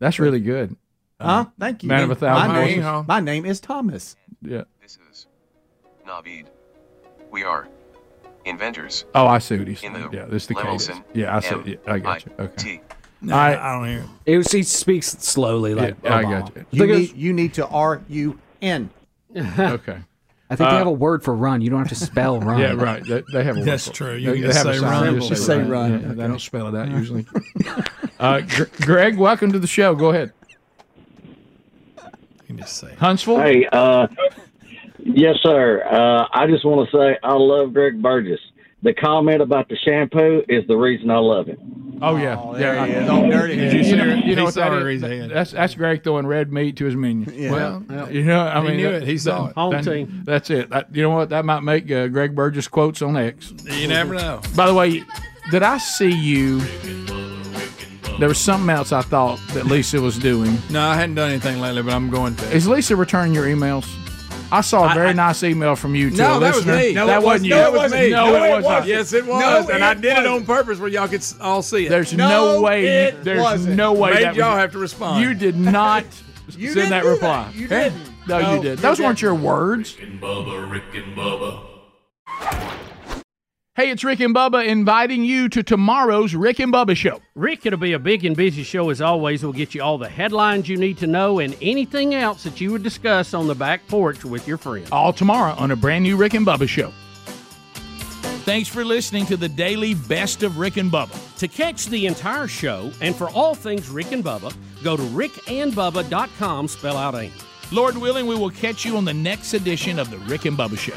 Speaker 1: that's really good.
Speaker 4: Huh? Thank you.
Speaker 1: Man of a thousand
Speaker 4: my
Speaker 1: voices.
Speaker 4: name, my name is Thomas.
Speaker 1: Yeah.
Speaker 12: This is Navid. We are inventors.
Speaker 1: Oh, I see what he's
Speaker 12: In
Speaker 1: saying.
Speaker 12: the
Speaker 1: Yeah, this is the cadence.
Speaker 12: Lemelson
Speaker 1: Yeah, I see. Yeah, I got you.
Speaker 12: Okay.
Speaker 1: All right. I
Speaker 7: don't hear.
Speaker 8: It was, he speaks slowly, like oh,
Speaker 1: Yeah, I
Speaker 8: Obama.
Speaker 1: got you.
Speaker 8: I
Speaker 4: You
Speaker 8: think it was-
Speaker 4: need, you need to R U N.
Speaker 1: okay.
Speaker 8: I think
Speaker 1: Uh,
Speaker 8: they have a word for run. You don't have to spell run.
Speaker 1: Yeah, right. They, they have a word
Speaker 7: That's
Speaker 1: for it.
Speaker 7: true. You
Speaker 1: They,
Speaker 7: can
Speaker 1: they
Speaker 7: just
Speaker 1: have a
Speaker 7: say
Speaker 1: sign.
Speaker 7: run.
Speaker 1: Just
Speaker 7: You say run.
Speaker 1: Yeah, They don't spell it out usually. uh, Gr- Greg, welcome to the show. Go ahead. Huntsville.
Speaker 28: Hey, uh, yes, sir. Uh, I just want to say I love Greg Burgess. The comment about the shampoo is the reason I love him.
Speaker 1: Oh yeah, yeah.
Speaker 28: he is. All dirty.
Speaker 1: Yeah,
Speaker 28: Did you see
Speaker 1: know,
Speaker 28: her-
Speaker 1: you know
Speaker 28: he
Speaker 1: what that
Speaker 28: saw her
Speaker 1: is?
Speaker 28: raise her hand.
Speaker 1: That's that's Greg throwing red meat to his minion.
Speaker 28: Yeah.
Speaker 1: Well,
Speaker 28: Yeah.
Speaker 1: you know, I
Speaker 28: He
Speaker 1: mean,
Speaker 28: knew
Speaker 1: that-
Speaker 28: it. He saw
Speaker 1: that-
Speaker 28: it. Home
Speaker 1: that-
Speaker 28: team.
Speaker 1: That's it. That- you know what? That might make uh, Greg Burgess quotes on X.
Speaker 7: You never know.
Speaker 1: By the way, did I see you? There was something else I thought that Lisa was doing.
Speaker 7: No, I hadn't done anything lately, but I'm going to.
Speaker 1: Is Lisa returning your emails? I saw a very nice email from you. To
Speaker 7: No,
Speaker 1: a
Speaker 7: that was
Speaker 1: listener.
Speaker 7: me. No,
Speaker 1: that
Speaker 7: it
Speaker 1: wasn't you.
Speaker 7: was- no, it was me.
Speaker 1: No,
Speaker 7: No,
Speaker 1: it
Speaker 7: it
Speaker 1: was not.
Speaker 7: wasn't. Yes, it was.
Speaker 1: No,
Speaker 7: And I
Speaker 1: it
Speaker 7: did it
Speaker 1: wasn't.
Speaker 7: on purpose where y'all could s- all see it.
Speaker 1: There's no, way.
Speaker 7: it
Speaker 1: There's
Speaker 7: wasn't.
Speaker 1: no way.
Speaker 7: Made
Speaker 1: that was
Speaker 7: y'all
Speaker 1: you.
Speaker 7: have to respond.
Speaker 1: You did not
Speaker 7: You
Speaker 1: send
Speaker 7: didn't
Speaker 1: that
Speaker 7: do that.
Speaker 1: reply.
Speaker 7: You didn't.
Speaker 1: No,
Speaker 7: No,
Speaker 1: you did.
Speaker 7: you
Speaker 1: Those weren't your words.
Speaker 3: Rick and Bubba, Rick and Bubba.
Speaker 1: Hey, it's Rick and Bubba inviting you to tomorrow's Rick and Bubba Show.
Speaker 2: Rick, it'll be a big and busy show as always. We'll get you all the headlines you need to know and anything else that you would discuss on the back porch with your friends.
Speaker 1: All tomorrow on a brand new Rick and Bubba Show. Thanks for listening to the daily best of Rick and Bubba.
Speaker 2: To catch the entire show and for all things Rick and Bubba, go to rickandbubba.com, spell out AIM.
Speaker 1: Lord willing, we will catch you on the next edition of the Rick and Bubba Show.